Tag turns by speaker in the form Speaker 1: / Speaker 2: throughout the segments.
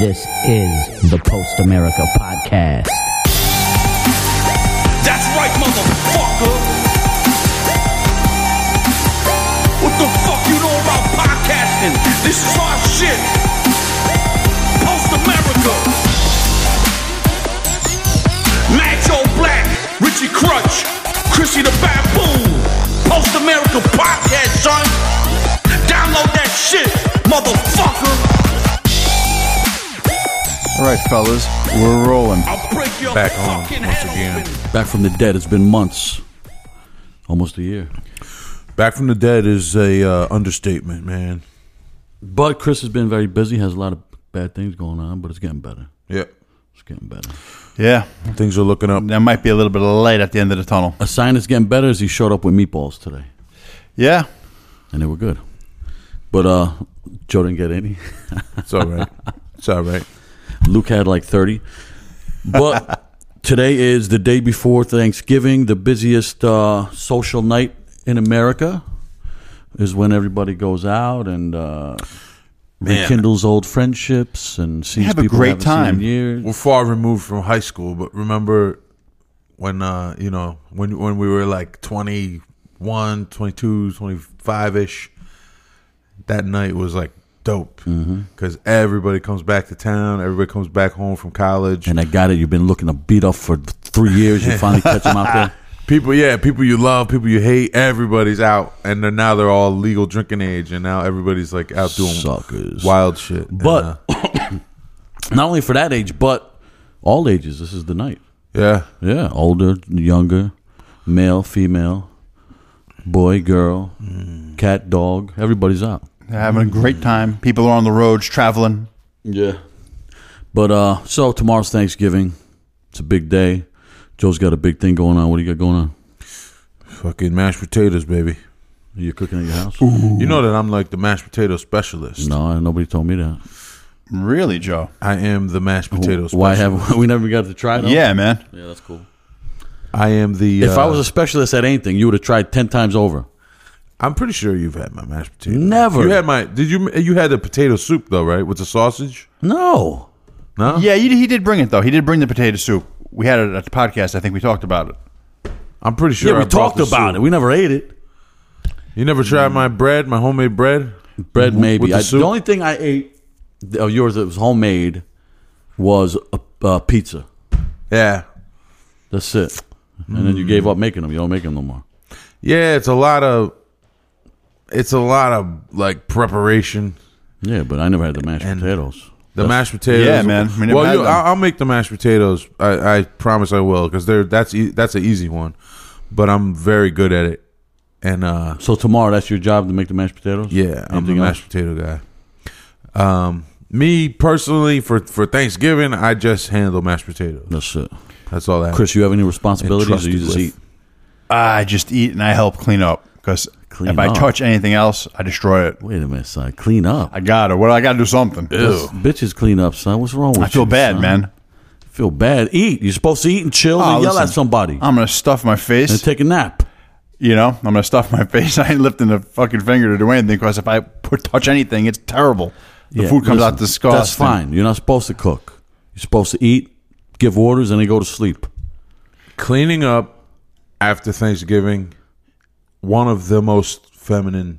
Speaker 1: This is the Post America Podcast.
Speaker 2: That's right, motherfucker. What the fuck you know about podcasting? This is our shit. Post America. Macho Black, Richie Crutch, Chrissy the Baboon. Post America Podcast, son. Download that shit, motherfucker.
Speaker 3: All right, fellas, we're rolling.
Speaker 2: I'll break your
Speaker 4: Back on
Speaker 2: fucking
Speaker 4: once
Speaker 2: head
Speaker 4: again.
Speaker 2: open.
Speaker 5: Back from the dead. It's been months, almost a year.
Speaker 4: Back from the Dead is a uh, understatement, man.
Speaker 5: But Chris has been very busy. Has a lot of bad things going on, but it's getting better.
Speaker 4: Yeah,
Speaker 5: It's getting better.
Speaker 3: Yeah,
Speaker 4: things are looking up.
Speaker 3: there might be a little bit of light at the end of the tunnel.
Speaker 5: A sign that's getting better is he showed up with meatballs today,
Speaker 3: Yeah,
Speaker 5: and they were good. But uh, Joe didn't get any.
Speaker 4: It's all right. It's all right.
Speaker 5: Luke had like thirty. But today is the day before Thanksgiving, the busiest uh, social night in America. Is when everybody goes out and uh, rekindles old friendships and sees
Speaker 3: Have a
Speaker 5: people
Speaker 3: great
Speaker 5: haven't seen in
Speaker 3: time.
Speaker 5: years.
Speaker 4: We're far removed from high school, but remember when uh, you know when when we were like 21, 22, 25 ish. That night was like dope
Speaker 5: Mm-hmm.
Speaker 4: because everybody comes back to town. Everybody comes back home from college.
Speaker 5: and I got it. You've been looking to beat up for three years. You finally catch him out there.
Speaker 4: People, yeah, people you love, people you hate, everybody's out, and they're, now they're all legal drinking age, and now everybody's like out doing
Speaker 5: Suckers.
Speaker 4: wild shit. And, uh,
Speaker 5: But not only for that age, but all ages. This is the night.
Speaker 4: yeah,
Speaker 5: Yeah, older, younger, male, female, boy, girl, cat, dog. Everybody's out.
Speaker 3: they're having a great time. People are on the roads traveling.
Speaker 5: Yeah. But uh, so tomorrow's Thanksgiving. It's a big day. Joe's got a big thing going on. What do you got going on?
Speaker 4: fucking mashed potatoes, baby.
Speaker 5: You cooking at your house?
Speaker 4: You know that I'm like the mashed potato specialist.
Speaker 5: No, nobody told me that.
Speaker 3: Really, Joe?
Speaker 4: I am the mashed potato specialist.
Speaker 5: Why have we never got to try it?
Speaker 3: Yeah, man.
Speaker 5: Oh. yeah, that's cool.
Speaker 4: I am the? uh,
Speaker 5: If I was a specialist at anything, you would have tried ten times over.
Speaker 4: I'm pretty sure you've had my mashed potato.
Speaker 5: Never.
Speaker 4: You had my. Did you? You had the potato soup though, right? With the sausage.
Speaker 5: No.
Speaker 4: No.
Speaker 3: Yeah, you, he did bring it though. He did bring the potato soup. We had it at the podcast. I think we talked about it.
Speaker 4: I'm pretty sure.
Speaker 5: yeah, we
Speaker 4: I brought
Speaker 5: talked
Speaker 4: the
Speaker 5: about
Speaker 4: soup.
Speaker 5: it. We never ate it.
Speaker 4: You never tried my bread, my homemade bread.
Speaker 5: Bread, maybe.
Speaker 4: Mm-hmm. the
Speaker 5: I,
Speaker 4: soup?
Speaker 5: the only thing I ate of yours that was homemade was a, a pizza.
Speaker 4: Yeah.
Speaker 5: That's it. And then you
Speaker 4: Mm.
Speaker 5: gave up making them. You don't make them no more.
Speaker 4: Yeah, it's a lot of it's a lot of like preparation.
Speaker 5: Yeah, but I never had the mashed
Speaker 4: And-
Speaker 5: potatoes.
Speaker 4: The mashed potatoes.
Speaker 3: Yeah, man. We never
Speaker 4: well,
Speaker 3: had
Speaker 4: you,
Speaker 3: them.
Speaker 4: I'll, I'll make the mashed potatoes. I, I promise I will because they're that's e- that's an easy one, but I'm very good at it. And uh,
Speaker 5: So tomorrow, that's your job to make the mashed potatoes.
Speaker 4: yeah, I'm the
Speaker 5: Anything
Speaker 4: mashed potato guy. Um, me personally for for Thanksgiving, I just handle mashed potatoes.
Speaker 5: That's it.
Speaker 4: That's all that.
Speaker 5: Chris, you have any responsibilities or you
Speaker 4: Entrusted
Speaker 5: just eat?
Speaker 4: with-
Speaker 3: I just eat and I help clean up because
Speaker 5: Clean
Speaker 3: if I
Speaker 5: up.
Speaker 3: touch anything else, I destroy it.
Speaker 5: Wait a minute, son. Clean up.
Speaker 3: I got it. Well, I got to do something.
Speaker 5: That's- Bitches clean up, son. What's wrong with you?
Speaker 3: I feel bad,
Speaker 5: son?
Speaker 3: man.
Speaker 5: Feel bad. Eat. You're supposed to eat and chill
Speaker 3: Oh,
Speaker 5: and yell
Speaker 3: listen.
Speaker 5: at somebody
Speaker 3: I'm gonna stuff my
Speaker 5: and
Speaker 3: face.
Speaker 5: take a nap.
Speaker 3: you know, I'm gonna stuff my face. I ain't lifting a fucking finger to do anything because if I put, touch anything, it's terrible. The
Speaker 5: Yeah,
Speaker 3: food comes
Speaker 5: listen,
Speaker 3: out disgusting.
Speaker 5: That's fine. You're not supposed to cook. You're supposed to eat, give orders, and then go to sleep.
Speaker 4: Cleaning up after Thanksgiving, one of the most feminine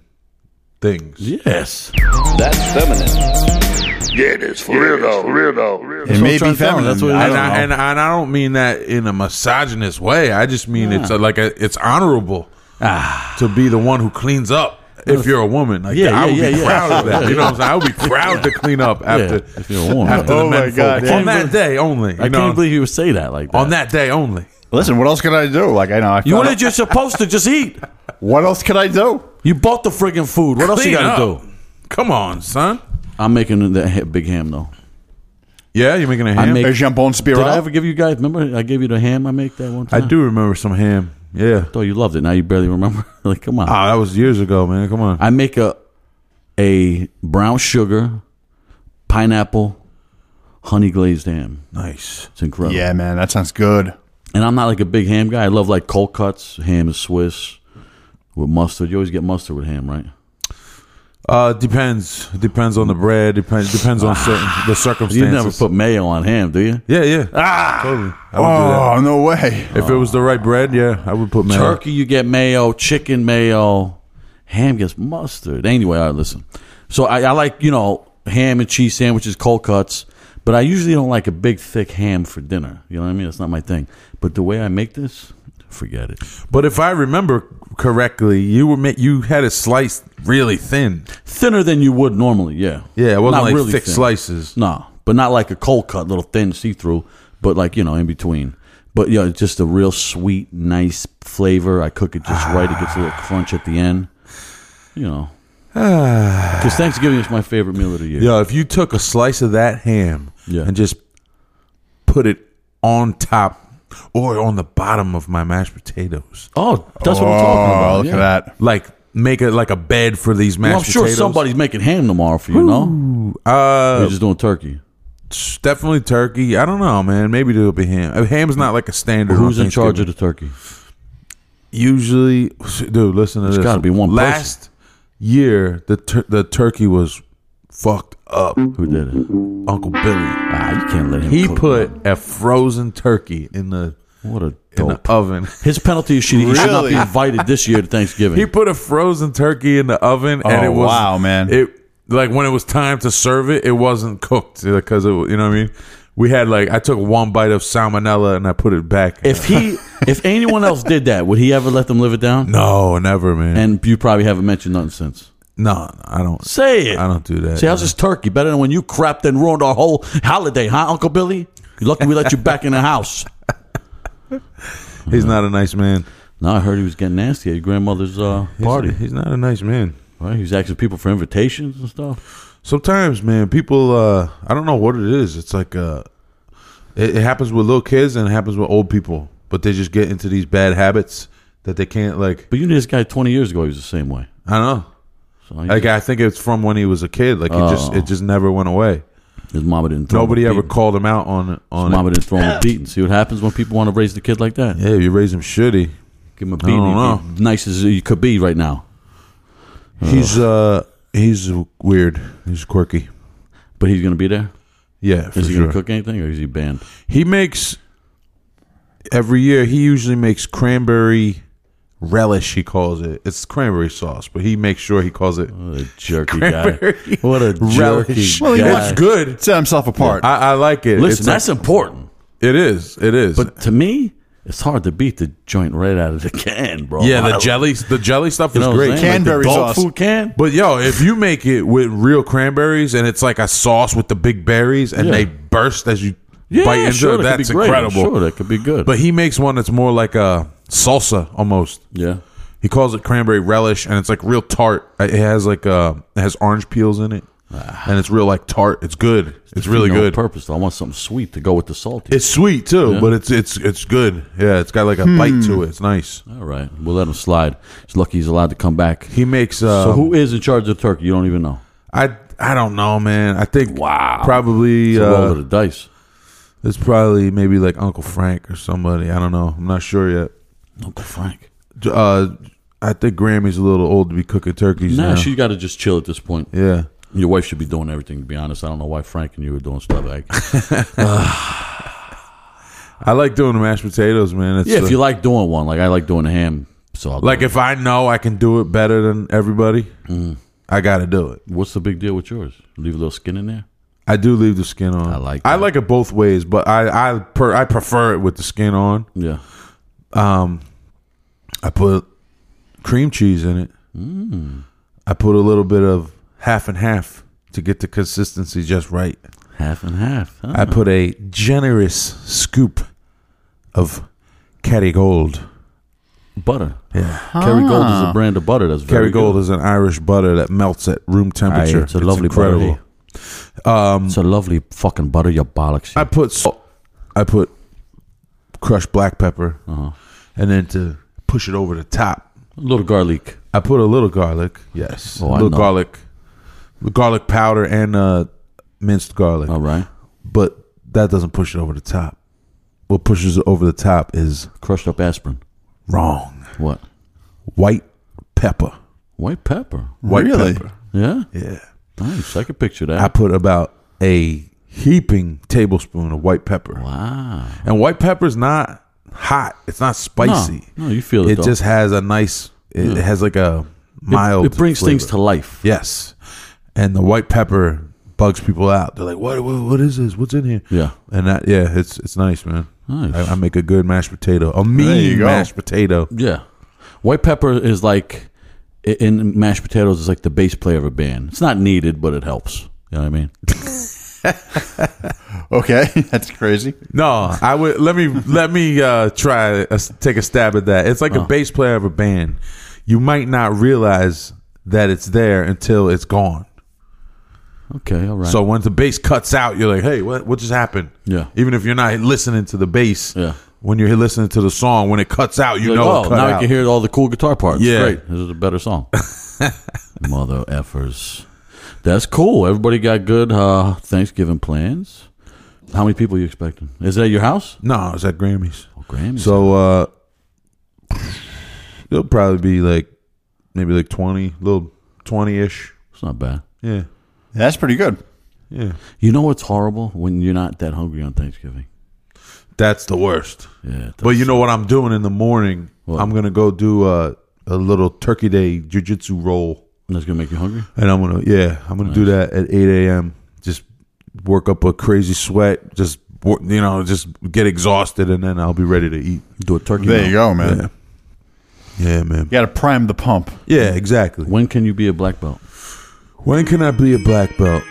Speaker 4: things.
Speaker 5: Yes.
Speaker 6: Yeah, it is for real though. For real though.
Speaker 3: It may be
Speaker 5: trying to tell him.
Speaker 3: feminine.
Speaker 5: That's what it
Speaker 3: I
Speaker 5: is.
Speaker 3: don't
Speaker 4: and, I,
Speaker 3: know.
Speaker 4: and, and I don't mean that in a misogynist way. I just mean it's
Speaker 5: Ah.
Speaker 4: a, like a, it's honorable to be the one who cleans up if you're a woman. Like,
Speaker 5: Yeah,
Speaker 4: I would
Speaker 5: yeah,
Speaker 4: be
Speaker 5: yeah, yeah.
Speaker 4: proud of that. You know what I'm saying? I would be proud to clean up after,
Speaker 5: if you're a woman.
Speaker 4: after
Speaker 3: Oh
Speaker 4: the
Speaker 3: my
Speaker 4: men folk.
Speaker 3: God, yeah.
Speaker 4: On that day only. You
Speaker 5: I
Speaker 4: know,
Speaker 5: can't believe you would say that like that.
Speaker 4: on that day only.
Speaker 3: Listen, what else could I do? Like I know, I
Speaker 5: You
Speaker 3: found-
Speaker 5: wanted you're supposed to just eat.
Speaker 3: what else could I do?
Speaker 5: You bought the friggin' food. What else you
Speaker 4: Clean
Speaker 5: gotta
Speaker 4: up.
Speaker 5: do?
Speaker 4: Come on, son.
Speaker 5: I'm making that ha- big ham though.
Speaker 4: Yeah, you're making a ham.
Speaker 5: I
Speaker 4: I,
Speaker 5: make-
Speaker 3: Is Jambon Spiro?
Speaker 5: Did I ever give you guys? Remember, I gave you the ham I make that one time.
Speaker 4: do remember some ham. Yeah.
Speaker 5: Oh, you loved it. Now you barely remember. like, come on.
Speaker 4: Ah, that was years ago, man. Come on.
Speaker 5: I make a a brown sugar, pineapple, honey glazed ham.
Speaker 4: nice.
Speaker 5: It's incredible.
Speaker 3: yeah, man, that sounds good.
Speaker 5: And I'm not like a big ham guy. I love like cold cuts. Ham is Swiss with mustard. You always get mustard with ham, right?
Speaker 4: Uh, depends. Depends on the bread. Depends. Depends on certain the circumstances.
Speaker 5: You never put mayo on ham, do you?
Speaker 4: Yeah, yeah. Ah, totally. I would do that.
Speaker 3: Oh no way!
Speaker 4: If it was the right bread, yeah, I would put mayo.
Speaker 5: Turkey, you get mayo. Chicken, mayo. Ham gets mustard. Anyway, all right, listen. So I, I like you know ham and cheese sandwiches, cold cuts. But I usually don't like a big thick ham for dinner. You know what I mean? That's not my thing. But the way I make this, forget it.
Speaker 4: But if I remember correctly, you were ma- you had it sliced really thin.
Speaker 5: Thinner than you would normally. Yeah.
Speaker 4: Yeah, it wasn't like thick
Speaker 5: thin.
Speaker 4: slices.
Speaker 5: No, but not like a cold cut, little thin see through, but like you know in between. But yeah, it's just a real sweet, nice flavor. I cook it just right. It gets a little crunch at the end. You know, because Thanksgiving is my favorite meal of the year.
Speaker 4: Yo, if you took a slice of that ham
Speaker 5: Yeah.
Speaker 4: and just put it on top or on the bottom of my mashed potatoes,
Speaker 5: Oh, that's
Speaker 3: oh,
Speaker 5: what I'm talking about.
Speaker 3: look
Speaker 5: yeah.
Speaker 3: at that.
Speaker 4: like make it like a bed for these mashed
Speaker 5: Well, I'm sure
Speaker 4: potatoes.
Speaker 5: somebody's making ham tomorrow for you. No,
Speaker 4: Uh,
Speaker 5: we're just doing turkey.
Speaker 4: it's definitely turkey. I don't know, man. Maybe there'll be ham. Uh, Ham's not like a standard.
Speaker 5: Who's
Speaker 4: on
Speaker 5: in charge of
Speaker 4: Thanksgiving.
Speaker 5: the turkey?
Speaker 4: Usually, dude, listen to this.
Speaker 5: gotta be one person.
Speaker 4: Last year, the tur- the turkey was fucked up.
Speaker 5: Who did it?
Speaker 4: Uncle Billy.
Speaker 5: Ah, you can't let him.
Speaker 4: He
Speaker 5: cook,
Speaker 4: put
Speaker 5: man.
Speaker 4: a frozen turkey in the
Speaker 5: what a
Speaker 4: in the
Speaker 5: dope.
Speaker 4: oven.
Speaker 5: His penalty is shitty. He should not be
Speaker 3: Really?
Speaker 5: invited this year to Thanksgiving.
Speaker 4: He put a frozen turkey in the oven, and
Speaker 3: Oh,
Speaker 4: it was
Speaker 3: wow, man.
Speaker 4: It like when it was time to serve it, it wasn't cooked because it. wa- You know what I mean? We had like I took one bite of salmonella and I put it back.
Speaker 5: if he, if anyone else did that, would he ever let them live it down?
Speaker 4: no, never, man.
Speaker 5: And you probably haven't mentioned nothing since.
Speaker 4: no, I don't.
Speaker 5: Say it.
Speaker 4: I don't do that.
Speaker 5: Say, how's this turkey better than when you crapped and ruined our whole holiday, huh, Uncle Billy? You're lucky we let you back in the house.
Speaker 4: He's not a nice man.
Speaker 5: Now I heard he was getting nasty at your grandmother's uh,
Speaker 4: He's-
Speaker 5: party.
Speaker 4: He's not a nice man.
Speaker 5: Right? He was asking people for invitations and stuff.
Speaker 4: Sometimes, man, people. uh I don't know what it is. It's like uh it, it happens with little kids and it happens with old people, but they just get into these bad habits that they can't like.
Speaker 5: But you knew this guy 20 years ago. He was the same way.
Speaker 4: I don't know.
Speaker 5: So I,
Speaker 4: Like I think it's from when he was a kid. Like it just it just never went away.
Speaker 5: his mama didn't throw
Speaker 4: Nobody
Speaker 5: him a
Speaker 4: ever
Speaker 5: beating.
Speaker 4: called him out on
Speaker 5: His
Speaker 4: on.
Speaker 5: mama
Speaker 4: It.
Speaker 5: didn't throw him a beating. See what happens when people want to raise the kid like that?
Speaker 4: Yeah, you raise him shitty.
Speaker 5: Give him a beating.
Speaker 4: know.
Speaker 5: He'd be Nice as you could be right now.
Speaker 4: He's uh he's weird. He's quirky.
Speaker 5: But he's going to be there?
Speaker 4: Yeah, for
Speaker 5: Is he
Speaker 4: sure.
Speaker 5: going to cook anything or is he banned?
Speaker 4: He makes every year. He usually makes cranberry relish. He calls it. It's cranberry sauce, but he makes sure he calls it
Speaker 5: What a jerky guy.
Speaker 4: cranberry
Speaker 5: What a
Speaker 4: relish.
Speaker 5: jerky
Speaker 4: Well,
Speaker 5: guy.
Speaker 4: It's good.
Speaker 3: Set himself apart.
Speaker 4: I, I like it.
Speaker 5: Listen,
Speaker 4: It's
Speaker 5: that's
Speaker 4: like-
Speaker 5: important.
Speaker 4: it is. It is.
Speaker 5: But to me, it's hard to beat the joint right out of the can, bro.
Speaker 4: yeah, the
Speaker 5: Oh, I-
Speaker 4: jelly the jelly stuff
Speaker 5: you know
Speaker 4: is
Speaker 5: what I'm
Speaker 4: great.
Speaker 5: saying? the
Speaker 3: Canberry
Speaker 5: dog
Speaker 3: sauce.
Speaker 5: food can.
Speaker 4: But yo, if you make it with real cranberries and it's like a sauce with the big berries and
Speaker 5: Yeah.
Speaker 4: they burst as you
Speaker 5: Yeah,
Speaker 4: bite into
Speaker 5: sure, that
Speaker 4: it,
Speaker 5: could
Speaker 4: that's
Speaker 5: be great.
Speaker 4: incredible.
Speaker 5: Sure, that could be good.
Speaker 4: But he makes one that's more like a salsa almost.
Speaker 5: yeah,
Speaker 4: He calls it cranberry relish, and it's like real tart. It has like uh, it has orange peels in it,
Speaker 5: Ah.
Speaker 4: and it's real like tart. It's good. It's really
Speaker 5: No
Speaker 4: good.
Speaker 5: Purpose. I want something sweet to go with the salty.
Speaker 4: It's sweet too, but it's it's it's good. Yeah, it's got like a bite
Speaker 5: Hmm.
Speaker 4: to it. It's nice.
Speaker 5: All right, we'll let him slide. He's lucky he's allowed to come back.
Speaker 4: He makes. Uh,
Speaker 5: so who is in charge of the turkey? You don't even know.
Speaker 4: I I don't know, man. I think
Speaker 5: Wow.
Speaker 4: probably
Speaker 5: It's a roll
Speaker 4: uh,
Speaker 5: of the dice.
Speaker 4: It's probably maybe like Uncle Frank or somebody. I don't know. I'm not sure yet.
Speaker 5: Uncle Frank.
Speaker 4: J- Uh, I think Grammy's a little old to be cooking turkeys
Speaker 5: Nah,
Speaker 4: now.
Speaker 5: she got to just chill at this point.
Speaker 4: yeah.
Speaker 5: Your wife should be doing everything. To be honest, I don't know why Frank and you were doing stuff like.
Speaker 4: I like doing the mashed potatoes, man. It's
Speaker 5: yeah, if
Speaker 4: uh,
Speaker 5: you like doing one, like I like doing the ham. So I'll do
Speaker 4: like
Speaker 5: it.
Speaker 4: if I know I can do it better than everybody,
Speaker 5: Mm.
Speaker 4: I got to do it.
Speaker 5: what's the big deal with yours? Leave a little skin in there.
Speaker 4: I do leave the skin on.
Speaker 5: I like
Speaker 4: I
Speaker 5: that.
Speaker 4: like it both ways, but I I per, I prefer it with the skin on.
Speaker 5: Yeah.
Speaker 4: I put cream cheese in it.
Speaker 5: Mm.
Speaker 4: I put a little bit of half and half to get the consistency just right.
Speaker 5: Half and half. Huh?
Speaker 4: I put a generous scoop of Kerrygold.
Speaker 5: butter. Yeah. Kerrygold is a brand of butter that's very
Speaker 4: Kerrygold
Speaker 5: good.
Speaker 4: is an Irish butter that melts at room temperature.
Speaker 5: it's a lovely
Speaker 4: incredible. Um,
Speaker 5: butter. It's a lovely fucking butter. Your bollocks.
Speaker 4: I put salt. I put crushed black pepper,
Speaker 5: Uh-huh.
Speaker 4: and then to push it over the top,
Speaker 5: a little garlic.
Speaker 4: I put a little garlic. Yes,
Speaker 5: Oh,
Speaker 4: a
Speaker 5: I
Speaker 4: little
Speaker 5: know.
Speaker 4: garlic, the garlic powder and uh, minced garlic.
Speaker 5: All right.
Speaker 4: But that doesn't push it over the top. What pushes it over the top is
Speaker 5: Crushed up aspirin.
Speaker 4: wrong.
Speaker 5: What?
Speaker 4: White pepper.
Speaker 5: White pepper.
Speaker 4: White
Speaker 3: Really?
Speaker 4: pepper.
Speaker 5: Yeah?
Speaker 4: Yeah.
Speaker 5: Nice. I could picture that.
Speaker 4: I put about a heaping tablespoon of white pepper.
Speaker 5: wow.
Speaker 4: And white pepper's not hot. It's not spicy.
Speaker 5: No, you feel it,
Speaker 4: It
Speaker 5: though.
Speaker 4: just has a nice. It, it has like a mild.
Speaker 5: It, it brings things
Speaker 4: flavor.
Speaker 5: to life.
Speaker 4: Yes, and the white pepper bugs people out. They're like, "What? What, what is this? What's in here?"
Speaker 5: Yeah.
Speaker 4: and that yeah, it's it's nice, man.
Speaker 5: Nice.
Speaker 4: I, I make a good mashed potato, a
Speaker 3: you
Speaker 4: mean
Speaker 3: go.
Speaker 4: mashed potato.
Speaker 5: Yeah. White pepper is like i- in mashed potatoes is like the bass player of a band. It's not needed, but it helps. You know what I mean?
Speaker 3: Okay, that's crazy.
Speaker 4: No, I would let me let me uh, try a, take a stab at that. It's like
Speaker 5: Oh.
Speaker 4: a bass player of a band. You might not realize that it's there until it's gone.
Speaker 5: Okay, all right.
Speaker 4: So when the bass cuts out, you're like, "Hey, what what just happened?"
Speaker 5: Yeah.
Speaker 4: Even if you're not listening to the bass,
Speaker 5: Yeah.
Speaker 4: When you're listening to the song, when it cuts out, you
Speaker 5: Like,
Speaker 4: know. it
Speaker 5: oh,
Speaker 4: cut
Speaker 5: now
Speaker 4: out.
Speaker 5: I can hear all the cool guitar parts.
Speaker 4: Yeah.
Speaker 5: Great. This is a better song. Mother effers. That's cool. Everybody got good uh, Thanksgiving plans. How many people you expecting? Is it at your house?
Speaker 4: No, it's at Grammys.
Speaker 5: Oh, Grammys.
Speaker 4: So uh it'll probably be like maybe like twenty, little twenty ish.
Speaker 5: it's not bad.
Speaker 4: Yeah.
Speaker 3: That's pretty good.
Speaker 4: Yeah.
Speaker 5: You know what's horrible when you're not that hungry on Thanksgiving.
Speaker 4: That's the worst.
Speaker 5: Yeah, it
Speaker 4: But
Speaker 5: does.
Speaker 4: you know what I'm doing in the morning?
Speaker 5: What?
Speaker 4: I'm gonna go do a a little turkey day jujitsu roll.
Speaker 5: that's gonna make you hungry.
Speaker 4: And I'm gonna yeah, I'm gonna do that at eight AM. Just work up a crazy sweat, just wor- you know, just get exhausted and then I'll be ready to eat.
Speaker 5: Do a turkey.
Speaker 3: There
Speaker 5: melt.
Speaker 3: you go, man. You
Speaker 4: Yeah, man.
Speaker 3: got to prime the pump.
Speaker 4: Yeah, exactly.
Speaker 5: When can you be a black belt?
Speaker 4: When can I be a black belt?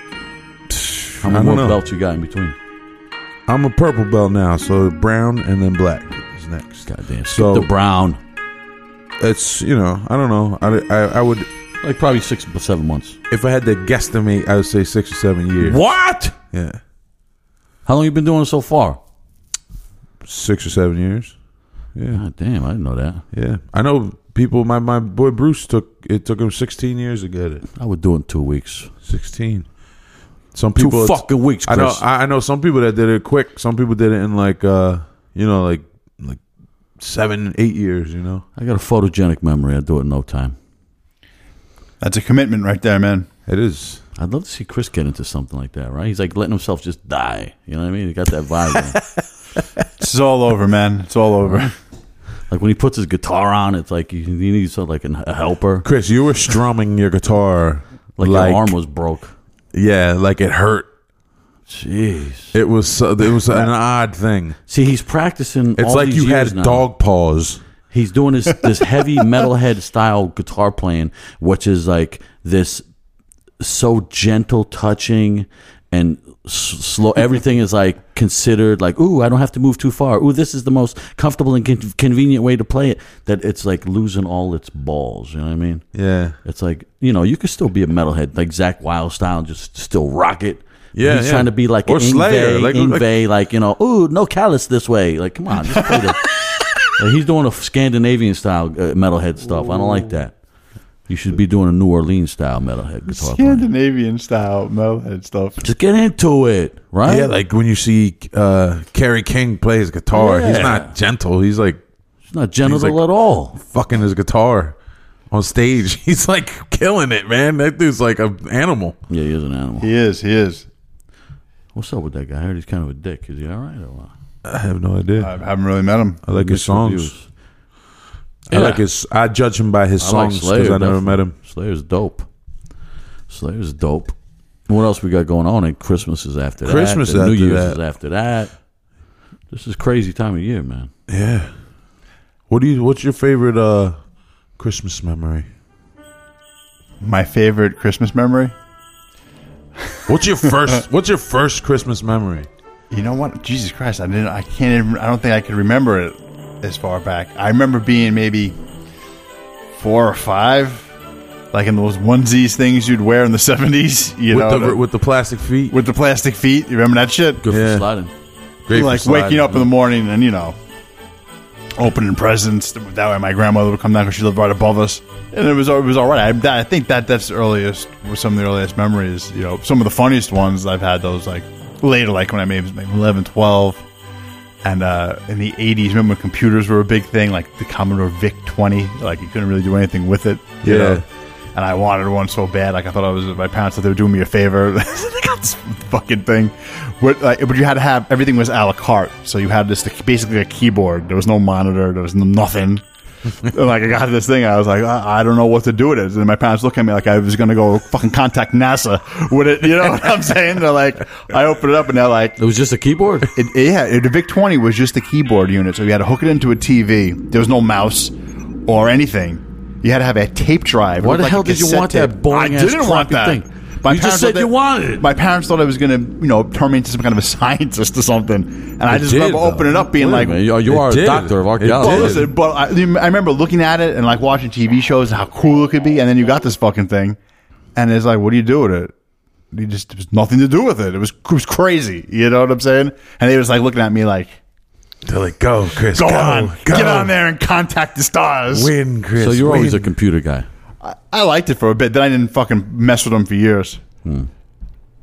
Speaker 5: How
Speaker 4: I
Speaker 5: many
Speaker 4: don't
Speaker 5: more
Speaker 4: know.
Speaker 5: belts you got in between?
Speaker 4: I'm a purple belt now, so brown and then black is next.
Speaker 5: Goddamn.
Speaker 4: So-
Speaker 5: So the brown.
Speaker 4: It's you know I don't know I, I, I would
Speaker 5: Like probably six or seven months.
Speaker 4: if I had to guesstimate I would say six or seven years.
Speaker 5: What?
Speaker 4: Yeah,
Speaker 5: How long you been doing it so far?
Speaker 4: six or seven years.
Speaker 5: God damn, I didn't know that.
Speaker 4: Yeah, I know people. My my boy Bruce took it took him 16 years to get it.
Speaker 5: I would do it in two weeks.
Speaker 4: 16. Some
Speaker 5: Two
Speaker 4: people it's-
Speaker 5: fucking weeks,
Speaker 4: I
Speaker 5: Chris.
Speaker 4: know I, I know some people that did it quick. Some people did it in like uh you know like like seven eight years. You know
Speaker 5: I got a photogenic memory. I'd do it in no time.
Speaker 3: That's a commitment right there, man.
Speaker 4: it is.
Speaker 5: I'd love to see Chris get into something like that, right? He's like letting himself just die. You know what I mean? He got that vibe. man.
Speaker 3: This is all over, man. It's all over.
Speaker 5: Like when he puts his guitar on, it's like he, he needs some, like an, a helper.
Speaker 4: Chris, you were strumming your guitar
Speaker 5: Like, your arm was broke.
Speaker 4: yeah like it hurt.
Speaker 5: Jeez.
Speaker 4: It was so, it was an odd thing.
Speaker 5: See, he's practicing.
Speaker 4: It's
Speaker 5: all
Speaker 4: like
Speaker 5: these
Speaker 4: you
Speaker 5: years
Speaker 4: had
Speaker 5: now.
Speaker 4: dog paws.
Speaker 5: He's doing this this heavy metalhead style guitar playing, which is like this so gentle touching and s- slow. Everything is like considered like, ooh, I don't have to move too far. Ooh, this is the most comfortable and con- convenient way to play it. That it's like losing all its balls. You know what I mean?
Speaker 4: Yeah,
Speaker 5: It's like you know you could still be a metalhead like Zach Wild style, and just still rock it.
Speaker 4: Yeah,
Speaker 5: he's
Speaker 4: yeah.
Speaker 5: trying to be like
Speaker 4: Or
Speaker 5: an
Speaker 4: Slayer,
Speaker 5: Ingve,
Speaker 4: like-
Speaker 5: Ingve, like, you know, ooh, no callus this way. Like, come on, just play the, Like, he's doing a Scandinavian style uh, metalhead stuff. I don't like that. You should be doing a New Orleans style metalhead guitar. playing.
Speaker 3: Scandinavian style metalhead stuff.
Speaker 5: Just get into it, right?
Speaker 4: yeah. Like when you see uh Kerry King play his guitar, he's
Speaker 5: Yeah.
Speaker 4: not gentle. He's like
Speaker 5: it's not genital
Speaker 4: like-
Speaker 5: at all.
Speaker 4: fucking his guitar on stage. He's like killing it, man. That dude's like an animal.
Speaker 5: Yeah, he is an animal.
Speaker 3: He is. He is.
Speaker 5: What's up with that guy? I heard he's kind of a dick. Is he all right or what?
Speaker 4: I have no idea.
Speaker 3: I haven't really met him.
Speaker 4: I like his
Speaker 5: Mixed
Speaker 4: songs.
Speaker 5: reviews.
Speaker 4: I like
Speaker 5: Yeah.
Speaker 4: his. I judge him by his
Speaker 5: I like
Speaker 4: songs
Speaker 5: Slayer,
Speaker 4: because I never
Speaker 5: definitely.
Speaker 4: met him.
Speaker 5: Slayer's dope. Slayer's dope. What else we got going on? And Christmas is after
Speaker 4: Christmas
Speaker 5: that. and
Speaker 4: after
Speaker 5: New Year's
Speaker 4: that.
Speaker 5: is after that. This is crazy time of year, man.
Speaker 4: Yeah. What do you? What's your favorite uh Christmas memory?
Speaker 3: My favorite Christmas memory.
Speaker 4: What's your first? what's your first Christmas memory?
Speaker 3: You know what? Jesus Christ! I didn't. I can't. Even, I don't think I can remember it as far back. I remember being maybe four or five, like in those onesies things you'd wear in the seventies. You
Speaker 4: with
Speaker 3: know,
Speaker 4: the, with the plastic feet.
Speaker 3: with the plastic feet. You remember that shit?
Speaker 5: Good
Speaker 4: Yeah.
Speaker 5: for sliding.
Speaker 4: Great for
Speaker 3: like
Speaker 4: sliding.
Speaker 3: waking up in the morning and you know opening presents that way my grandmother would come down because she lived right above us and it was it was all right I, that, I think that that's the earliest was some of the earliest memories you know some of the funniest ones I've had those like later like when I maybe was maybe 11 12 and uh, in the 80s remember when computers were a big thing like the Commodore VIC 20 like you couldn't really do anything with it you
Speaker 4: Yeah.
Speaker 3: know? and I wanted one so bad. Like I thought I was my parents thought they were doing me a favor. they got this fucking thing, but like, but you had to have everything was a la carte. So you had this basically a keyboard. There was no monitor. There was no nothing. And, like I got this thing, I was like, I, I don't know what to do with it. And my parents look at me like I was gonna go fucking contact NASA with it. You know what I'm saying? They're like, I open it up and they're like,
Speaker 5: It was just a keyboard.
Speaker 3: it, yeah, it- the VIC 20 was just the keyboard unit, so you had to hook it into a TV. There was no mouse or anything. You had to have a tape drive. It
Speaker 5: Why
Speaker 3: looked
Speaker 5: the
Speaker 3: like
Speaker 5: hell
Speaker 3: a
Speaker 5: did you
Speaker 3: cassette
Speaker 5: want that
Speaker 3: tape.
Speaker 5: boring-ass
Speaker 3: I didn't want
Speaker 5: crappy
Speaker 3: that.
Speaker 5: thing?
Speaker 3: My
Speaker 5: You just
Speaker 3: parents
Speaker 5: said
Speaker 3: thought
Speaker 5: you wanted it.
Speaker 3: My parents thought I was going to, you know, turn me into some kind of a scientist or something. And I
Speaker 4: It
Speaker 3: just
Speaker 4: did,
Speaker 3: remember
Speaker 4: though.
Speaker 3: opening it up, being
Speaker 5: Wait a
Speaker 3: like,
Speaker 5: minute, you, you
Speaker 4: It
Speaker 5: are a
Speaker 4: did.
Speaker 5: doctor of
Speaker 4: It
Speaker 3: well,
Speaker 4: did.
Speaker 5: archaeology.
Speaker 3: listen, but I, I remember looking at it and like watching TV shows and how cool it could be, and then you got this fucking thing, and it's like, what do you do with it? You just there's nothing to do with it. It was it was crazy. You know what I'm saying? And they was like looking at me like,
Speaker 4: They're like, go, Chris.
Speaker 3: go, on, get on there and contact the stars.
Speaker 4: Win, Chris.
Speaker 5: So you're always a
Speaker 4: win.
Speaker 5: computer guy.
Speaker 3: I, I liked it for a bit. Then I didn't fucking mess with them for years.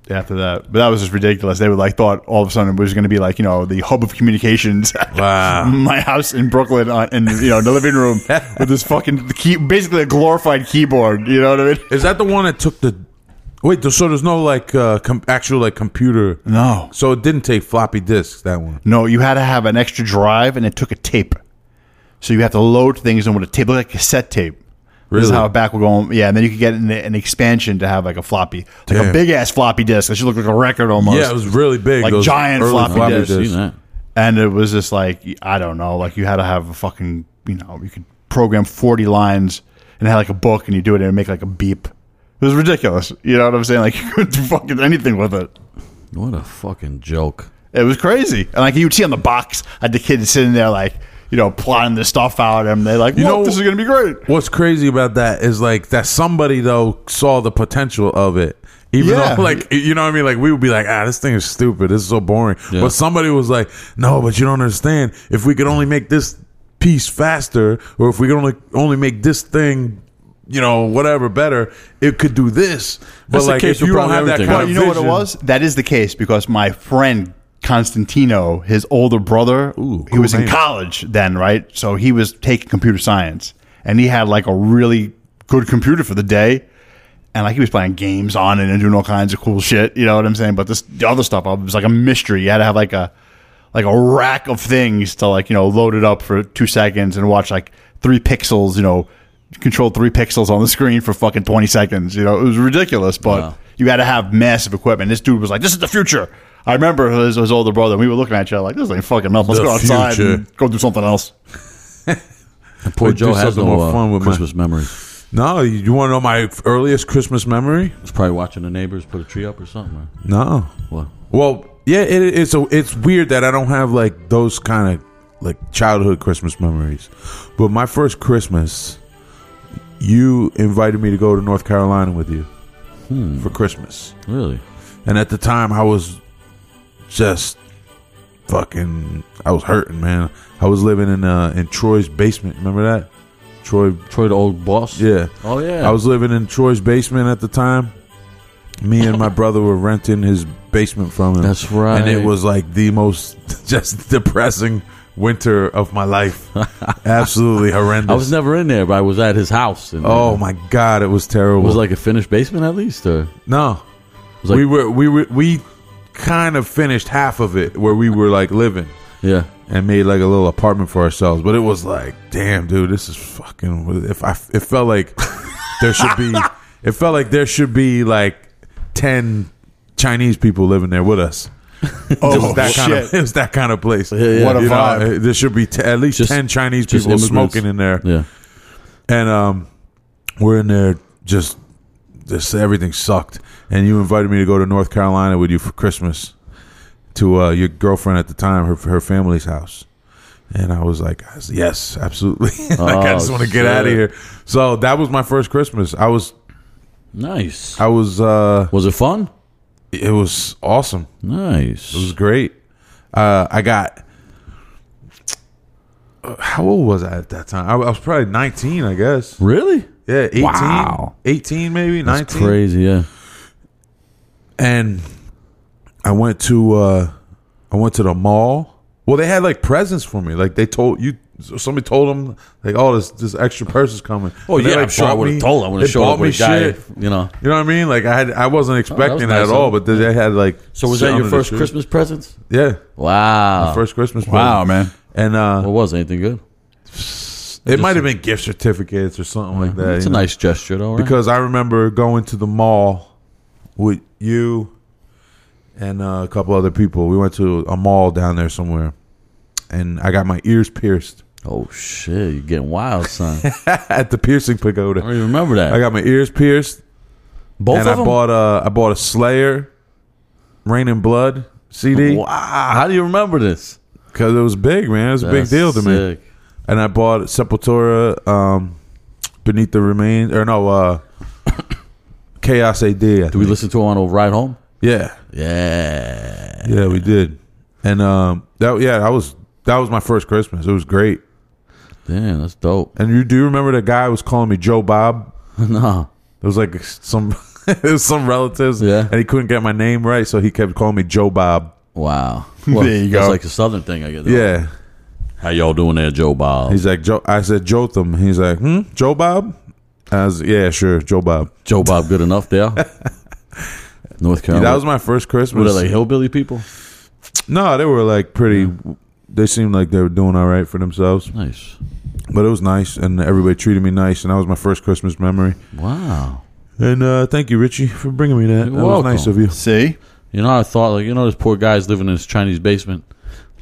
Speaker 3: After that, but that was just ridiculous. They would like thought all of a sudden it was going to be like you know the hub of communications.
Speaker 4: Wow.
Speaker 3: my house in Brooklyn on, in you know the living room with this fucking key, basically a glorified keyboard. You know what I mean?
Speaker 4: Is that the one that took the? Wait, so there's no like uh, com- actual like computer.
Speaker 3: No.
Speaker 4: So it didn't take floppy disks. That one.
Speaker 3: No, you had to have an extra drive, and it took a tape. So you have to load things in with a tape, like cassette tape. This is
Speaker 4: Really?
Speaker 3: how back will go. on- Yeah, and then you could get an, an expansion to have like a floppy, like a
Speaker 4: Damn.
Speaker 3: big ass floppy disk. It should look like a record almost.
Speaker 4: Yeah, it was really big.
Speaker 3: Like
Speaker 4: those
Speaker 3: giant
Speaker 4: early
Speaker 3: floppy
Speaker 5: I've
Speaker 3: disks.
Speaker 5: never seen that.
Speaker 3: and it was just like I don't know, like you had to have a fucking you know you could program forty lines and had like a book and you do it and it make like a beep. It was ridiculous. You know what I'm saying? Like you couldn't do fucking anything with it.
Speaker 5: What a fucking joke.
Speaker 3: It was crazy. And like you would see on the box, I had the kids sitting there like you know plotting this stuff out and they're like,
Speaker 4: You
Speaker 3: "Well,
Speaker 4: know-
Speaker 3: this is gonna be great."
Speaker 4: What's crazy about that is like that somebody though saw the potential of it. Even
Speaker 3: Yeah.
Speaker 4: though like you know what I mean? Like we would be like, ah, this thing is stupid. This is so boring. But somebody was like, No, but you don't understand. If we could only make this piece faster, or if we could only only make this thing you know, whatever better, it could do this. But
Speaker 5: That's the
Speaker 4: like
Speaker 5: case
Speaker 4: if
Speaker 5: with
Speaker 4: you don't
Speaker 5: probably
Speaker 4: have that
Speaker 5: everything.
Speaker 4: kind
Speaker 5: Well,
Speaker 4: of
Speaker 3: you know what it
Speaker 4: vision-
Speaker 3: was? That is the case because my friend Constantino, his older brother,
Speaker 4: Ooh,
Speaker 3: he was
Speaker 4: cool
Speaker 3: in
Speaker 4: name.
Speaker 3: college then, right? So he was taking computer science, and he had like a really good computer for the day, and like he was playing games on it and doing all kinds of cool shit. You know what I'm saying? But this the other stuff it was like a mystery. You had to have like a like a rack of things to like you know load it up for two seconds and watch like three pixels. You know, control three pixels on the screen for fucking 20 seconds. You know, it was ridiculous, but you had to have massive equipment. This dude was like, "This is the future." I remember his, his older brother. We were looking at each other like, "This ain't fucking nothing. Let's
Speaker 4: The
Speaker 3: go outside
Speaker 4: future.
Speaker 3: and go do something else."
Speaker 5: And poor
Speaker 4: I'd do
Speaker 5: Joe has
Speaker 4: something
Speaker 5: no
Speaker 4: more
Speaker 5: uh,
Speaker 4: fun with my-
Speaker 5: Christmas memories.
Speaker 4: No, you, you wanna know my earliest Christmas memory?
Speaker 5: He's probably watching the neighbors put a tree up or something. Or
Speaker 4: No.
Speaker 5: what?
Speaker 4: Well, yeah, it, it's a, it's weird that I don't have like those kind of like childhood Christmas memories. But my first Christmas, you invited me to go to North Carolina with you for Christmas,
Speaker 5: Really?
Speaker 4: and at the time I was just fucking, I was hurting, man. I was living in uh, in Troy's basement. Remember that? Troy
Speaker 5: Troy, the old boss?
Speaker 4: yeah.
Speaker 5: Oh, yeah.
Speaker 4: I was living in Troy's basement at the time. Me and my brother were renting his basement from him.
Speaker 5: That's right.
Speaker 4: And it was like the most just depressing winter of my life. Absolutely horrendous.
Speaker 5: I was never in there, but I was at his house. And,
Speaker 4: oh
Speaker 5: uh,
Speaker 4: my god, it was terrible.
Speaker 5: It was like a finished basement, at least? Or
Speaker 4: no.
Speaker 5: was like-
Speaker 4: we were we were we kind of finished half of it where we were like living
Speaker 5: Yeah.
Speaker 4: and made like a little apartment for ourselves, but it was like, damn dude, this is fucking if I it felt like there should be it felt like there should be like 10 Chinese people living there with us.
Speaker 3: Oh
Speaker 4: it was that kind of it was that kind of place.
Speaker 5: yeah.
Speaker 3: What a
Speaker 4: You know,
Speaker 3: vibe.
Speaker 4: uh, there should be t- at least
Speaker 5: Just-
Speaker 4: ten Chinese
Speaker 5: just
Speaker 4: people
Speaker 5: immigrants.
Speaker 4: smoking in there,
Speaker 5: Yeah.
Speaker 4: and um, we're in there just just everything sucked. And you invited me to go to North Carolina with you for Christmas to uh, your girlfriend at the time, her her family's house. And I was like, I said, yes, absolutely. like I
Speaker 5: Oh,
Speaker 4: just want to get out of
Speaker 5: shit.
Speaker 4: here. So that was my first Christmas. I was
Speaker 5: Nice.
Speaker 4: I was uh,
Speaker 5: Was it fun?
Speaker 4: it was awesome.
Speaker 5: Nice.
Speaker 4: It was great. Uh, I got. Uh, How old was I at that time? I, I was probably 19, I guess.
Speaker 5: really?
Speaker 4: Yeah, 18.
Speaker 3: Wow.
Speaker 4: 18 maybe, 19.
Speaker 5: Crazy, yeah.
Speaker 4: And I went to uh I went to the mall. Well, they had like presents for me. Like they told you So somebody told him like, "Oh, this this extra person is coming."
Speaker 5: Oh
Speaker 4: And they,
Speaker 5: yeah,
Speaker 4: like,
Speaker 5: I'm sure I
Speaker 4: bought
Speaker 5: would
Speaker 4: me-
Speaker 5: have told. I would have
Speaker 4: they
Speaker 5: showed
Speaker 4: bought
Speaker 5: up with a
Speaker 4: me
Speaker 5: guy.
Speaker 4: shit.
Speaker 5: You know.
Speaker 4: You know what I mean? Like I had, I wasn't expecting that,
Speaker 5: nice
Speaker 4: at all.
Speaker 5: of
Speaker 4: But then they had like.
Speaker 5: So was that
Speaker 4: shit
Speaker 5: your
Speaker 4: under the
Speaker 5: first
Speaker 4: shoe.
Speaker 5: Christmas presents?
Speaker 4: Yeah,
Speaker 5: Wow.
Speaker 4: first Christmas.
Speaker 3: Wow,
Speaker 4: present.
Speaker 3: man.
Speaker 4: And uh,
Speaker 5: What was anything good?
Speaker 4: it might have been gift certificates or something like that.
Speaker 5: It's
Speaker 4: you
Speaker 5: a
Speaker 4: know?
Speaker 5: nice gesture, though. Right?
Speaker 4: because I remember going to the mall with you and uh, a couple other people. We went to a mall down there somewhere, and I got my ears pierced
Speaker 5: oh shit, you're getting wild, son. I
Speaker 4: at the piercing pagoda.
Speaker 5: don't even remember that.
Speaker 4: I got my ears pierced,
Speaker 5: Oh, Both
Speaker 4: and
Speaker 5: of
Speaker 4: I
Speaker 5: them.
Speaker 4: bought a I bought a Slayer, Rain and Blood CD
Speaker 5: wow. How do you remember this?
Speaker 4: because it was big, man. It was a big deal to me.
Speaker 5: Sick.
Speaker 4: And I bought Sepultura, um, Beneath the Remains, or no, uh, Chaos AD. I
Speaker 5: Do we
Speaker 4: think.
Speaker 5: listen to it on a ride home?
Speaker 4: Yeah,
Speaker 5: Yeah.
Speaker 4: Yeah, we did. And um that yeah, that was that was my first Christmas. It was great.
Speaker 5: Damn, that's dope.
Speaker 4: And you do you remember the guy was calling me Joe Bob?
Speaker 5: nah.
Speaker 4: It was like some it was some relatives.
Speaker 5: Yeah.
Speaker 4: And he couldn't get my name right, so he kept calling me Joe Bob.
Speaker 5: Wow.
Speaker 3: there you
Speaker 5: That's
Speaker 3: go.
Speaker 5: like a southern thing, I guess.
Speaker 4: Yeah.
Speaker 5: How y'all doing there, Joe Bob?
Speaker 4: He's like Joe I said Jotham. He's like, hmm, Joe Bob? I was yeah, sure, Joe Bob.
Speaker 5: Joe Bob good enough there? North Carolina.
Speaker 4: that was my first
Speaker 5: Oh, Were
Speaker 4: Christmas.
Speaker 5: they like hillbilly people?
Speaker 4: no, they were like pretty they seemed like they were doing all right for themselves.
Speaker 5: Nice.
Speaker 4: But it was nice and everybody treated me nice and that was my first Christmas memory.
Speaker 5: Wow.
Speaker 4: And uh, thank you, Richie, for bringing me that.
Speaker 5: You're
Speaker 4: that
Speaker 5: welcome.
Speaker 4: was nice of you.
Speaker 3: See?
Speaker 5: You know, I thought, like, you know, this poor guy's living in his Chinese basement.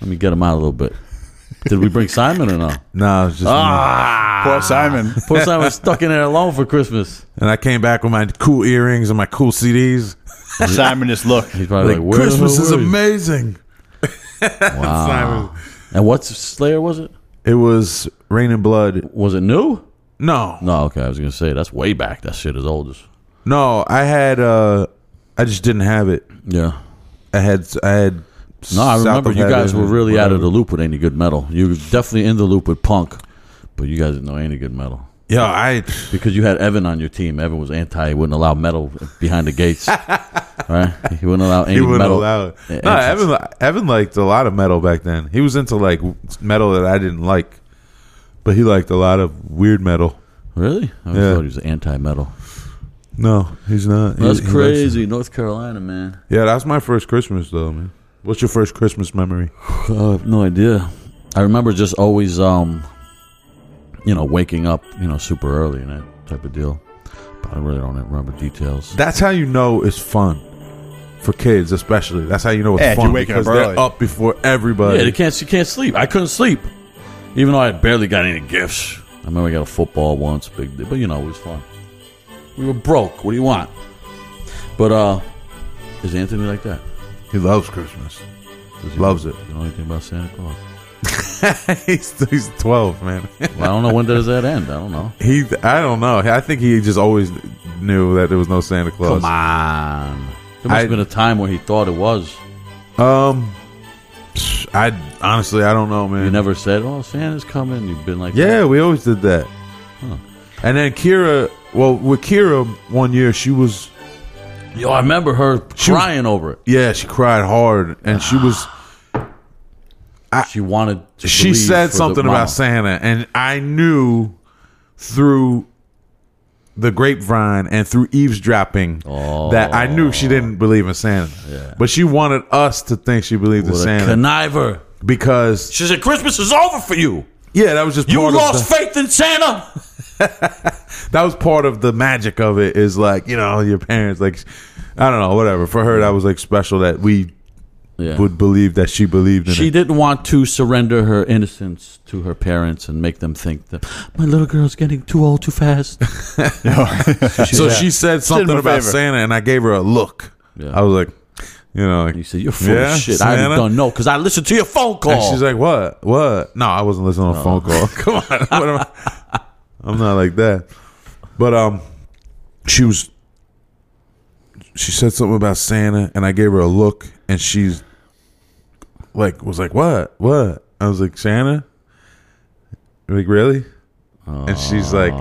Speaker 5: Let me get him out a little bit. Did we bring Simon or no?
Speaker 4: Nah, it's just
Speaker 5: Ah.
Speaker 4: me.
Speaker 3: Poor Simon.
Speaker 5: Poor Simon's stuck in there alone for Christmas.
Speaker 4: and I came back with my cool earrings and my cool CDs.
Speaker 3: Simon just looked.
Speaker 5: He's probably like,
Speaker 4: Like,
Speaker 5: Where the
Speaker 4: Christmas
Speaker 5: hell
Speaker 4: is
Speaker 5: were you?"
Speaker 4: amazing.
Speaker 5: Wow. And what Slayer was it?
Speaker 4: It was Rain and Blood.
Speaker 5: Was it new?
Speaker 4: No,
Speaker 5: No, okay. I was gonna say that's way back. That shit is old as
Speaker 4: no, I had. uh I just didn't have it.
Speaker 5: yeah.
Speaker 4: I had. I had.
Speaker 5: No, I
Speaker 4: South
Speaker 5: remember
Speaker 4: of
Speaker 5: you guys
Speaker 4: Heaven
Speaker 5: were
Speaker 4: and
Speaker 5: really out of the
Speaker 4: whatever.
Speaker 5: loop with any good metal. You were definitely in the loop with punk, but you guys didn't know any good metal
Speaker 4: Yo, I.
Speaker 5: because you had Evan on your team. Evan was anti; he wouldn't allow metal behind the gates. right? He wouldn't allow any
Speaker 4: He wouldn't
Speaker 5: metal.
Speaker 4: allow it.
Speaker 5: Yeah,
Speaker 4: No,
Speaker 5: entrance.
Speaker 4: Evan. Evan liked a lot of metal back then. He was into like metal that I didn't like, but he liked a lot of weird metal.
Speaker 5: Really? I always
Speaker 4: Yeah.
Speaker 5: thought he was anti-metal.
Speaker 4: No, he's not. He-
Speaker 5: That's
Speaker 4: he likes it.
Speaker 5: crazy, North Carolina man.
Speaker 4: Yeah, that's my first Christmas though, man. What's your first Christmas memory?
Speaker 5: I have Uh, no idea. I remember just always, um, you know, waking up, you know, super early and that type of deal. But I really don't remember details.
Speaker 4: That's how you know it's fun for kids, especially. That's how you know it's
Speaker 3: Yeah, if
Speaker 4: fun
Speaker 3: you're waking up
Speaker 4: because they're
Speaker 3: early.
Speaker 4: up before
Speaker 5: Yeah,
Speaker 4: everybody.
Speaker 5: they can't. You can't sleep. I couldn't sleep, even though I had barely got any gifts. I remember I got a football once, big, but you know it was fun. We were broke. What do you want? But uh, is Anthony like that?
Speaker 4: he loves Christmas.
Speaker 5: Does he
Speaker 4: Loves it.
Speaker 5: You know anything about Santa Claus?
Speaker 4: he's, he's twelve, man.
Speaker 5: Well, I don't know when does that end. I don't know.
Speaker 4: he, I don't know. I think he just always knew that there was no Santa Claus.
Speaker 5: Come on. There must
Speaker 4: I-
Speaker 5: have been a time where he thought it was.
Speaker 4: Um, I honestly, I don't know, man.
Speaker 5: You never said, "Oh, Santa's coming." You've been like,
Speaker 4: Yeah, we always did that. And then Kira, well, with Kira one year, she was
Speaker 5: Yo, I remember her
Speaker 4: She was-
Speaker 5: crying over it.
Speaker 4: Yeah, she cried hard, and she was.
Speaker 5: She wanted. To
Speaker 4: Ah, She
Speaker 5: believe
Speaker 4: said
Speaker 5: for the
Speaker 4: something
Speaker 5: mama.
Speaker 4: about Santa, and I knew through the grapevine and through eavesdropping that I knew she didn't believe in Santa. But she wanted us to think she believed in
Speaker 5: What a
Speaker 4: Santa
Speaker 5: conniver.
Speaker 4: because
Speaker 5: She said, "Christmas is over for you."
Speaker 4: yeah, that was just
Speaker 5: You
Speaker 4: part
Speaker 5: lost
Speaker 4: Of
Speaker 5: faith in Santa.
Speaker 4: the, that was part of the magic of it. Is like you know your parents like I don't know whatever. For her, that was like special that we
Speaker 5: Yeah.
Speaker 4: would believe that she believed in.
Speaker 5: she
Speaker 4: it.
Speaker 5: didn't want to surrender her innocence to her parents and make them think that my little girl's getting too old too fast.
Speaker 4: So she said something
Speaker 3: him a
Speaker 4: about
Speaker 3: favor.
Speaker 4: Santa, and I gave her a look.
Speaker 5: Yeah.
Speaker 4: I was like, you know, like,
Speaker 5: You said you're full
Speaker 4: Yeah,
Speaker 5: of shit. I
Speaker 4: Santa?
Speaker 5: haven't done no because I listened to your phone call.
Speaker 4: and she's like, what, what? No, I wasn't listening on a phone call. Come on, what am I? I'm not like that. But um, she was. She said something about Santa, and I gave her a look, and she's like, was like, what, what? I was like, Santa. Like really? And she's like,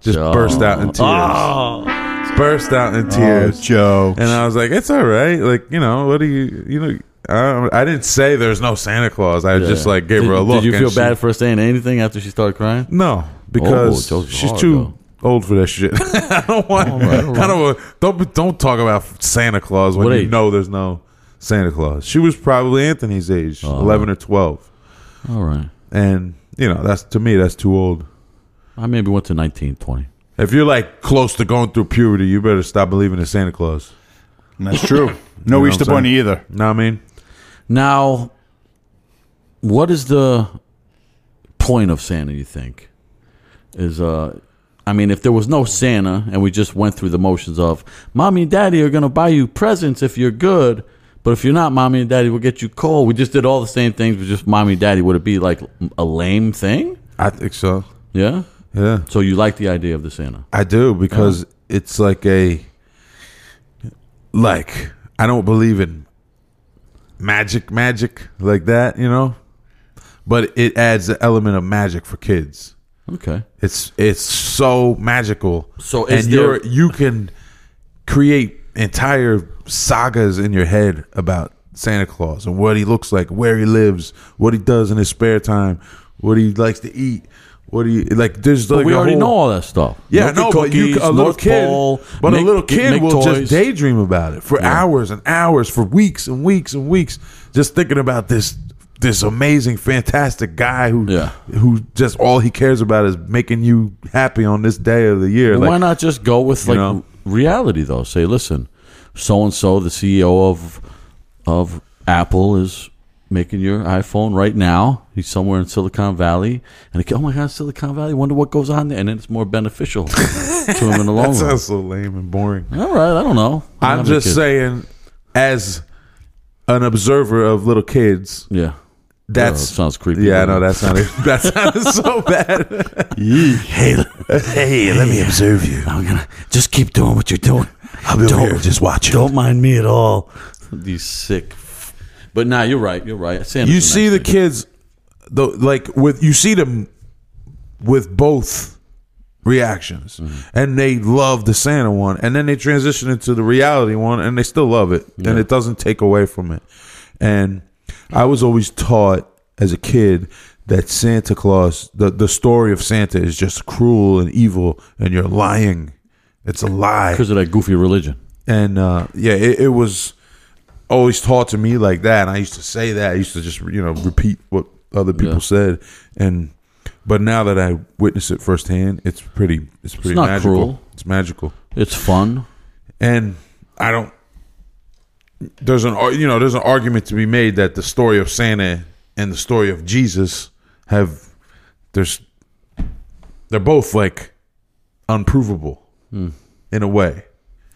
Speaker 4: just
Speaker 5: Joe.
Speaker 4: burst out in tears. Burst out in tears.
Speaker 3: Joe.
Speaker 4: And I was like, it's all right. Like, you know, what do you, you know, I, I didn't say there's no Santa Claus. I just like gave
Speaker 5: did,
Speaker 4: her a look.
Speaker 5: Did you
Speaker 4: and
Speaker 5: feel
Speaker 4: she-
Speaker 5: bad for her saying anything after she started crying?
Speaker 4: No, because
Speaker 5: those are
Speaker 4: she's
Speaker 5: hard,
Speaker 4: too
Speaker 5: though. Oh,
Speaker 4: old for that shit. I don't want. I don't want. Don't don't talk about Santa Claus when
Speaker 5: What
Speaker 4: you
Speaker 5: age?
Speaker 4: know there's no Santa Claus. She was probably Anthony's age,
Speaker 5: Uh-huh.
Speaker 4: eleven or twelve,
Speaker 5: All right.
Speaker 4: and you know that's to me that's too old.
Speaker 5: I maybe went to 19, 20.
Speaker 4: If you're like close to going through puberty, you better stop believing in Santa Claus.
Speaker 3: And that's true. No
Speaker 4: what
Speaker 3: Easter
Speaker 4: I'm saying?
Speaker 3: Bunny either.
Speaker 4: Know what I mean?
Speaker 5: Now, what is the point of Santa? You think is uh, I mean, if there was no Santa and we just went through the motions of mommy and daddy are gonna buy you presents if you're good, but if you're not, mommy and daddy will get you cold. We just did all the same things, but just mommy and daddy. Would it be like a lame thing?
Speaker 4: I think so.
Speaker 5: Yeah.
Speaker 4: Yeah.
Speaker 5: So you like the idea of the Santa?
Speaker 4: I do because it's like a like I don't believe in magic magic like that, you know? But it adds an element of magic for kids.
Speaker 5: Okay.
Speaker 4: It's it's so magical.
Speaker 5: So is
Speaker 4: and
Speaker 5: there-
Speaker 4: you're you can create entire sagas in your head about Santa Claus and what he looks like, where he lives, what he does in his spare time, what he likes to eat, what he like there's
Speaker 5: But
Speaker 4: like
Speaker 5: we
Speaker 4: a
Speaker 5: already
Speaker 4: whole-
Speaker 5: know all that stuff.
Speaker 4: yeah,
Speaker 5: Milk
Speaker 4: no,
Speaker 5: and
Speaker 4: but you,
Speaker 5: cookies,
Speaker 4: a little
Speaker 5: North
Speaker 4: kid,
Speaker 5: Pole,
Speaker 4: but a
Speaker 5: make-
Speaker 4: little kid
Speaker 5: make
Speaker 4: will
Speaker 5: toys.
Speaker 4: just daydream about it for hours and hours, for weeks and weeks and weeks, just thinking about this this amazing, fantastic guy who
Speaker 5: Yeah.
Speaker 4: who just all he cares about is making you happy on this day of the year.
Speaker 5: why
Speaker 4: Like,
Speaker 5: not just go with
Speaker 4: you
Speaker 5: like
Speaker 4: know?
Speaker 5: reality though? Say, listen, so and so, the CEO of of Apple is making your iPhone right now. He's somewhere in Silicon Valley, and he, go, oh my god, Silicon Valley! Wonder what goes on there, and then it's more beneficial to him in the long
Speaker 4: that
Speaker 5: run.
Speaker 4: sounds so lame and boring.
Speaker 5: All right, I don't know. I don't
Speaker 4: I'm
Speaker 5: have any
Speaker 4: just
Speaker 5: kids.
Speaker 4: saying, as an observer of little kids,
Speaker 5: yeah.
Speaker 4: that's
Speaker 5: Yeah, it sounds creepy,
Speaker 4: Yeah, I
Speaker 5: doesn't
Speaker 4: know
Speaker 5: it?
Speaker 4: that's not it. That sounded so bad. hey, hey, let me observe you.
Speaker 5: I'm gonna just keep doing what you're doing.
Speaker 4: I'll be over here just watching.
Speaker 5: Don't mind me at all. These sick. f- But nah, you're right. You're right. Santa's
Speaker 4: you
Speaker 5: a
Speaker 4: see
Speaker 5: nice
Speaker 4: the
Speaker 5: thing.
Speaker 4: kids though like with you see them with both reactions and they love the santa one and then they transition into the reality one and they still love it and it doesn't take away from it and i was always taught as a kid that santa claus the, the story of santa is just cruel and evil and you're lying it's a lie
Speaker 5: because of that goofy religion.
Speaker 4: and uh, yeah, it, it was always taught to me like that. And I used to say that. I used to just you know repeat what other people
Speaker 5: Yeah.
Speaker 4: said. And but now that I witness it firsthand, it's pretty. It's pretty
Speaker 5: not
Speaker 4: magical.
Speaker 5: cruel.
Speaker 4: It's magical.
Speaker 5: It's fun.
Speaker 4: And I don't. There's an ar- you know there's an argument to be made that the story of Santa and the story of Jesus have there's they're both like unprovable
Speaker 5: Hmm.
Speaker 4: in a way.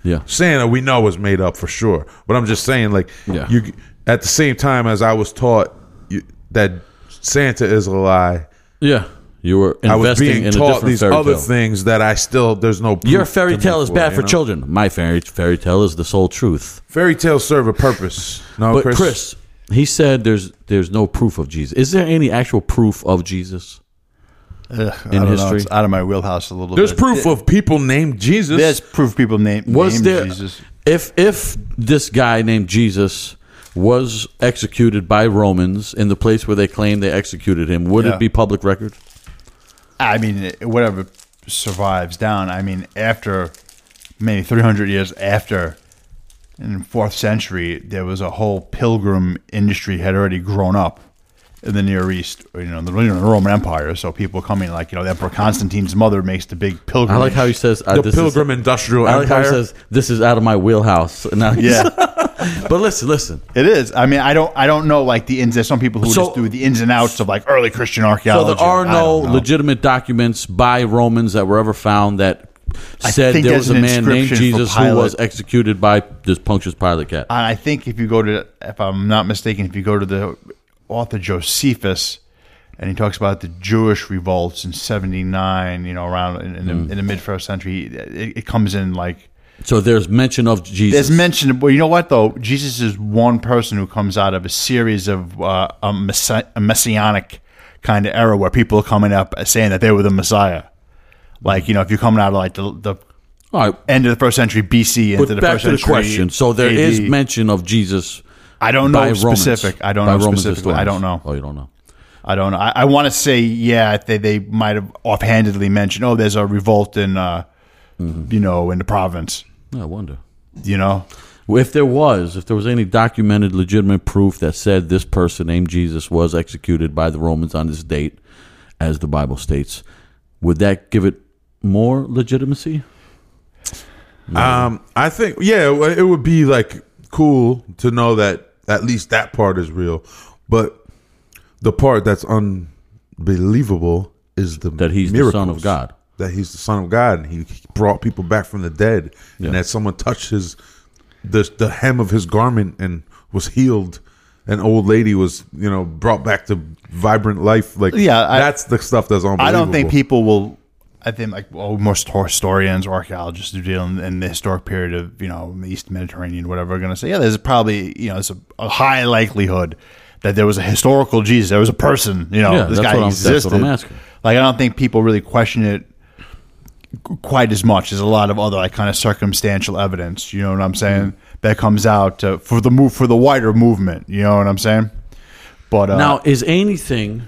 Speaker 5: Yeah.
Speaker 4: Santa we know was made up for sure, but I'm just saying like
Speaker 5: Yeah.
Speaker 4: you at the same time as I was taught you, that Santa is a lie.
Speaker 5: Yeah, you were investing
Speaker 4: I was being
Speaker 5: in a
Speaker 4: taught
Speaker 5: different
Speaker 4: these
Speaker 5: fairy
Speaker 4: other
Speaker 5: tale.
Speaker 4: things that I still there's no proof
Speaker 5: Your fairy
Speaker 4: to
Speaker 5: tale
Speaker 4: me
Speaker 5: is bad
Speaker 4: you
Speaker 5: for
Speaker 4: know?
Speaker 5: children. My fairy fairy tale is the sole truth.
Speaker 4: Fairy tales serve a purpose. No,
Speaker 5: but Oh, Chris, he said there's there's no proof of Jesus. Is there any actual proof of Jesus?
Speaker 3: Ugh, I
Speaker 5: In
Speaker 3: don't know.
Speaker 5: history?
Speaker 3: It's out of my wheelhouse a little
Speaker 5: uh,
Speaker 4: there's
Speaker 3: bit.
Speaker 4: proof of people named Jesus.
Speaker 3: There's proof people name,
Speaker 5: Was
Speaker 3: named
Speaker 5: there
Speaker 3: Jesus.
Speaker 5: if if this guy named Jesus was executed by Romans in the place where they claim they executed him, would
Speaker 3: Yeah.
Speaker 5: it be public record?
Speaker 3: I mean, it- whatever survives down. I mean, after maybe 300 years after, in the fourth century, there was a whole pilgrim industry had already grown up in the Near East, or, you know, the, you know, the Roman Empire. So people coming, like, you know, the Emperor Constantine's mother makes the big pilgrim.
Speaker 5: I like how he says uh,
Speaker 4: the
Speaker 5: this
Speaker 4: Pilgrim
Speaker 5: Is,
Speaker 4: Industrial
Speaker 5: I like how
Speaker 4: Empire.
Speaker 5: he says this is out of my wheelhouse. And I-
Speaker 3: Yeah,
Speaker 5: but listen, listen.
Speaker 3: it is. I mean, I don't, I don't know like the ins. There's some people who
Speaker 5: So-
Speaker 3: just do the ins and outs of like early Christian
Speaker 5: So
Speaker 3: archaeology.
Speaker 5: there are
Speaker 3: I
Speaker 5: no
Speaker 3: don't know.
Speaker 5: legitimate documents by Romans that were ever found that said
Speaker 3: think
Speaker 5: there
Speaker 3: there's
Speaker 5: was a
Speaker 3: an
Speaker 5: man named
Speaker 3: inscription for
Speaker 5: Jesus who
Speaker 3: Pilate.
Speaker 5: was executed by this Pontius Pilate cat.
Speaker 3: And I think if you go to, if I'm not mistaken, if you go to the author Josephus, and he talks about the Jewish revolts in 79, you know, around in, in,
Speaker 5: Mm.
Speaker 3: the, in the mid first century, it, it comes in like
Speaker 5: So there's mention of Jesus.
Speaker 3: there's mention. Well, you know what though, Jesus is one person who comes out of a series of uh, a, messi- a messianic kind of era where people are coming up saying that they were the Messiah. Like
Speaker 5: Mm.
Speaker 3: you know, if you're coming out of like the, the
Speaker 5: All right,
Speaker 3: end of the first century BC into
Speaker 5: but
Speaker 3: the
Speaker 5: back
Speaker 3: first
Speaker 5: to the
Speaker 3: century
Speaker 5: question. So there is
Speaker 3: AD.
Speaker 5: mention of Jesus
Speaker 3: I don't know
Speaker 5: by Romans.
Speaker 3: specific. I don't
Speaker 5: By
Speaker 3: know
Speaker 5: Roman
Speaker 3: specifically. I don't
Speaker 5: historians.
Speaker 3: know.
Speaker 5: Oh, you don't know.
Speaker 3: I don't know. I, I want to say, yeah, they, they might have offhandedly mentioned, oh, there's a revolt in, uh,
Speaker 5: Mm-hmm.
Speaker 3: you know, in the province,
Speaker 5: I wonder.
Speaker 3: you know?
Speaker 5: Well, If there was, if there was any documented, legitimate proof that said this person named Jesus was executed by the Romans on this date, as the Bible states, would that give it more legitimacy?
Speaker 4: Um, I think yeah, it wa- it would be like cool to know that at least that part is real, but the part that's unbelievable is the
Speaker 5: That he's the Son of
Speaker 4: miracles.
Speaker 5: God.
Speaker 4: That he's the Son of God, and he brought people back from the dead,
Speaker 5: Yeah.
Speaker 4: and that someone touched his the the hem of his garment and was healed. An old lady was, you know, brought back to vibrant life. Like,
Speaker 3: Yeah, I-
Speaker 4: that's the stuff that's unbelievable.
Speaker 3: I don't think people will. I think like well, most historians or archaeologists who deal in, in the historic period of you know the East Mediterranean, whatever, are going to say, yeah, there's probably you know it's a, a high likelihood that there was a historical Jesus, there was a person, you know,
Speaker 5: Yeah,
Speaker 3: this
Speaker 5: that's
Speaker 3: guy
Speaker 5: what I'm- that's what
Speaker 3: existed.
Speaker 5: I'm asking.
Speaker 3: Like I don't think people really question it qu- quite as much. There's a lot of other like kind of circumstantial evidence, you know what I'm saying,
Speaker 5: Mm-hmm.
Speaker 3: that comes out uh, for the move for the wider movement, you know what I'm saying. But uh,
Speaker 5: now, is anything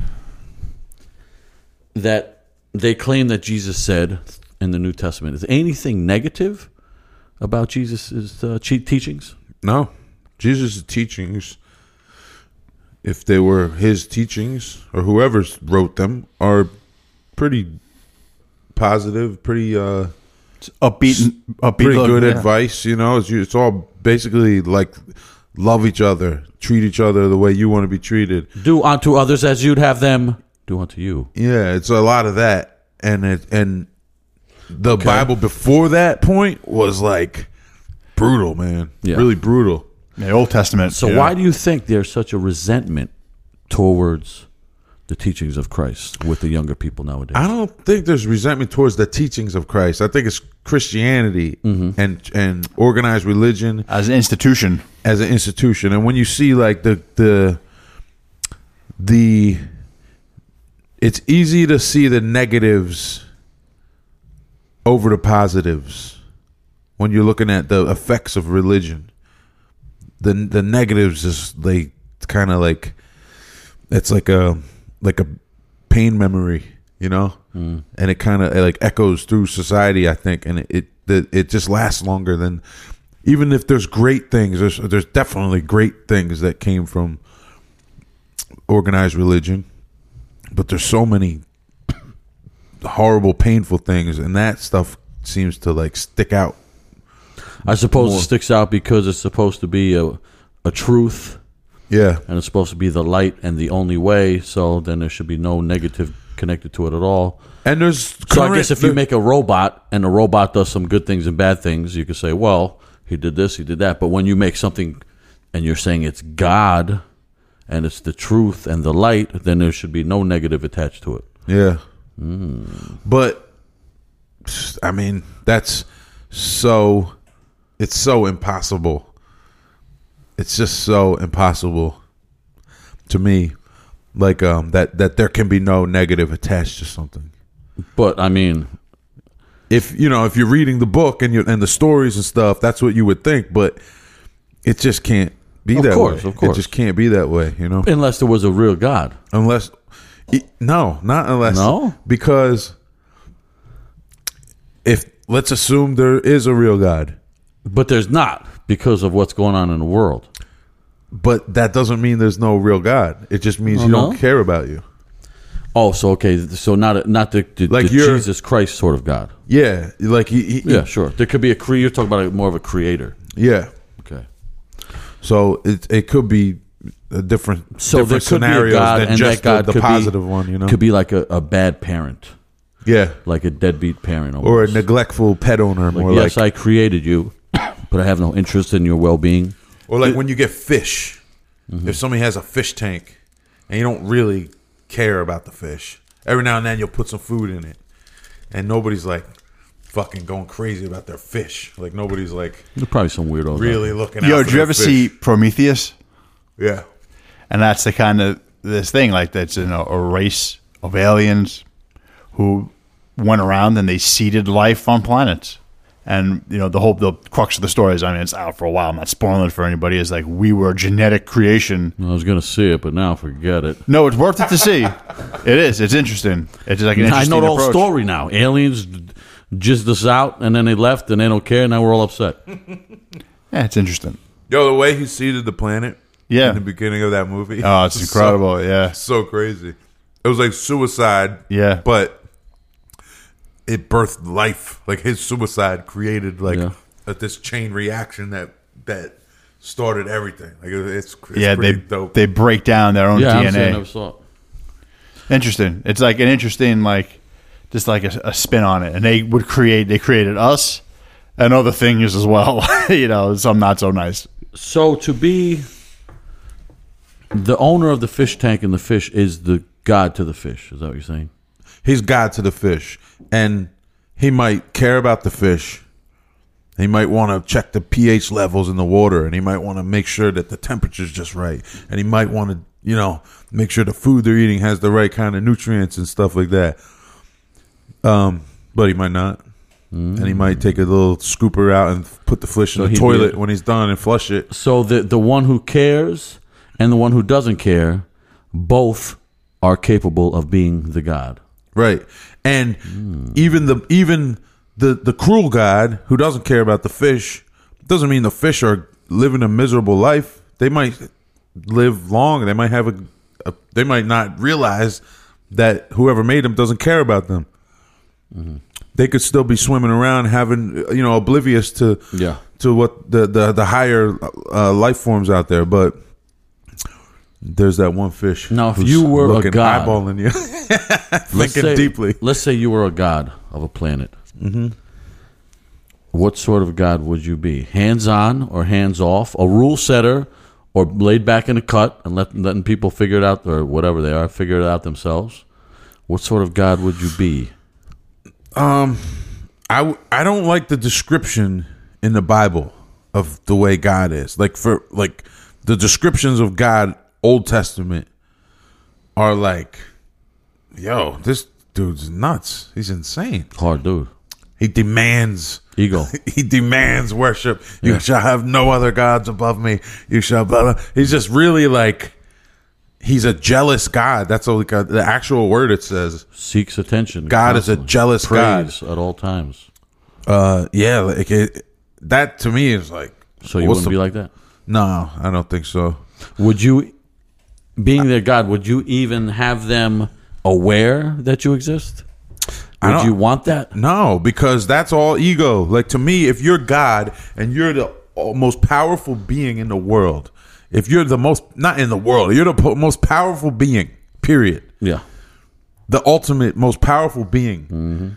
Speaker 5: that they claim that Jesus said in the New Testament is anything negative about Jesus' uh, che- teachings?
Speaker 4: No. Jesus' teachings, if they were his teachings or whoever wrote them, are pretty positive, pretty uh
Speaker 3: upbeat, and- upbeat,
Speaker 4: pretty
Speaker 3: look,
Speaker 4: good
Speaker 3: yeah.
Speaker 4: advice, you know. It's, you- it's all basically like love each other, treat each other the way you want to be treated.
Speaker 5: Do unto others as you'd have them do unto you.
Speaker 4: Yeah, it's a lot of that, and it and the Bible before that point was like brutal, man.
Speaker 5: Yeah.
Speaker 4: Really brutal.
Speaker 3: Yeah, Old Testament.
Speaker 5: So
Speaker 3: yeah.
Speaker 5: why do you think there's such a resentment towards the teachings of Christ with the younger people nowadays?
Speaker 4: I don't think there's resentment towards the teachings of Christ. I think it's Christianity and and organized religion
Speaker 3: as an institution.
Speaker 4: as an institution. And when you see like the the the it's easy to see the negatives over the positives when you're looking at the effects of religion. The the negatives is they kind of like it's like a like a pain memory, you know, and it kind of like echoes through society. I think, and it it, the, it just lasts longer than even if there's great things. There's there's definitely great things that came from organized religion, but there's so many horrible, painful things, and that stuff seems to like stick out.
Speaker 5: I suppose
Speaker 4: More.
Speaker 5: it sticks out because it's supposed to be a, a truth
Speaker 4: Yeah,
Speaker 5: and it's supposed to be the light and the only way, so then there should be no negative connected to it at all.
Speaker 4: and there's
Speaker 5: So I
Speaker 4: current-
Speaker 5: guess if you make a robot and the robot does some good things and bad things, you could say, well, he did this, he did that. But when you make something and you're saying it's God and it's the truth and the light, then there should be no negative attached to it.
Speaker 4: Yeah.
Speaker 5: Hmm.
Speaker 4: But I mean, that's so it's so impossible. It's just so impossible to me like um that that there can be no negative attached to something.
Speaker 5: But I mean,
Speaker 4: If you know, if you're reading the book and you and the stories and stuff, that's what you would think, but it just can't be
Speaker 5: Of
Speaker 4: that
Speaker 5: course,
Speaker 4: way.
Speaker 5: of course.
Speaker 4: It just can't be that way, you know.
Speaker 5: unless there was a real God.
Speaker 4: unless e- no not unless
Speaker 5: No?
Speaker 4: because if let's assume there is a real god
Speaker 5: But there's not because of what's going on in the world.
Speaker 4: but that doesn't mean there's no real god it just means
Speaker 5: Oh,
Speaker 4: you
Speaker 5: no?
Speaker 4: don't care about you
Speaker 5: Oh, so okay, so not not the, the,
Speaker 4: Like
Speaker 5: the
Speaker 4: you're-
Speaker 5: Jesus Christ sort of God.
Speaker 4: yeah like he, he
Speaker 5: Yeah, sure. There could be a cre. You're talking about a, more of a creator.
Speaker 4: yeah
Speaker 5: Okay.
Speaker 4: so it it could be a different
Speaker 5: So there
Speaker 4: different
Speaker 5: could be a
Speaker 4: scenarios
Speaker 5: God,
Speaker 4: than
Speaker 5: and
Speaker 4: just
Speaker 5: that God
Speaker 4: the, the
Speaker 5: could
Speaker 4: positive
Speaker 5: be,
Speaker 4: one you know
Speaker 5: could be like a, a bad parent,
Speaker 4: yeah
Speaker 5: like a deadbeat parent, almost.
Speaker 4: or a neglectful pet owner
Speaker 5: Like,
Speaker 4: more like
Speaker 5: yes, I created you, but I have no interest in your well-being.
Speaker 4: Or like when you get fish,
Speaker 3: Mm-hmm.
Speaker 4: if somebody has a fish tank and you don't really care about the fish, every now and then you'll put some food in it, and nobody's like fucking going crazy about their fish. Like nobody's like
Speaker 5: There's probably some weirdo. out
Speaker 4: really looking.
Speaker 3: Yo,
Speaker 4: out
Speaker 3: did you ever see Prometheus?
Speaker 4: Yeah,
Speaker 3: And that's the kind of this thing like that's you know a race of aliens who went around and they seeded life on planets. And you know the whole the crux of the story is I mean it's out for a while. I'm not spoiling it for anybody. Is like we were a genetic creation.
Speaker 5: I was gonna see it, but now forget it.
Speaker 3: No, it's worth it to see. it is. It's interesting. It's like an
Speaker 5: I
Speaker 3: interesting
Speaker 5: know the whole
Speaker 3: approach.
Speaker 5: story now. Aliens jizzed us out, and then they left, and they don't care. Now we're all upset.
Speaker 3: Yeah, it's interesting.
Speaker 4: Yo, the way he seeded the planet
Speaker 3: Yeah.
Speaker 4: in the beginning of that movie.
Speaker 3: Oh, it's
Speaker 4: was
Speaker 3: incredible.
Speaker 4: So,
Speaker 3: yeah.
Speaker 4: so crazy. It was like suicide.
Speaker 3: Yeah.
Speaker 4: But it birthed life. Like his suicide created like
Speaker 5: Yeah.
Speaker 4: a, this chain reaction that that started everything. Like it- it's, it's
Speaker 3: yeah, they
Speaker 4: pretty dope.
Speaker 3: they break down their own
Speaker 5: yeah, I'm saying I never
Speaker 3: DNA.
Speaker 5: saw it.
Speaker 3: Interesting. It's like an interesting like just like a, a spin on it. And they would create they created us and other things as well. you know, some not so nice.
Speaker 5: So to be the owner of the fish tank and the fish is the god to the fish. Is that what you're saying?
Speaker 4: he's God to the fish, and he might care about the fish. He might want to check the pH levels in the water, and he might want to make sure that the temperature's just right, and he might want to, you know, make sure the food they're eating has the right kind of nutrients and stuff like that. Um, but he might not, and he might take a little scooper out and put the fish
Speaker 5: So
Speaker 4: in the
Speaker 5: he'd be-
Speaker 4: toilet when he's done and flush it.
Speaker 5: So the the one who cares and the one who doesn't care, both are capable of being the god.
Speaker 4: Right. And
Speaker 5: Hmm.
Speaker 4: even the even the the cruel god who doesn't care about the fish doesn't mean the fish are living a miserable life. They might live long. They might have a, a they might not realize that whoever made them doesn't care about them.
Speaker 5: Mm-hmm.
Speaker 4: They could still be swimming around, having you know, oblivious to
Speaker 5: Yeah.
Speaker 4: to what the the, the higher uh, life forms out there. But there's that one fish.
Speaker 5: Now, if
Speaker 4: who's
Speaker 5: you were a
Speaker 4: looking,
Speaker 5: god-
Speaker 4: eyeballing you,
Speaker 5: Let's
Speaker 4: thinking
Speaker 5: say-
Speaker 4: deeply.
Speaker 5: Let's say you were a god of a planet. Mm-hmm. What sort of god would you be? Hands on or hands off? A rule setter or laid back in a cut and let, letting people figure it out or whatever they are, figure it out themselves? What sort of god would you be?
Speaker 4: I, w- I don't like the description in the Bible of the way God is. Like for like the descriptions of God Old Testament are like yo, this dude's nuts. He's insane.
Speaker 5: Hard dude.
Speaker 4: He demands
Speaker 5: Ego.
Speaker 4: he demands worship. You shall have no other gods above me. You shall blah, blah. He's just really like he's a jealous god. That's all like, uh, the actual word it says.
Speaker 5: Seeks attention.
Speaker 4: God is a
Speaker 5: constantly.
Speaker 4: jealous god.
Speaker 5: Praise at all times.
Speaker 4: Uh, yeah, like it, that to me is like.
Speaker 5: So you
Speaker 4: what's
Speaker 5: wouldn't
Speaker 4: the-
Speaker 5: be like that?
Speaker 4: No, I don't think so.
Speaker 5: Would you, being their God, would you even have them aware that you exist?
Speaker 4: I
Speaker 5: Would
Speaker 4: don't-
Speaker 5: you want that?
Speaker 4: No, because that's all ego. Like to me, if you're God and you're the uh, most powerful being in the world, if you're the most not in the world, you're the po- most powerful being. Period.
Speaker 5: Yeah.
Speaker 4: The ultimate most powerful being.
Speaker 5: Mm-hmm.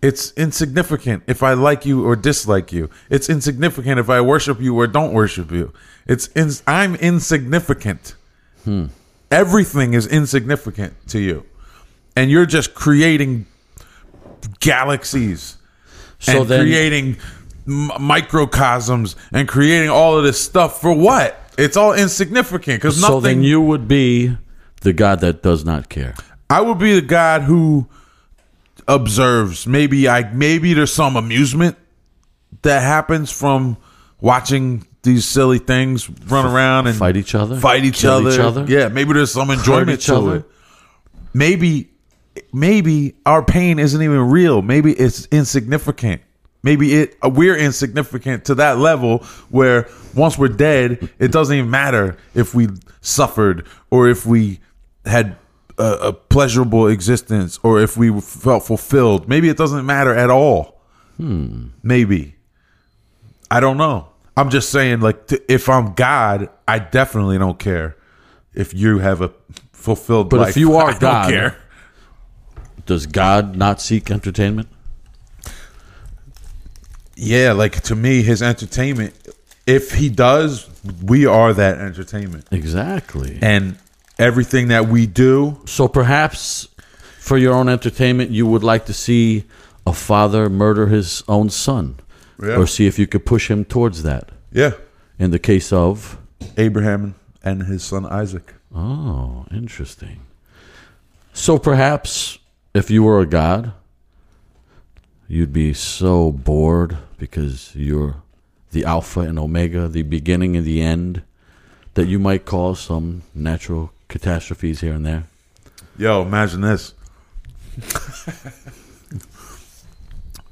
Speaker 4: It's insignificant if I like you or dislike you. It's insignificant if I worship you or don't worship you. It's in, I'm insignificant.
Speaker 5: Hmm.
Speaker 4: Everything is insignificant to you, and you're just creating galaxies
Speaker 5: So
Speaker 4: and
Speaker 5: then,
Speaker 4: creating m- microcosms and creating all of this stuff for what? It's all insignificant because
Speaker 5: so
Speaker 4: nothing.
Speaker 5: then you would be the God that does not care.
Speaker 4: I would be the god who observes. Maybe I maybe there's some amusement that happens from watching these silly things run around and
Speaker 5: Fight each other.
Speaker 4: fight each
Speaker 5: Kill
Speaker 4: other.
Speaker 5: each other.
Speaker 4: Yeah, maybe there's some enjoyment
Speaker 5: each
Speaker 4: to
Speaker 5: other.
Speaker 4: it. Maybe maybe our pain isn't even real. Maybe it's insignificant. Maybe it uh, we're insignificant to that level where once we're dead, it doesn't even matter if we suffered or if we had a, a pleasurable existence or if we felt fulfilled. Maybe it doesn't matter at all. Maybe. I don't know. I'm just saying, like, t- if I'm God, I definitely don't care if you have a fulfilled
Speaker 5: But if
Speaker 4: life.
Speaker 5: you are
Speaker 4: I don't
Speaker 5: God-
Speaker 4: care.
Speaker 5: Does God not seek entertainment?
Speaker 4: yeah, like to me, his entertainment. If he does, we are that entertainment,
Speaker 5: Exactly.
Speaker 4: and everything that we do.
Speaker 5: So perhaps for your own entertainment, you would like to see a father murder his own son,
Speaker 4: Yeah.
Speaker 5: or see if you could push him towards that.
Speaker 4: Yeah,
Speaker 5: In the case of
Speaker 4: Abraham and his son Isaac.
Speaker 5: Oh, interesting. So perhaps if you were a god, you'd be so bored because you're the alpha and omega, the beginning and the end. That you might cause some natural catastrophes here and there.
Speaker 4: Yo, imagine this.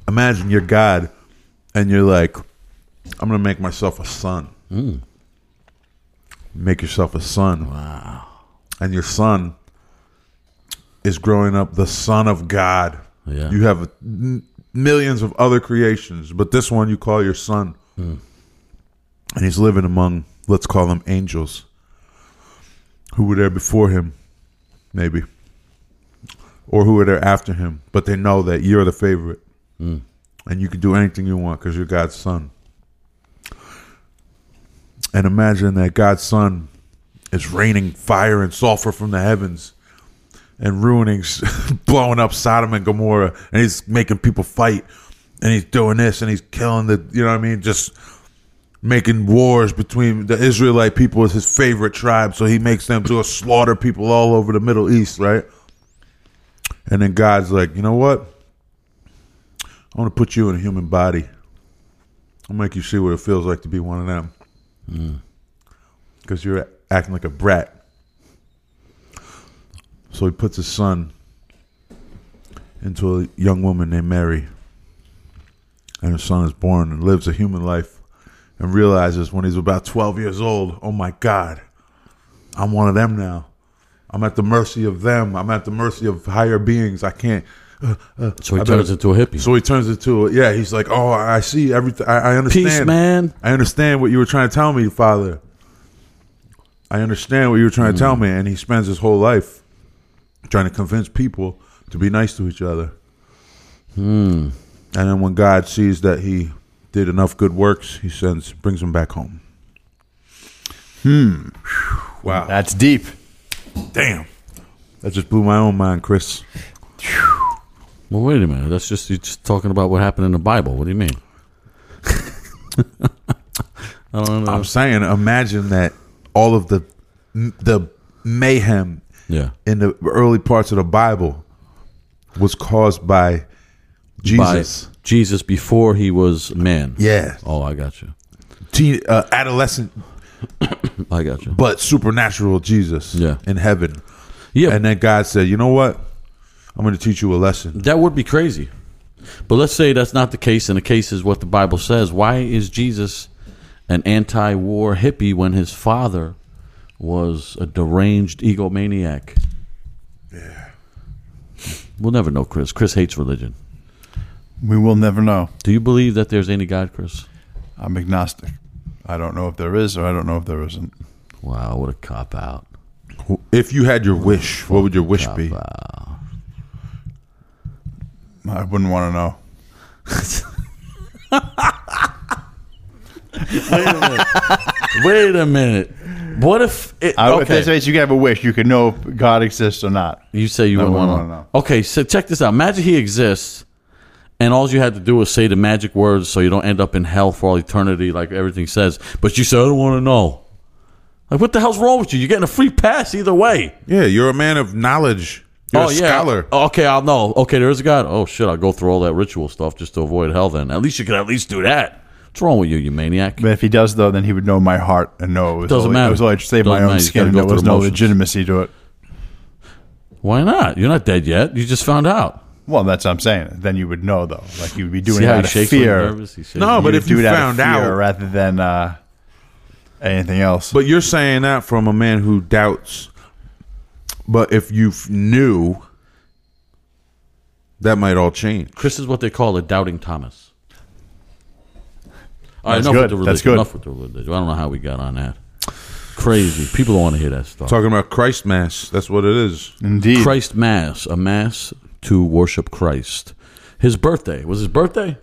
Speaker 4: imagine you're God, and you're like, I'm gonna make myself a son. Make yourself a son. Wow. And your son is growing up the son of God.
Speaker 5: Yeah.
Speaker 4: You have n- millions of other creations, but this one you call your son. And he's living among, let's call them angels, who were there before him maybe, or who are there after him, but they know that you're the favorite, and you can do anything you want because you're God's son. And imagine that God's son is raining fire and sulfur from the heavens. And ruining, blowing up Sodom and Gomorrah, and he's making people fight, and he's doing this, and he's killing the, you know what I mean? Just making wars between the Israelite people is his favorite tribe, so he makes them do a slaughter people all over the Middle East, right? And then God's like, you know what? I want to put you in a human body. I'll make you see what it feels like to be one of them. Because you're acting like a brat. So he puts his son into a young woman named Mary. And his son is born and lives a human life and realizes when he's about 12 years old, oh my God, I'm one of them now. I'm at the mercy of them. I'm at the mercy of higher beings. I can't.
Speaker 5: So he
Speaker 4: I
Speaker 5: turns
Speaker 4: better-
Speaker 5: into a hippie.
Speaker 4: So he turns into, yeah, he's like, oh, I see everything. I, I understand.
Speaker 5: Peace, man.
Speaker 4: I understand what you were trying to tell me, Father. I understand what you were trying to
Speaker 5: Hmm.
Speaker 4: tell me. And he spends his whole life trying to convince people to be nice to each other.
Speaker 5: Hmm.
Speaker 4: And then when God sees that he did enough good works, he sends brings him back home. Hmm. Wow.
Speaker 3: That's deep.
Speaker 4: damn. That just blew my own mind, Chris.
Speaker 5: Well, wait a minute. That's just you're just talking about what happened in the Bible. What do you mean? I don't know.
Speaker 4: I'm saying, imagine that all of the the mayhem
Speaker 5: yeah,
Speaker 4: in the early parts of the Bible was caused by Jesus.
Speaker 5: By Jesus before he was man.
Speaker 4: yeah,
Speaker 5: Oh, I got you.
Speaker 4: teen, uh, adolescent
Speaker 5: I got you.
Speaker 4: but supernatural Jesus.
Speaker 5: Yeah.
Speaker 4: in heaven.
Speaker 5: Yeah,
Speaker 4: And then God said, "You know what? I'm going to teach you a lesson."
Speaker 5: that would be crazy. But let's say that's not the case, and the case is what the Bible says. Why is Jesus an anti-war hippie when his father was a deranged egomaniac? Yeah. We'll never know, Chris. Chris hates religion.
Speaker 3: We will never know.
Speaker 5: Do you believe that there's any God, Chris?
Speaker 3: I'm agnostic. I don't know if there is or I don't know if there isn't.
Speaker 5: Wow, what a cop out.
Speaker 4: If you had your wish, what would your wish be?
Speaker 3: I wouldn't want to know.
Speaker 5: Wait a minute. What if it,
Speaker 3: I, If
Speaker 5: okay.
Speaker 3: there's ways you could have a wish, you could know if God exists or not.
Speaker 5: you say you
Speaker 3: No,
Speaker 5: wouldn't
Speaker 3: no,
Speaker 5: want to
Speaker 3: no,
Speaker 5: know? Okay, so check this out. Imagine he exists, and all you had to do was say the magic words, so you don't end up in hell for all eternity, like everything says. But you say, I don't want to know. Like, what the hell's wrong with you? You're getting a free pass either way.
Speaker 4: Yeah, you're a man of knowledge. You're
Speaker 5: Oh,
Speaker 4: a scholar.
Speaker 5: Okay, I'll know. Okay, there is a God. Oh shit, I'll go through all that ritual stuff just to avoid hell. Then at least you could at least do that. What's wrong with you, you maniac?
Speaker 3: But if he does, though, then he would know my heart and know it was
Speaker 5: Doesn't
Speaker 3: only,
Speaker 5: matter.
Speaker 3: It was only to save
Speaker 5: Doesn't
Speaker 3: my own
Speaker 5: matter. You
Speaker 3: skin.
Speaker 5: gotta
Speaker 3: And
Speaker 5: go
Speaker 3: there
Speaker 5: through
Speaker 3: was
Speaker 5: the
Speaker 3: no
Speaker 5: motions.
Speaker 3: legitimacy to it.
Speaker 5: Why not? You're not dead yet. You just found out.
Speaker 3: Well, that's what I'm saying. Then you would know, though. Like you would be doing
Speaker 5: See
Speaker 3: it
Speaker 5: how
Speaker 3: out
Speaker 5: he
Speaker 3: of
Speaker 5: shakes when he's
Speaker 3: fear.
Speaker 5: nervous? He shakes.
Speaker 4: No, but
Speaker 3: would
Speaker 4: if
Speaker 3: do
Speaker 4: you
Speaker 3: it out of
Speaker 4: found
Speaker 3: fear
Speaker 4: out,
Speaker 3: rather than uh, anything else,
Speaker 4: But you're saying that from a man who doubts. But if you f- knew, that might all change.
Speaker 5: Chris is what they call a doubting Thomas. All right,
Speaker 3: That's
Speaker 5: enough
Speaker 3: good.
Speaker 5: with the religion.
Speaker 3: That's good.
Speaker 5: Enough with the religion. I don't know how we got on that. Crazy. People don't want to hear that stuff.
Speaker 4: Talking about Christ Mass, that's what it is.
Speaker 3: indeed,
Speaker 5: Christ Mass, a mass to worship Christ. His birthday. Was his birthday?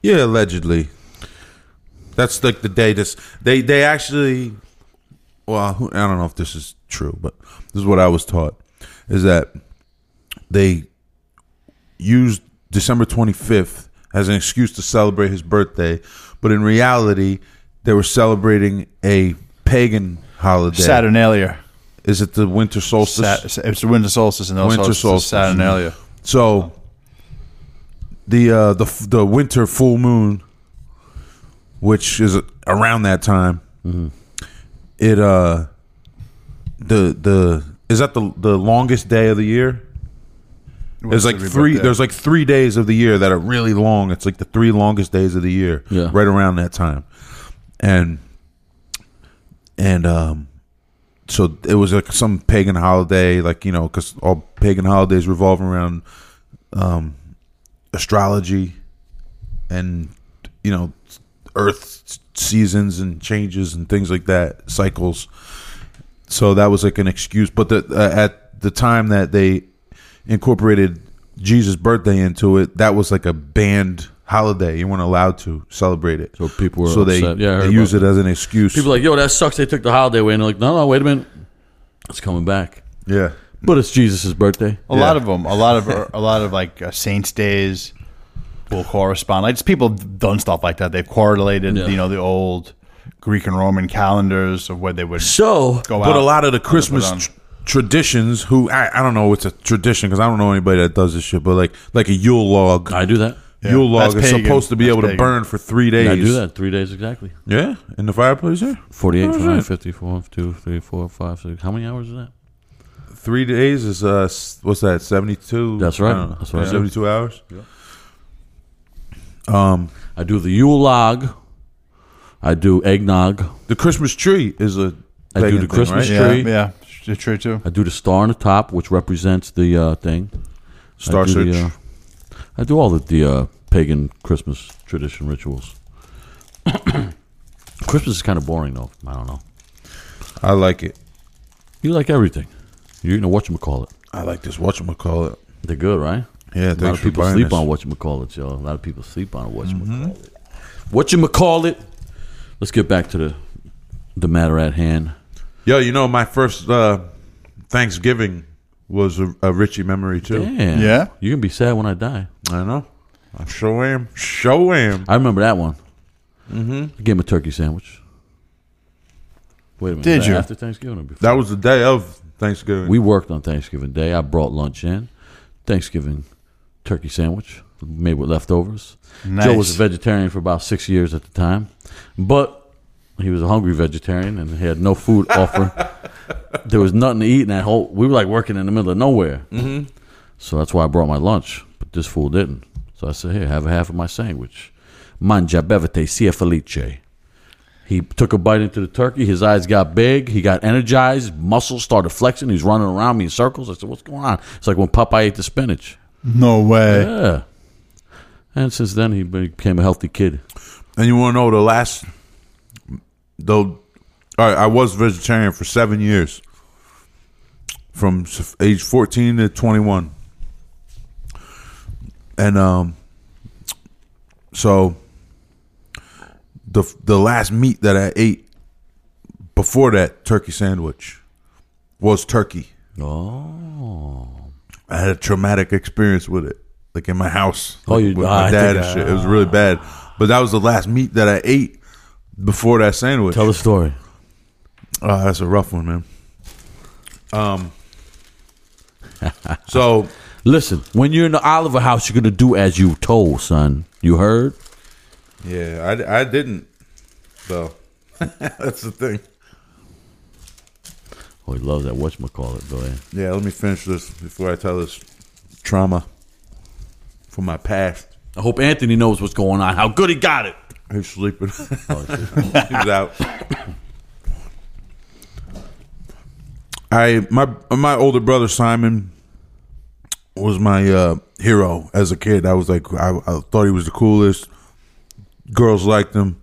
Speaker 4: Yeah, allegedly. That's like the day this they they actually. Well, who- I don't know if this is true, but this is what I was taught: is that they used December twenty fifth as an excuse to celebrate his birthday, but in reality, they were celebrating a pagan holiday.
Speaker 3: Saturnalia.
Speaker 4: Is it the winter solstice?
Speaker 3: Sat- it's the winter solstice and also
Speaker 4: Winter
Speaker 3: winter solstice.
Speaker 4: solstice. Mm-hmm.
Speaker 3: Saturnalia.
Speaker 4: So the uh, the the winter full moon which is around that time.
Speaker 3: Mm-hmm.
Speaker 4: It uh, the the is that the the longest day of the year? There's like three. There's like three days of the year that are really long. It's like the three longest days of the year,
Speaker 5: Yeah.
Speaker 4: right around that time, and and um, so it was like some pagan holiday, like you know, because all pagan holidays revolve around um, astrology and you know, Earth seasons and changes and things like that, cycles. So that was like an excuse. But the, uh, at the time that they incorporated Jesus' birthday into it, that was like a banned holiday. You weren't allowed to celebrate it.
Speaker 5: So people were
Speaker 4: so they,
Speaker 5: upset. Yeah, I heard
Speaker 4: they
Speaker 5: about
Speaker 4: use it
Speaker 5: that.
Speaker 4: as an excuse.
Speaker 5: People are like, yo, that sucks. They took the holiday away, and they're like, no, no, wait a minute, it's coming back.
Speaker 4: yeah.
Speaker 5: But it's Jesus' birthday.
Speaker 3: A lot of them. A lot of a lot of like uh, Saints days will correspond. Like just people have done stuff like that. They've correlated,
Speaker 5: Yeah.
Speaker 3: you know, the old Greek and Roman calendars of where they would
Speaker 5: So
Speaker 3: go out.
Speaker 4: but a lot of the Christmas
Speaker 3: Oh, on.
Speaker 4: tr- traditions, who I, I don't know, it's a tradition because I don't know anybody that does this shit. But like like a Yule log,
Speaker 5: I do that.
Speaker 4: Yule
Speaker 3: That's
Speaker 4: log is
Speaker 3: pagan.
Speaker 4: supposed to be
Speaker 3: That's
Speaker 4: able to
Speaker 3: pagan.
Speaker 4: burn for three days.
Speaker 5: I do that three days exactly.
Speaker 4: Yeah, in the fireplace. Yeah,
Speaker 5: 48,
Speaker 4: Oh,
Speaker 5: 49,
Speaker 4: shit.
Speaker 5: 50, 41, 52, 3, 4, 5, 6. How many hours is that?
Speaker 4: three days is uh, s- what's that? Seventy two.
Speaker 5: That's right. That's what I said.
Speaker 4: Seventy two hours.
Speaker 5: I do the Yule log. I do eggnog.
Speaker 4: The Christmas tree is a.
Speaker 5: I do
Speaker 4: pagan
Speaker 5: the Christmas
Speaker 4: right?
Speaker 3: yeah,
Speaker 5: tree.
Speaker 3: yeah, it's true too.
Speaker 5: I do the star on the top, which represents the uh, thing.
Speaker 4: Star
Speaker 5: I do
Speaker 4: search.
Speaker 5: the, uh, I do all the, the uh, pagan Christmas tradition rituals. Christmas is kind of boring, though. I don't know. uh,
Speaker 4: I like it.
Speaker 5: You like everything. You know what you call it.
Speaker 4: I like this. Watch call it.
Speaker 5: They're good, right? a
Speaker 4: Yeah,
Speaker 5: lot
Speaker 4: thanks
Speaker 5: of
Speaker 4: for
Speaker 5: people
Speaker 4: buying
Speaker 5: sleep
Speaker 4: this.
Speaker 5: on what you call it, yo. A lot of people sleep on what you call it.
Speaker 4: Mm-hmm.
Speaker 5: What you call it? Let's get back to the the matter at hand.
Speaker 4: Yo, you know my first uh, Thanksgiving was a, a Richie memory too.
Speaker 5: Damn.
Speaker 3: Yeah?
Speaker 5: You're gonna be sad when I die.
Speaker 4: I know. I sure am. Sure am.
Speaker 5: I remember that one. Mm-hmm. I gave him a turkey sandwich. Wait a minute.
Speaker 3: Did
Speaker 5: was
Speaker 3: you?
Speaker 5: that after Thanksgiving or before?
Speaker 4: That was the day of Thanksgiving.
Speaker 5: We worked on Thanksgiving Day. I brought lunch in. Thanksgiving turkey sandwich made with leftovers. Joe was a
Speaker 3: Nice.
Speaker 5: vegetarian for about six years at the time, but he was a hungry vegetarian and he had no food offer. There was nothing to eat in that whole. We were like working in the middle of nowhere, mm-hmm. so that's why I brought my lunch. But this fool didn't. So I said, "Here, have a half of my sandwich." Mangia bevete sia felice. He took a bite into the turkey. His eyes got big. He got energized. Muscles started flexing. He's running around me in circles. I said, "What's going on?" It's like when Popeye ate the spinach.
Speaker 3: No way.
Speaker 5: Yeah. And since then, he became a healthy kid.
Speaker 4: and you want to know the last? Though, all right, I was vegetarian for seven years, from s- age fourteen to twenty-one, and um, so the the last meat that I ate before that turkey sandwich was turkey.
Speaker 5: Oh.
Speaker 4: I had a traumatic experience with it, like in my house.
Speaker 5: Oh,
Speaker 4: like
Speaker 5: you-
Speaker 4: with
Speaker 5: ah,
Speaker 4: my
Speaker 5: I
Speaker 4: dad
Speaker 5: think
Speaker 4: and
Speaker 5: I-
Speaker 4: shit. It was really bad. But that was the last meat that I ate before that sandwich.
Speaker 5: Tell the story.
Speaker 4: Oh, that's a rough one, man. Um. So
Speaker 5: Listen, when you're in the Oliver house, you're gonna do as you told, son. You heard?
Speaker 4: yeah, I, I didn't though. that's the thing.
Speaker 5: Oh, he loves that. Whatchamacallit, Billy.
Speaker 4: Yeah, let me finish this before I tell this trauma from my past.
Speaker 5: I hope Anthony knows what's going on. How good he got it.
Speaker 4: He's sleeping. he was out. I my my older brother Simon was my uh, hero as a kid. I was like I, I thought he was the coolest. Girls liked him.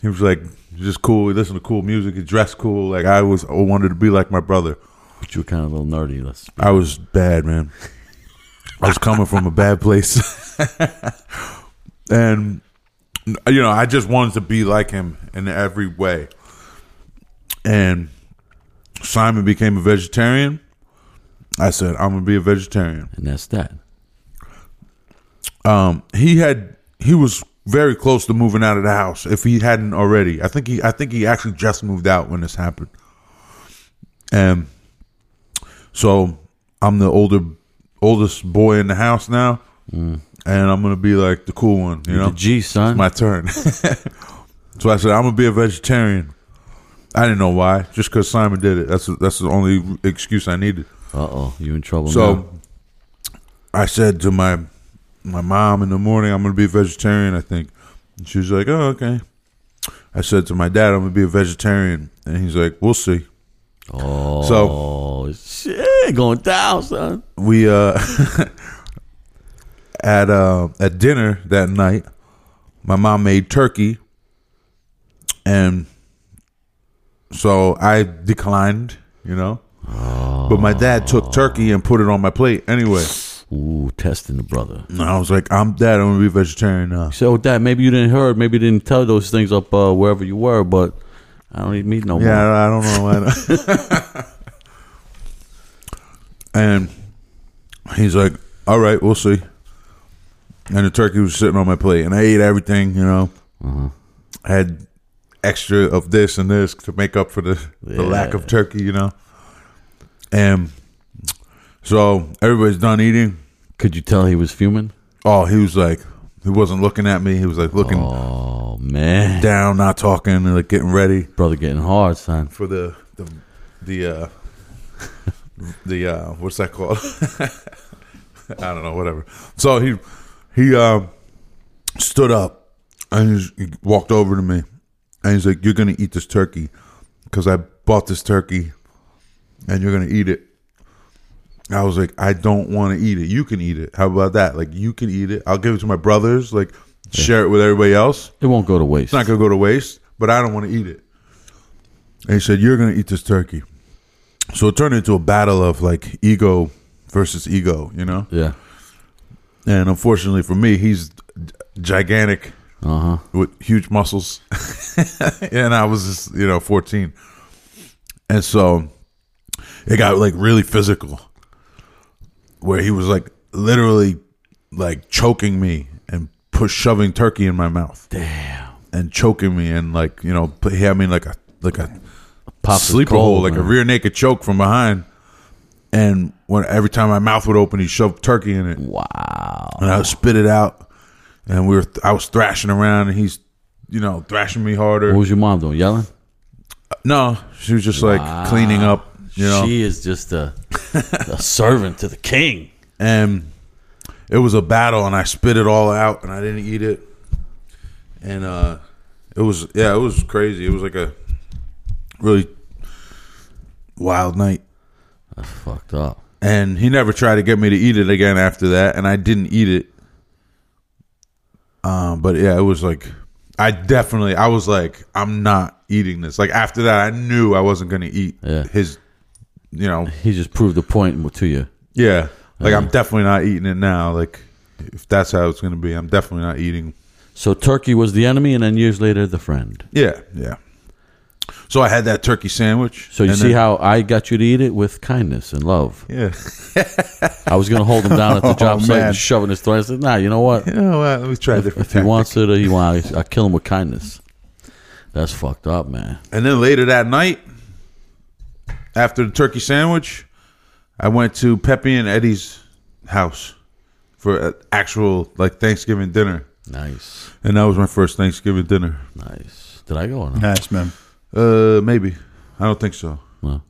Speaker 4: He was like just cool. He listened to cool music. He dressed cool. Like I was I wanted to be like my brother.
Speaker 5: But you were kind of a little nerdy. Let's.
Speaker 4: I was bad, man. I was coming from a bad place. and you know, I just wanted to be like him in every way. And Simon became a vegetarian. I said, I'm gonna be a vegetarian.
Speaker 5: And that's that.
Speaker 4: Um, he had he was very close to moving out of the house if he hadn't already. I think he I think he actually just moved out when this happened. And so I'm the older oldest boy in the house now. And I'm gonna be like the cool one, Mm. you know.
Speaker 5: The G, son.
Speaker 4: It's my turn. So I said, I'm gonna be a vegetarian. I didn't know why, just because Simon did it. That's that's the only excuse I needed.
Speaker 5: Uh oh, you in trouble
Speaker 4: So
Speaker 5: now.
Speaker 4: I said to my my mom in the morning, I'm gonna be a vegetarian. I think and she was like, oh okay. I said to my dad, I'm gonna be a vegetarian, and he's like, we'll see. Oh, so
Speaker 5: Oh shit, going down, son.
Speaker 4: we uh at uh at dinner that night my mom made turkey and so i declined you know but my dad took turkey and put it on my plate anyway
Speaker 5: Ooh, testing the brother.
Speaker 4: and i was like i'm dad i'm gonna be vegetarian now
Speaker 5: So, "Oh, Dad, maybe you didn't heard, maybe you didn't tell those things up uh, wherever you were, but I don't need meat no more.
Speaker 4: yeah i don't know why and he's like all right we'll see and the turkey was sitting on my plate, and I ate everything. You know, I had extra of this and this to make up for the, the lack of turkey. You know, and so everybody's done eating.
Speaker 5: Could you tell he was fuming?
Speaker 4: Oh, he was like, he wasn't looking at me. He was like looking
Speaker 5: Oh man,
Speaker 4: down, not talking, and like getting ready
Speaker 5: brother, getting hard, son.
Speaker 4: for the the the uh, the uh, what's that called? I don't know, whatever. So he he um, stood up and he's- he walked over to me and he's like, "You're gonna eat this turkey because I bought this turkey and you're gonna eat it." I was like, "I don't want to eat it. You can eat it. How about that? Like, you can eat it. I'll give it to my brothers. Like, share it with everybody else."
Speaker 5: It won't go to waste.
Speaker 4: It's not gonna go to waste, but I don't want to eat it. And he said, You're gonna eat this turkey. So it turned into a battle of like ego versus ego, you know?
Speaker 5: yeah.
Speaker 4: And unfortunately for me, he's g- gigantic
Speaker 5: Uh huh.
Speaker 4: with huge muscles. and I was just, you know, 14. And so it got like really physical where he was like literally like choking me and push shoving turkey in my mouth. Damn. And choking me and like, you know, put- he had me in, like a like a
Speaker 5: Pops is
Speaker 4: sleeper
Speaker 5: cold,
Speaker 4: hole, like a
Speaker 5: man.
Speaker 4: rear naked choke from behind. And when every time my mouth would open, he shoved turkey in it
Speaker 5: Wow.
Speaker 4: and I would spit it out, and we were I was thrashing around, and he's you know thrashing me harder.
Speaker 5: What was your mom doing? Yelling?
Speaker 4: no, she was just like cleaning up, you know,
Speaker 5: She is just a, a servant to the king.
Speaker 4: and it was a battle, and I spit it all out, and I didn't eat it, and uh, it was yeah, it was crazy. It was like a really wild night.
Speaker 5: That's fucked up.
Speaker 4: And he never tried to get me to eat it again after that, and I didn't eat it. Um, but yeah, it was like I definitely I was like I'm not eating this. Like after that, I knew I wasn't gonna eat
Speaker 5: Yeah.
Speaker 4: his. You know,
Speaker 5: He just proved a point to you.
Speaker 4: yeah. Like I'm definitely not eating it now. Like if that's how it's gonna be, I'm definitely not eating.
Speaker 5: So Turkey was the enemy, and then years later, the friend.
Speaker 4: Yeah, yeah. So I had that turkey sandwich.
Speaker 5: So you
Speaker 4: and
Speaker 5: see
Speaker 4: then-
Speaker 5: how I got you to eat it with kindness and love.
Speaker 4: Yeah.
Speaker 5: I was gonna hold him down at the
Speaker 3: Oh,
Speaker 5: job site
Speaker 3: man.
Speaker 5: and shove it in his throat. I said, Nah, you know what?
Speaker 4: You know what? Let me try a different.
Speaker 5: If he
Speaker 4: tactic.
Speaker 5: wants it, or he wants, I kill him with kindness. That's fucked up, man.
Speaker 4: And then later that night, after the turkey sandwich, I went to Peppy and Eddie's house for an actual like Thanksgiving dinner,
Speaker 5: Nice,
Speaker 4: and that was my first Thanksgiving dinner.
Speaker 5: nice. Did I go or not?
Speaker 3: Nice, man.
Speaker 4: Uh, maybe I don't think so.
Speaker 5: No.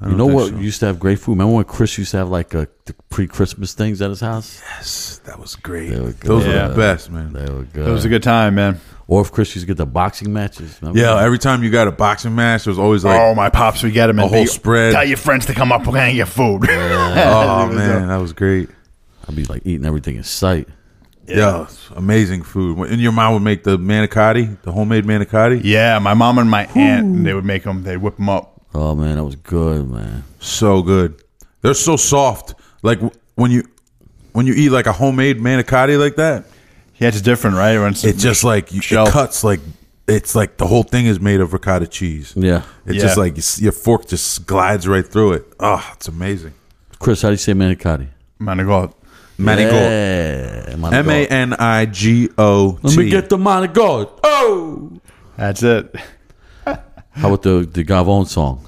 Speaker 4: I
Speaker 5: You
Speaker 4: don't
Speaker 5: know
Speaker 4: think
Speaker 5: what
Speaker 4: so.
Speaker 5: used to have great food? Remember when Chris used to have like a, the pre-Christmas things at his house?
Speaker 4: Yes, that was great.
Speaker 5: They were
Speaker 4: Those
Speaker 5: good.
Speaker 4: were the best, man.
Speaker 5: They were good.
Speaker 3: It was a good time, man.
Speaker 5: or if Chris used to get the boxing matches. remember?
Speaker 4: yeah, every time you got a boxing match, there was always like,
Speaker 3: oh, my pops, we get him.
Speaker 4: a
Speaker 3: and
Speaker 4: whole
Speaker 3: big-
Speaker 4: spread.
Speaker 3: Tell your friends to come up. We're going to get food.
Speaker 4: oh man, that was great.
Speaker 5: I'd be like eating everything in sight.
Speaker 4: Yeah, amazing food. And your mom would make the manicotti, the homemade manicotti.
Speaker 3: yeah, my mom and my aunt, they would make them. They'd whip them up.
Speaker 5: Oh man, that was good, man.
Speaker 4: so good. They're so soft. Like w- when you when you eat like a homemade manicotti like that,
Speaker 3: Yeah, it's different, right? When it's-
Speaker 4: it's just like you,
Speaker 3: Shell.
Speaker 4: it cuts like it's like the whole thing is made of ricotta cheese.
Speaker 5: Yeah,
Speaker 4: It's just
Speaker 3: Yeah.
Speaker 4: like you s- your fork just glides right through it. Oh, it's amazing.
Speaker 5: Chris, how do you say manicotti?
Speaker 3: man, I got
Speaker 4: Manigault.
Speaker 5: Yeah, manigault.
Speaker 4: M A N I G O T.
Speaker 5: Let me get the manigault. Oh,
Speaker 3: That's it.
Speaker 5: how about the the Gavone song?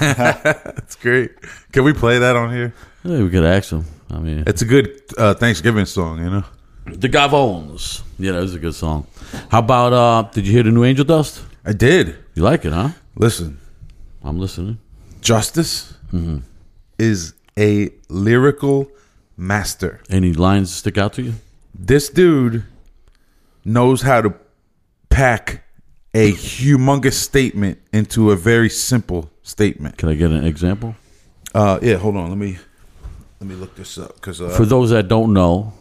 Speaker 4: That's great. Can we play that on here?
Speaker 5: Yeah, we could ask him. I mean,
Speaker 4: It's a good uh, Thanksgiving song, you know.
Speaker 5: The Gavones. Yeah, that was a good song. How about uh did you hear the New Angel Dust?
Speaker 4: I did.
Speaker 5: You like it, huh?
Speaker 4: Listen,
Speaker 5: I'm listening.
Speaker 4: Justice is a lyrical master.
Speaker 5: Any lines stick out to you?
Speaker 4: This dude knows how to pack a humongous statement into a very simple statement.
Speaker 5: Can I get an example?
Speaker 4: Uh, yeah, hold on. Let me let me look this up because uh,
Speaker 5: For those that don't know,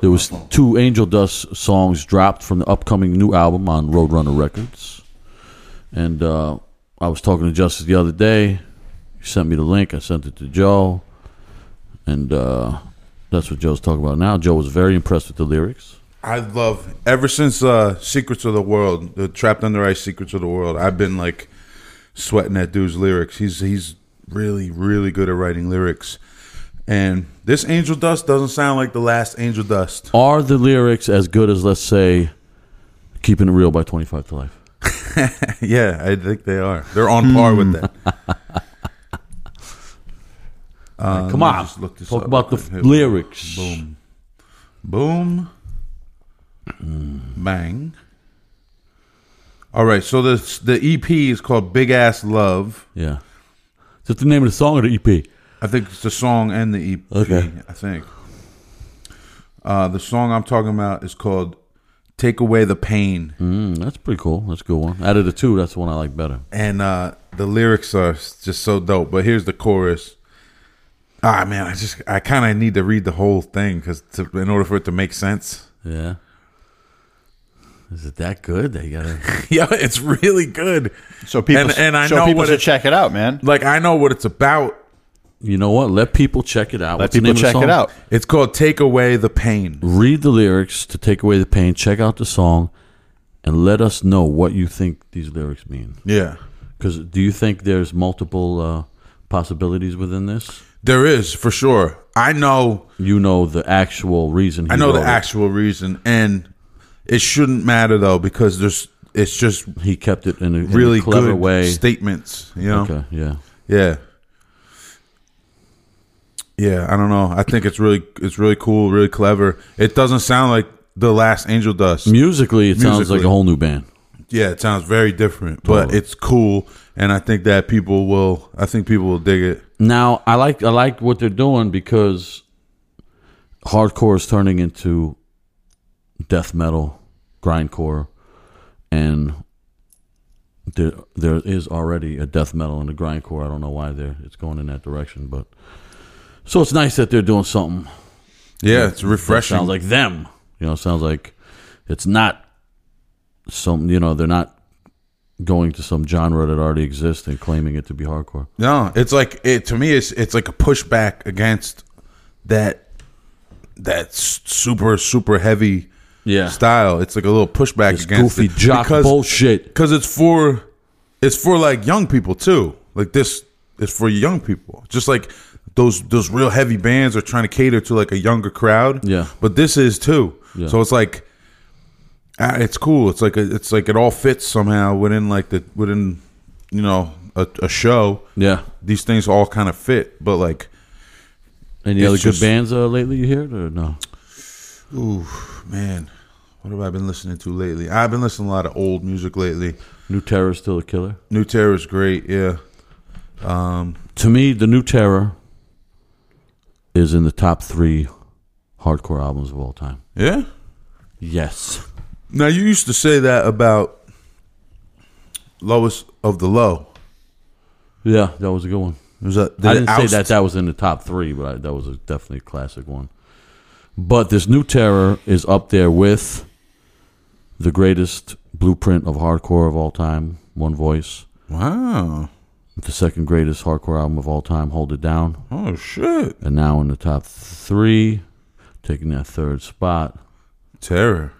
Speaker 5: there was two Angel Dust songs dropped from the upcoming new album on Roadrunner Records, and uh, I was talking to Justice the other day. He sent me the link. I sent it to Joe, and uh, that's what Joe's talking about now. Joe was very impressed with the lyrics.
Speaker 4: I love ever since uh Secrets of the World, the Trapped Under Ice Secrets of the World, I've been like sweating that dude's lyrics. He's he's really, really good at writing lyrics. And this Angel Dust doesn't sound like the last Angel Dust.
Speaker 5: Are the lyrics as good as, let's say, "Keeping It Real" by Twenty Five to Life?
Speaker 4: yeah, I think they are. They're on par with that. Uh,
Speaker 5: Come
Speaker 4: let me
Speaker 5: on,
Speaker 4: just look this
Speaker 5: talk
Speaker 4: up
Speaker 5: about the
Speaker 4: real
Speaker 5: f-
Speaker 4: quick. Here we go.
Speaker 5: lyrics.
Speaker 4: Boom. Boom. Bang. All right, so the the EP is called Big Ass Love.
Speaker 5: Yeah, is that the name of the song or the E EP?
Speaker 4: I think it's the song and the EP.
Speaker 5: Okay.
Speaker 4: I think. Uh, the song I'm talking about is called "Take Away the Pain,"
Speaker 5: Mm, that's pretty cool. That's a good one. Out of the two, that's the one I like better.
Speaker 4: and uh, the lyrics are s- just so dope. But here's the chorus. Ah, man, I just I kind of need to read the whole thing because in order for it to make sense.
Speaker 5: Yeah. Is it that good? They gotta.
Speaker 4: yeah, it's really good.
Speaker 3: So people,
Speaker 4: And- and I
Speaker 3: so
Speaker 4: know
Speaker 3: people
Speaker 4: what
Speaker 3: should
Speaker 4: it-
Speaker 3: check it out, man.
Speaker 4: Like I know what it's about.
Speaker 5: You know what? Let people check it out.
Speaker 3: Let
Speaker 5: What's the
Speaker 3: people
Speaker 5: name of the
Speaker 3: check
Speaker 5: song?
Speaker 3: it out.
Speaker 4: It's called "Take Away the Pain."
Speaker 5: Read the lyrics to take away the pain. Check out the song, and let us know what you think these lyrics mean.
Speaker 4: Yeah,
Speaker 5: Because do you think there's multiple uh, possibilities within this?
Speaker 4: there is for sure. I know
Speaker 5: You know the actual reason. He
Speaker 4: I know
Speaker 5: wrote
Speaker 4: the
Speaker 5: it.
Speaker 4: actual reason, and it shouldn't matter though because there's it's just
Speaker 5: He kept it in a in a
Speaker 4: really
Speaker 5: clever
Speaker 4: good
Speaker 5: way.
Speaker 4: statements. You know,
Speaker 5: Okay. Yeah.
Speaker 4: yeah, yeah. I don't know. I think it's really it's really cool, really clever. It doesn't sound like the last Angel Dust.
Speaker 5: Mm. Musically, it sounds like
Speaker 4: Musically.
Speaker 5: a whole new band.
Speaker 4: Yeah, it sounds very different, but
Speaker 5: Totally.
Speaker 4: it's cool, and I think that people will. I think people will dig it.
Speaker 5: Now I like I like what they're doing because hardcore is turning into death metal, grindcore, and there there is already a death metal and a grindcore. I don't know why they're it's going in that direction, but so it's nice that they're doing something.
Speaker 4: Yeah, it's refreshing.
Speaker 5: Sounds like them. You know, it sounds like it's not some you know, they're not going to some genre that already exists and claiming it to be hardcore.
Speaker 4: No, it's like it to me. It's it's like a pushback against that that s- super super heavy
Speaker 5: Yeah.
Speaker 4: style. It's like a little pushback
Speaker 5: This
Speaker 4: against
Speaker 5: goofy
Speaker 4: it
Speaker 5: jock bullshit.
Speaker 4: Because 'cause it's for it's for like young people too. Like this is for young people. Just like those those real heavy bands are trying to cater to like a younger crowd.
Speaker 5: Yeah.
Speaker 4: but this is too.
Speaker 5: Yeah.
Speaker 4: So it's like. ah, It's cool. It's like a, it's like it all fits somehow within like the within, you know, a, a show
Speaker 5: Yeah.
Speaker 4: these things all kind of fit, but like,
Speaker 5: Any
Speaker 4: It's
Speaker 5: other
Speaker 4: just-
Speaker 5: good bands uh, lately you heard or no?
Speaker 4: ooh, man, what have I been listening to lately? I've been listening to a lot of old music lately.
Speaker 5: New Terror is still a killer.
Speaker 4: New Terror is great, yeah.
Speaker 5: To me, the New Terror is in the top three hardcore albums of all time.
Speaker 4: Yeah?
Speaker 5: Yes.
Speaker 4: Now, you used to say that about Lowest of the Low.
Speaker 5: Yeah, that was a good one.
Speaker 4: Was that, did
Speaker 5: I
Speaker 4: it
Speaker 5: didn't
Speaker 4: oust-
Speaker 5: say that that was in the top three, but I, that was a definitely a classic one. But this New Terror is up there with the greatest blueprint of hardcore of all time, One Voice.
Speaker 4: Wow.
Speaker 5: The second greatest hardcore album of all time, Hold It Down.
Speaker 4: Oh, shit.
Speaker 5: And now in the top three, taking that third spot,
Speaker 4: Terror.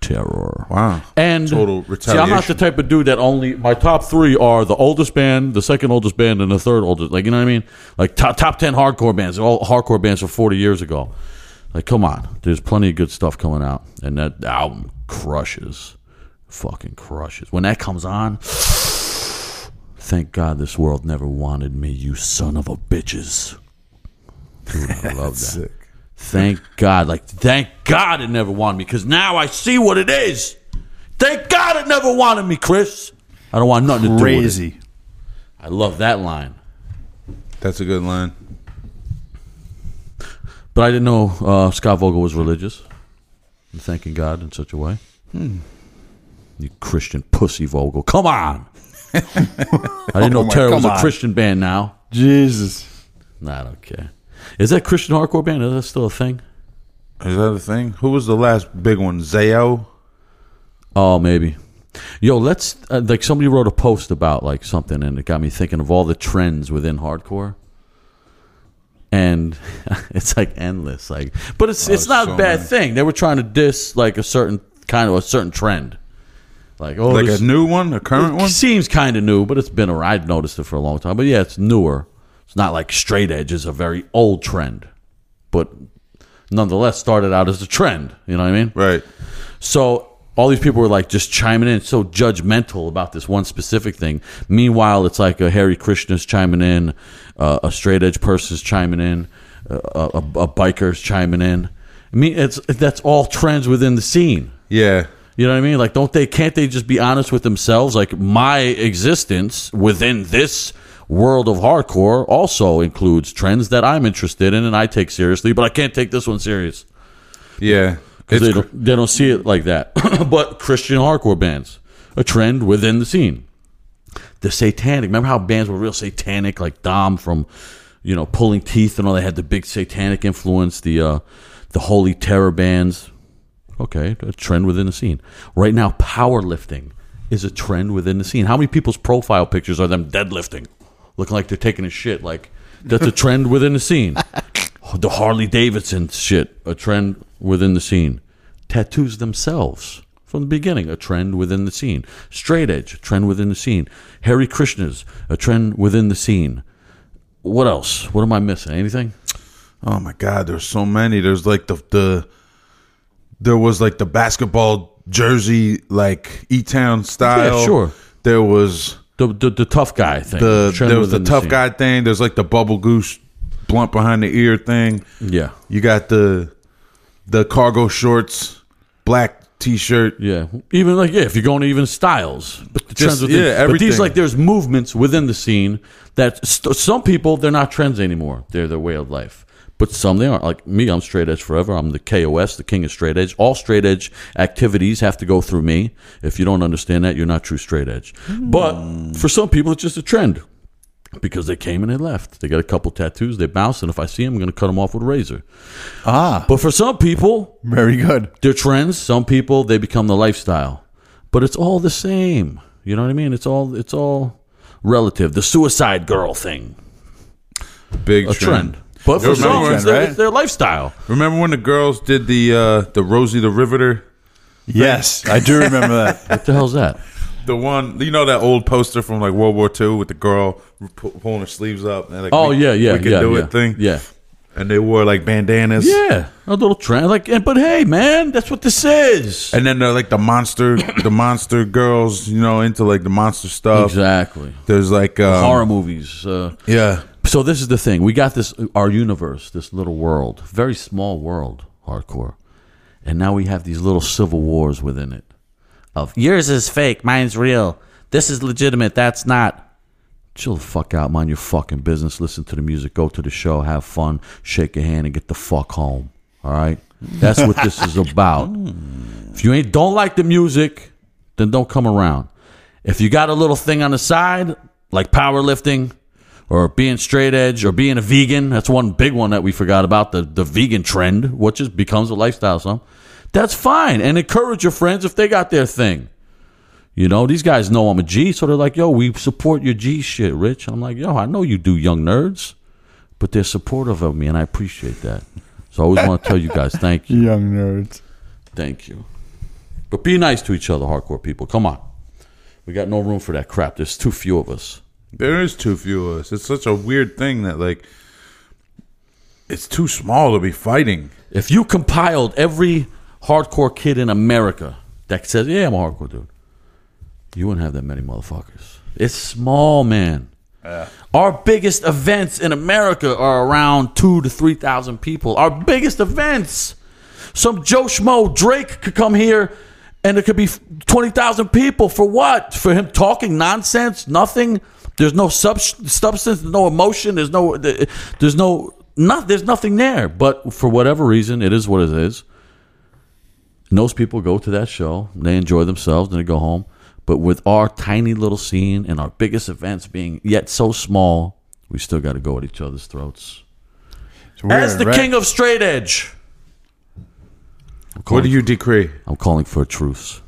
Speaker 5: Terror.
Speaker 4: Wow.
Speaker 5: And
Speaker 4: Total
Speaker 5: See, I'm not the
Speaker 4: retaliation.
Speaker 5: type of dude that only my top three are the oldest band, the second oldest band, and the third oldest. Like you know what I mean? Like top top ten hardcore bands, all hardcore bands from 40 years ago. Like come on, there's plenty of good stuff coming out, and that album crushes, fucking crushes. When that comes on, thank God this world never wanted me, you son of a bitches. Dude, I love that.
Speaker 4: Sick.
Speaker 5: Thank God. Like, thank God it never wanted me because now I see what it is. Thank God it never wanted me, Chris. I don't want nothing to do with it.
Speaker 3: Crazy.
Speaker 5: I love that line.
Speaker 4: That's a good line.
Speaker 5: But I didn't know uh, Scott Vogel was religious. I'm thanking God in such a way. Hmm. You Christian pussy Vogel. Come on. I didn't know
Speaker 3: Oh my-
Speaker 5: Terror was
Speaker 3: come
Speaker 5: a
Speaker 3: on.
Speaker 5: Christian band now.
Speaker 3: Jesus.
Speaker 5: Nah, I don't care. Is that Christian hardcore band? Is that still a thing?
Speaker 4: Is that a thing? Who was the last big one? Zayo?
Speaker 5: Oh, maybe. Yo, let's uh, like somebody wrote a post about like something, and it got me thinking of all the trends within hardcore. And it's like endless, like, but it's it's not a
Speaker 4: Oh, so
Speaker 5: bad
Speaker 4: many.
Speaker 5: thing. They were trying to diss like a certain kind of a certain trend, like oh,
Speaker 4: Like
Speaker 5: this-
Speaker 4: a new one? A current one?
Speaker 5: it seems kind of new, but it's been around. I've noticed it for a long time. But yeah, it's newer. It's not like straight edge is a very old trend, but nonetheless started out as a trend. You know what I mean?
Speaker 4: Right.
Speaker 5: So all these people were like just chiming in, so judgmental about this one specific thing. Meanwhile, it's like a Harry Krishna's chiming in, uh, a straight edge person's chiming in, uh, a, a, a biker's chiming in. I mean, it's that's all trends within the scene.
Speaker 4: Yeah.
Speaker 5: You know what I mean? Like, don't they? Can't they just be honest with themselves? Like, my existence within this world of hardcore also includes trends that I'm interested in and I take seriously, but I can't take this one serious.
Speaker 4: Yeah.
Speaker 5: They
Speaker 4: It's,
Speaker 5: don't, they don't see it like that. but Christian hardcore bands, a trend within the scene. The satanic. Remember how bands were real satanic, like Dom from, you know, Pulling Teeth and all. They had the big satanic influence. The uh, the Holy Terror bands. Okay, a trend within the scene. Right now, powerlifting is a trend within the scene. How many people's profile pictures are them deadlifting, looking like they're taking a shit? Like that's a trend within the scene. The Harley Davidson shit, a trend within the scene. Tattoos themselves from the beginning, a trend within the scene. Straight edge, a trend within the scene. Harry Krishnas, a trend within the scene. What else? What am I missing? Anything?
Speaker 4: oh my God, there's so many. There's like the the there was like the basketball jersey like E Town style.
Speaker 5: sure.
Speaker 4: There was
Speaker 5: The the, the tough guy thing.
Speaker 4: the
Speaker 5: a trend
Speaker 4: there was the
Speaker 5: within
Speaker 4: tough
Speaker 5: scene.
Speaker 4: guy thing. There's like the bubble goose blunt behind the ear thing.
Speaker 5: Yeah,
Speaker 4: You got the the cargo shorts, black t shirt.
Speaker 5: yeah. Even like yeah, if you're going to even styles, but the trends within,
Speaker 4: yeah,
Speaker 5: But these
Speaker 4: everything.
Speaker 5: like there's movements within the scene that st- some people they're not trends anymore. They're their way of life. But some they aren't. Like me, I'm straight edge forever. I'm the KOS, the king of straight edge. All straight edge activities have to go through me. If you don't understand that, you're not true straight edge. But for some people, it's just a trend because they came and they left. They got a couple tattoos. They bounce, and if I see them, I'm going to cut them off with a razor. Ah. But for some people,
Speaker 3: Very good.
Speaker 5: they're trends. Some people they become the lifestyle, but it's all the same. You know what I mean? It's all it's all relative. The suicide girl thing,
Speaker 4: Big
Speaker 5: a trend. But for
Speaker 4: Remember
Speaker 5: some,
Speaker 4: when-
Speaker 5: it's, their,
Speaker 3: right?
Speaker 5: it's their lifestyle.
Speaker 4: Remember when the girls did the uh the Rosie the Riveter?
Speaker 3: Yes, I do remember that.
Speaker 5: What the hell's that?
Speaker 4: The one, you know, that old poster from like World War II with the girl pu- pulling her sleeves up. And like,
Speaker 5: Oh
Speaker 4: we-
Speaker 5: yeah, yeah,
Speaker 4: we can
Speaker 5: yeah,
Speaker 4: do
Speaker 5: yeah,
Speaker 4: it thing.
Speaker 5: Yeah,
Speaker 4: and they wore like bandanas.
Speaker 5: yeah, a little trend. Like, and- but hey, man, that's what this is.
Speaker 4: and then they're like the monster, the monster girls, you know, into like the monster stuff.
Speaker 5: Exactly.
Speaker 4: There's like uh, um,
Speaker 5: Horror movies. Uh,
Speaker 4: Yeah,
Speaker 5: so this is the thing we got this our universe this little world very small world hardcore and now we have these little civil wars within it of yours is fake mine's real this is legitimate that's not chill the fuck out mind your fucking business listen to the music go to the show have fun shake your hand and get the fuck home all right that's what this is about if you ain't don't like the music then don't come around if you got a little thing on the side like powerlifting or being straight edge or being a vegan. That's one big one that we forgot about the, the vegan trend, which just becomes a lifestyle. Some that's fine, and encourage your friends if they got their thing. You know, these guys know I'm a G, so they're like, "Yo, we support your G shit, Rich." I'm like, "Yo, I know you do, young nerds," but they're supportive of me, and I appreciate that. So I always want to tell you guys, thank you,
Speaker 3: Young nerds.
Speaker 5: thank you. But be nice to each other, hardcore people. Come on, we got no room for that crap. There's too few of us.
Speaker 4: there is too few of us. It's such a weird thing that like it's too small to be fighting.
Speaker 5: If you compiled every hardcore kid in America that says, "Yeah, I'm a hardcore dude," you wouldn't have that many motherfuckers. It's small, man. Our biggest events in America are around two to three thousand people. Our biggest events. Some Joe Schmo Drake could come here, and it could be twenty thousand people for what? For him talking nonsense, nothing. There's no sub- substance, no emotion. There's no, there's no, not, there's nothing there. But for whatever reason, it is what it is. And those people go to that show, and they enjoy themselves, and they go home. But with our tiny little scene and our biggest events being yet so small, we still got to go at each other's throats.
Speaker 3: It's weird,
Speaker 5: As the
Speaker 3: right?
Speaker 5: king of straight edge,
Speaker 4: What do you decree?
Speaker 5: I'm calling for a truce.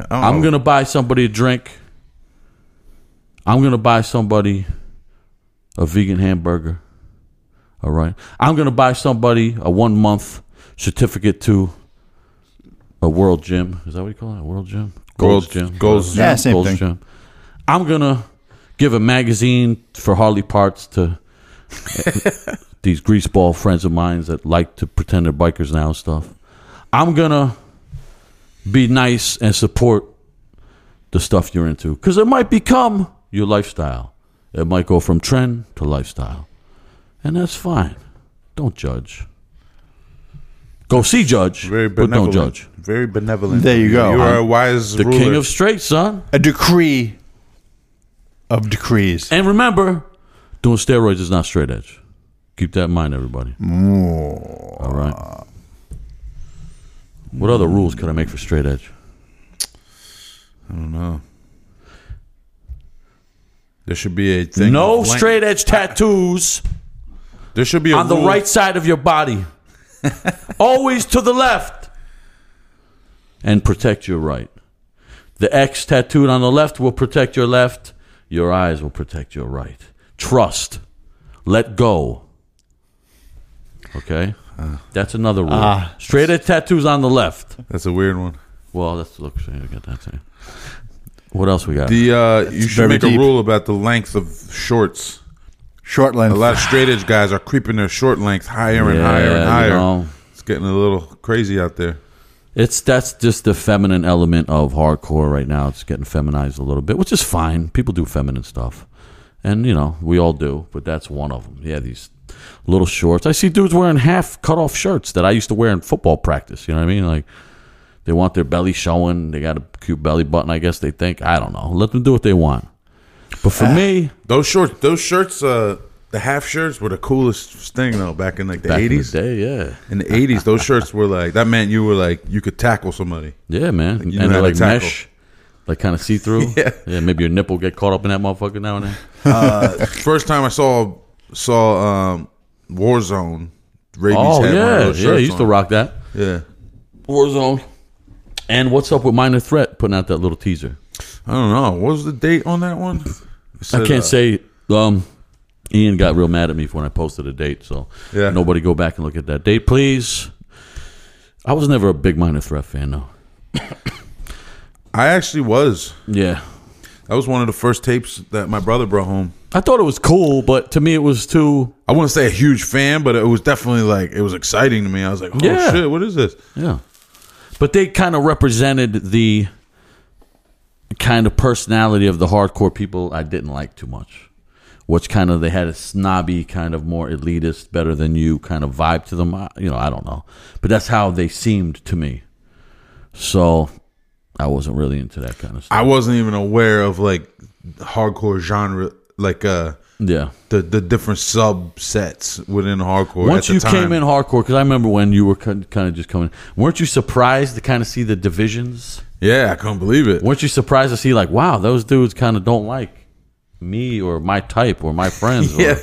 Speaker 4: Oh.
Speaker 5: I'm gonna buy somebody a drink. I'm gonna buy somebody a vegan hamburger. All right. I'm gonna buy somebody a one month certificate to a world gym. Is that what you call it? A world gym? Gold's
Speaker 4: Gold's-
Speaker 5: gym.
Speaker 4: Gold's
Speaker 3: Gym. Yeah, same
Speaker 5: Gold's
Speaker 3: thing.
Speaker 5: Gym. I'm gonna give a magazine for Harley Parts to these greaseball friends of mine that like to pretend they're bikers now and stuff. I'm gonna be nice and support the stuff you're into because it might become your lifestyle. It might go from trend to lifestyle, and that's fine. Don't judge. Go see judge,
Speaker 4: Very
Speaker 5: but
Speaker 4: benevolent.
Speaker 5: don't judge.
Speaker 4: Very benevolent.
Speaker 3: There you go.
Speaker 4: You are a wise
Speaker 5: The
Speaker 4: ruler.
Speaker 5: king of straight, son.
Speaker 3: a decree of decrees.
Speaker 5: And remember, doing steroids is not straight edge. Keep that in mind, everybody. All right. What other rules could I make for straight edge?
Speaker 4: There should be a thing.
Speaker 5: no
Speaker 4: of length.
Speaker 5: straight edge tattoos
Speaker 4: There should be a
Speaker 5: on the
Speaker 4: rule-
Speaker 5: right side of your body. Always to the left. And protect your right. The X tattooed on the left will protect your left. Your eyes will protect your right. Trust. Let go. Okay?
Speaker 4: Uh,
Speaker 5: That's another rule. straight edge tattoos on the left.
Speaker 4: That's a weird one.
Speaker 5: Well, that's look. so You got that thing. What else we got?
Speaker 4: The uh, you should
Speaker 3: very
Speaker 4: make
Speaker 3: deep.
Speaker 4: a rule about the length of shorts.
Speaker 3: Short length.
Speaker 4: A lot of straight edge guys are creeping their short length higher and
Speaker 5: Yeah,
Speaker 4: higher and
Speaker 5: you
Speaker 4: higher.
Speaker 5: know.
Speaker 4: It's getting a little crazy out there.
Speaker 5: It's that's just the feminine element of hardcore right now. It's getting feminized a little bit, which is fine. People do feminine stuff, and you know we all do. But that's one of them. Yeah, these little shorts. I see dudes wearing half cut off shirts that I used to wear in football practice. You know what I mean? Like they want their belly showing. They got a cute belly button. I guess they think I don't know. Let them do what they want. But
Speaker 4: Ah,
Speaker 5: for me,
Speaker 4: Those shorts, those shirts, uh, the half shirts were the coolest thing though. Back in like the
Speaker 5: back
Speaker 4: eighties,
Speaker 5: in the day, yeah,
Speaker 4: in the eighties, those shirts were like that meant you were like you could tackle somebody.
Speaker 5: yeah, man,
Speaker 4: you know
Speaker 5: and
Speaker 4: how
Speaker 5: they're
Speaker 4: to
Speaker 5: like
Speaker 4: tackle.
Speaker 5: mesh, like kind of see through.
Speaker 4: Yeah.
Speaker 5: yeah, maybe your nipple get caught up in that motherfucker now and then.
Speaker 4: First time I saw saw um, Warzone, Rabies
Speaker 5: Oh
Speaker 4: had one of
Speaker 5: yeah,
Speaker 4: those
Speaker 5: yeah,
Speaker 4: shirts
Speaker 5: used to
Speaker 4: on.
Speaker 5: rock that.
Speaker 4: Yeah,
Speaker 5: Warzone. And what's up with Minor Threat putting out that little teaser?
Speaker 4: I don't know. What was the date on that one? It
Speaker 5: I
Speaker 4: said,
Speaker 5: can't
Speaker 4: uh,
Speaker 5: say. Um, Ian got real mad at me for when I posted a date, so
Speaker 4: Yeah.
Speaker 5: nobody go back and look at that date, please. I was never a big Minor Threat fan, though.
Speaker 4: I actually was.
Speaker 5: Yeah,
Speaker 4: That was one of the first tapes that my brother brought home.
Speaker 5: I thought it was cool, but to me it was too.
Speaker 4: I wouldn't say a huge fan, but it was definitely like it was exciting to me. I was like, "Oh
Speaker 5: Yeah.
Speaker 4: shit, what is this?"
Speaker 5: Yeah. But they kind of represented the kind of personality of the hardcore people I didn't like too much. Which kind of they had a snobby, kind of more elitist, better than you kind of vibe to them. I, you know, I don't know. But that's how they seemed to me. So I wasn't really into that kind of stuff.
Speaker 4: I wasn't even aware of like hardcore genre, like uh
Speaker 5: yeah.
Speaker 4: the the different subsets within hardcore.
Speaker 5: Once
Speaker 4: at the
Speaker 5: you
Speaker 4: time.
Speaker 5: came in hardcore, because I remember when you were kind of just coming, weren't you surprised to kind of see the divisions?
Speaker 4: yeah, I couldn't believe it.
Speaker 5: weren't you surprised to see like wow those dudes kind of don't like me or my type or my friends or,
Speaker 4: Yeah,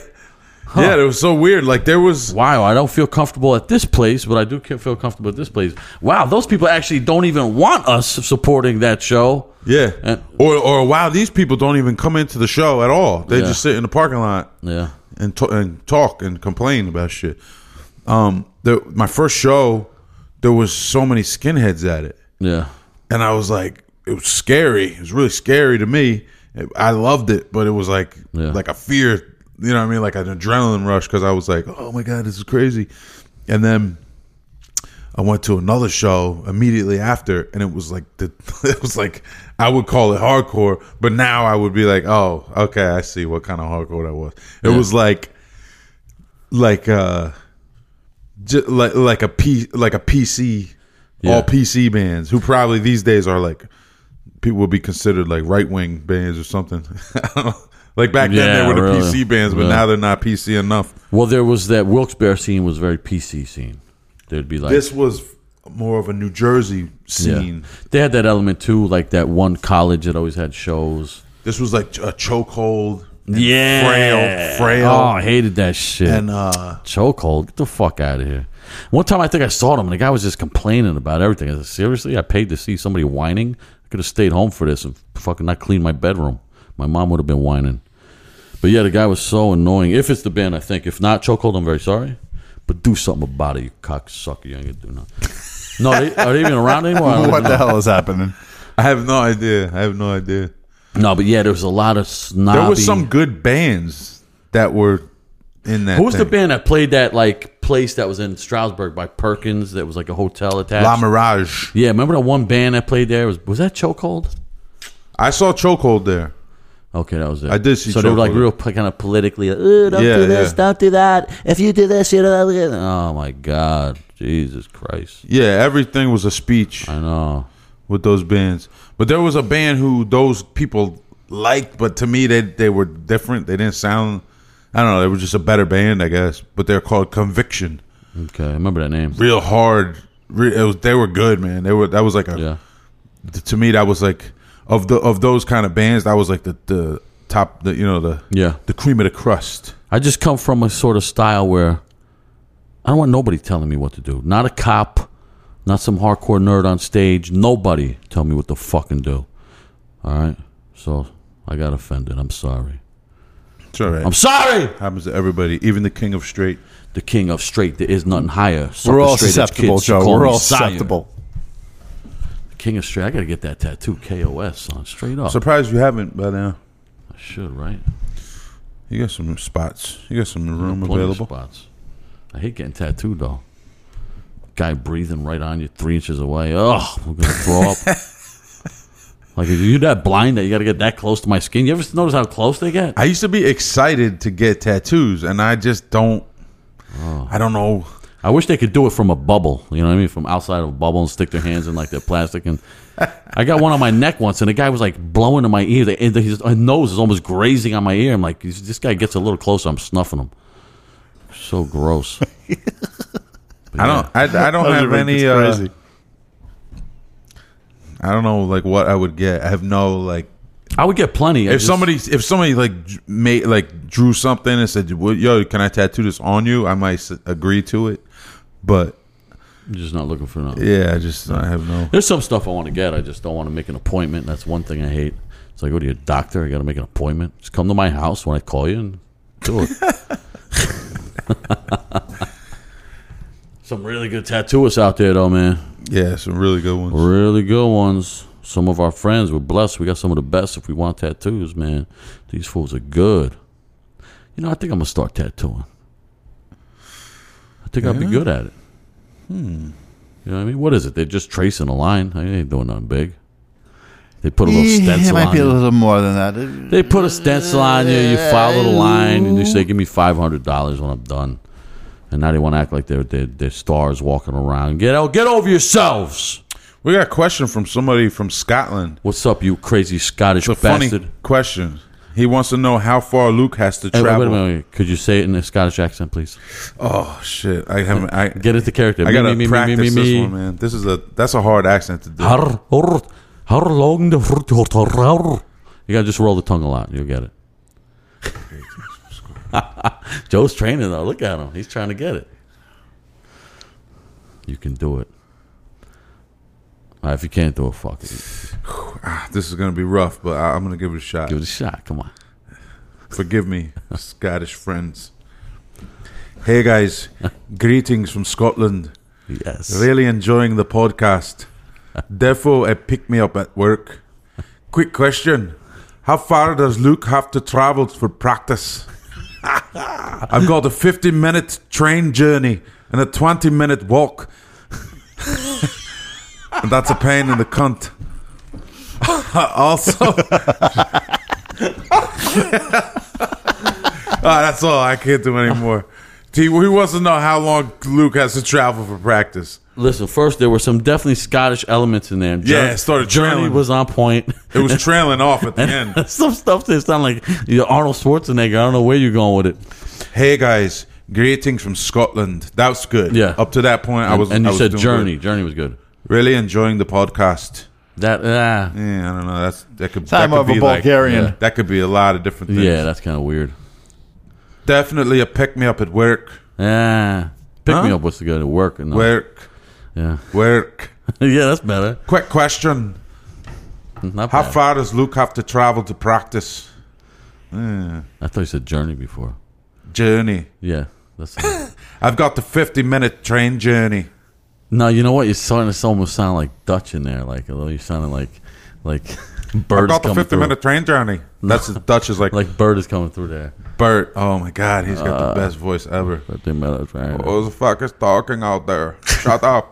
Speaker 4: yeah, it was so weird. Like there was
Speaker 5: wow i don't feel comfortable at this place but i do ca- feel comfortable at this place wow those people actually don't even want us supporting that show
Speaker 4: yeah,
Speaker 5: And-
Speaker 4: or or wow, these people don't even come into the show at all. They
Speaker 5: Yeah.
Speaker 4: just sit in the parking lot
Speaker 5: yeah
Speaker 4: and t- and talk and complain about shit. Um, the, my first show, there was so many skinheads at it.
Speaker 5: yeah
Speaker 4: and I was like, it was scary. It was really scary to me. It- I loved it, but it was like
Speaker 5: Yeah.
Speaker 4: like a fear. You know what I mean? Like an adrenaline rush because I was like, oh my god, this is crazy. And then I went to another show immediately after, and it was like the it was like I would call it hardcore, but now I would be like, oh, okay, I see what kind of hardcore that was. It was like like uh j- like like a p like a PC
Speaker 5: Yeah.
Speaker 4: all PC bands who probably these days are like people would be considered like right wing bands or something. I don't know. Like back then
Speaker 5: Yeah,
Speaker 4: they were the
Speaker 5: really.
Speaker 4: PC bands, but
Speaker 5: Yeah.
Speaker 4: now they're not PC enough.
Speaker 5: Well, there was that Wilkes-Barre scene was very PC scene. There'd be like
Speaker 4: This was more of a New Jersey
Speaker 5: yeah.
Speaker 4: scene.
Speaker 5: They had that element too, like that one college that always had shows.
Speaker 4: This was like a chokehold. and
Speaker 5: Yeah.
Speaker 4: frail, frail,
Speaker 5: Oh, I hated that shit.
Speaker 4: and uh,
Speaker 5: chokehold. Get the fuck out of here. One time I think I saw them and the guy was just complaining about everything. I said, seriously? I paid to see somebody whining? I could have stayed home for this and fucking not cleaned my bedroom. My mom would have been whining. But yeah, the guy was so annoying. If it's the band, I think. If not, chokehold, I'm very sorry. But do something about it, you cocksucker. You ain't gonna do nothing. No, are they, are they even around anymore? I don't
Speaker 3: What
Speaker 5: know.
Speaker 3: the hell is happening?
Speaker 4: I have no idea. I have no idea.
Speaker 5: No, but yeah, there was a lot of snobby.
Speaker 4: There were some good bands that were in that.
Speaker 5: Who was the
Speaker 4: thing.
Speaker 5: band that played that like place that was in Stroudsburg by Perkins? That was like a hotel attached.
Speaker 4: La Mirage.
Speaker 5: Yeah, remember that one band that played there? Was was that Chokehold?
Speaker 4: I saw Chokehold there.
Speaker 5: Okay, that was it.
Speaker 4: I did see
Speaker 5: So they were like
Speaker 4: Chokehold.
Speaker 5: real kind of politically, like, "Ooh, don't
Speaker 4: Yeah,
Speaker 5: do this,
Speaker 4: yeah.
Speaker 5: don't do that. If you do this, you know. Oh my God, Jesus Christ!
Speaker 4: Yeah, everything was a speech
Speaker 5: I know.
Speaker 4: with those bands. But there was a band who those people liked, but to me they they were different. They didn't sound. I don't know. They were just a better band, I guess. But they're called Conviction.
Speaker 5: Okay, I remember that name.
Speaker 4: Real hard. Re- it was, they were good, man. They were. That was like a.
Speaker 5: Yeah,
Speaker 4: to me that was like of the of those kind of bands that was like the the top the you know the
Speaker 5: yeah.
Speaker 4: the cream of the crust
Speaker 5: I just come from a sort of style where I don't want nobody telling me what to do. Not a cop, not some hardcore nerd on stage. Nobody tell me what to fucking do. All right. So I got offended. I'm sorry.
Speaker 4: it's all right.
Speaker 5: I'm sorry.
Speaker 4: happens to everybody even the king of straight
Speaker 5: the king of straight. There is nothing higher.
Speaker 3: We're
Speaker 5: Sucker
Speaker 3: all
Speaker 5: straight edge
Speaker 3: susceptible,
Speaker 5: kids, you
Speaker 3: Joe.
Speaker 5: call
Speaker 3: We're
Speaker 5: me
Speaker 3: all
Speaker 5: sire.
Speaker 3: susceptible.
Speaker 5: King of straight. I gotta get that tattoo. KOS on straight up.
Speaker 4: surprised you haven't by now
Speaker 5: I should right.
Speaker 4: you got some spots you got some room
Speaker 5: Mm, Plenty of
Speaker 4: available
Speaker 5: spots. I hate getting tattooed though. Guy breathing right on you, three inches away. Oh, I'm gonna throw up. Like if you're that blind that you got to get that close to my skin. You ever notice how close they get?
Speaker 4: i used to be excited to get tattoos and i just don't
Speaker 5: Oh.
Speaker 4: i don't know
Speaker 5: I wish they could do it from a bubble. You know what I mean? From outside of a bubble and stick their hands in like that plastic. And I got one on my neck once, and the guy was like blowing in my ear. The, the- his nose is almost grazing on my ear. I'm like, this this guy gets a little closer. I'm snuffing him. So gross.
Speaker 4: i don't i, I don't
Speaker 3: Those are
Speaker 4: have
Speaker 3: like-
Speaker 4: any
Speaker 3: it's
Speaker 4: uh, i don't know like what i would get i have no like
Speaker 5: I would get plenty. I
Speaker 4: if
Speaker 5: just-
Speaker 4: somebody if somebody like d- made like drew something and said "Well, yo can i tattoo this on you i might s- agree to it but
Speaker 5: I'm just not looking for nothing.
Speaker 4: yeah i just i have no
Speaker 5: There's some stuff I want to get. I just don't want to make an appointment. That's one thing I hate. It's like, go to your doctor. I got to make an appointment. Just come to my house when I call you and do it. some really good tattooists out there, though, man.
Speaker 4: yeah some really good ones
Speaker 5: Really good ones. Some of our friends were blessed. We got some of the best if we want tattoos, man. These fools are good. You know, I think I'm going to start tattooing. I think I'd be good at it. Hmm. You know what I mean? What is it? They're just tracing a line. I ain't doing nothing big. They put a little
Speaker 3: Yeah, It
Speaker 5: stencil
Speaker 3: might
Speaker 5: on
Speaker 3: be a
Speaker 5: you.
Speaker 3: little more than that.
Speaker 5: They put a stencil on you. You file a little line, and you say, "Give me five hundred dollars when I'm done." And now they want to act like they're, they're they're stars walking around. Get out! Get over yourselves!
Speaker 4: we got a question from somebody from scotland
Speaker 5: What's up, you crazy Scottish
Speaker 4: it's a
Speaker 5: bastard?
Speaker 4: funny question he wants to know how far luke has to
Speaker 5: Hey, wait, wait a
Speaker 4: travel
Speaker 5: minute. wait. Could you say it in a Scottish accent, please?
Speaker 4: oh shit i haven't i
Speaker 5: Get it to character.
Speaker 4: i
Speaker 5: Me,
Speaker 4: gotta
Speaker 5: me, me, me,
Speaker 4: practice
Speaker 5: me,
Speaker 4: this
Speaker 5: me.
Speaker 4: one man this is a that's a hard accent to do
Speaker 5: Har- or- How long the fruit or- or- or- You gotta just roll the tongue a lot. You'll get it. Joe's training though. Look at him. He's trying to get it. You can do it. All right, if you can't do it, fuck it.
Speaker 4: Ah, this is gonna be rough but I, i'm gonna give it a shot
Speaker 5: Give it a shot. Come on.
Speaker 4: Forgive me, Scottish friends. Hey guys, greetings from Scotland.
Speaker 5: Yes.
Speaker 4: Really enjoying the podcast. Defo, a pick me up at work. Quick question How far does Luke have to travel for practice? I've got a 50 minute train journey and a 20 minute walk. And that's a pain in the cunt. also. Ah, that's all. I can't do anymore. He, he wants to know how long Luke has to travel for practice.
Speaker 5: Listen, first there were some definitely Scottish elements in there.
Speaker 4: Yeah, it started
Speaker 5: Journey
Speaker 4: trailing.
Speaker 5: was on point.
Speaker 4: It was trailing off at the end.
Speaker 5: some stuff that sound like you know, Arnold Schwarzenegger. I don't know where you're going with it.
Speaker 4: Hey guys, greetings from Scotland. That was good.
Speaker 5: Yeah.
Speaker 4: Up to that point, I was.
Speaker 5: and
Speaker 4: I
Speaker 5: you
Speaker 4: was
Speaker 5: said
Speaker 4: doing
Speaker 5: Journey.
Speaker 4: good.
Speaker 5: Journey was good.
Speaker 4: Really enjoying the podcast.
Speaker 5: That ah,
Speaker 4: Yeah, I don't know. That's that could that
Speaker 3: Time
Speaker 4: could
Speaker 3: of a
Speaker 4: be like-
Speaker 3: Bulgarian.
Speaker 4: that could be a lot of different things.
Speaker 5: yeah, that's kind of weird.
Speaker 4: Definitely a pick me up at work.
Speaker 5: Ah, pick me
Speaker 4: Huh?
Speaker 5: up. What's the good at work? And all.
Speaker 4: Work.
Speaker 5: Oh. Yeah,
Speaker 4: Work.
Speaker 5: yeah, that's better.
Speaker 4: Quick question.
Speaker 5: Not
Speaker 4: How
Speaker 5: bad.
Speaker 4: far does Luke have to travel to practice?
Speaker 5: I thought you said Journey before.
Speaker 4: Journey.
Speaker 5: Yeah, that's.
Speaker 4: I've got the 50 minute train journey.
Speaker 5: no, you know what? You're starting to almost sound like Dutch in there. Like, although you're sounding like, like birds
Speaker 4: I've got the
Speaker 5: coming
Speaker 4: 50
Speaker 5: through.
Speaker 4: minute train journey. That's the Dutch is like,
Speaker 5: Like Uh, bird is coming through there.
Speaker 4: Bert. Oh my God, he's got the best voice ever.
Speaker 5: But they met us, right?
Speaker 4: Who the fuck is talking out there? Shut up.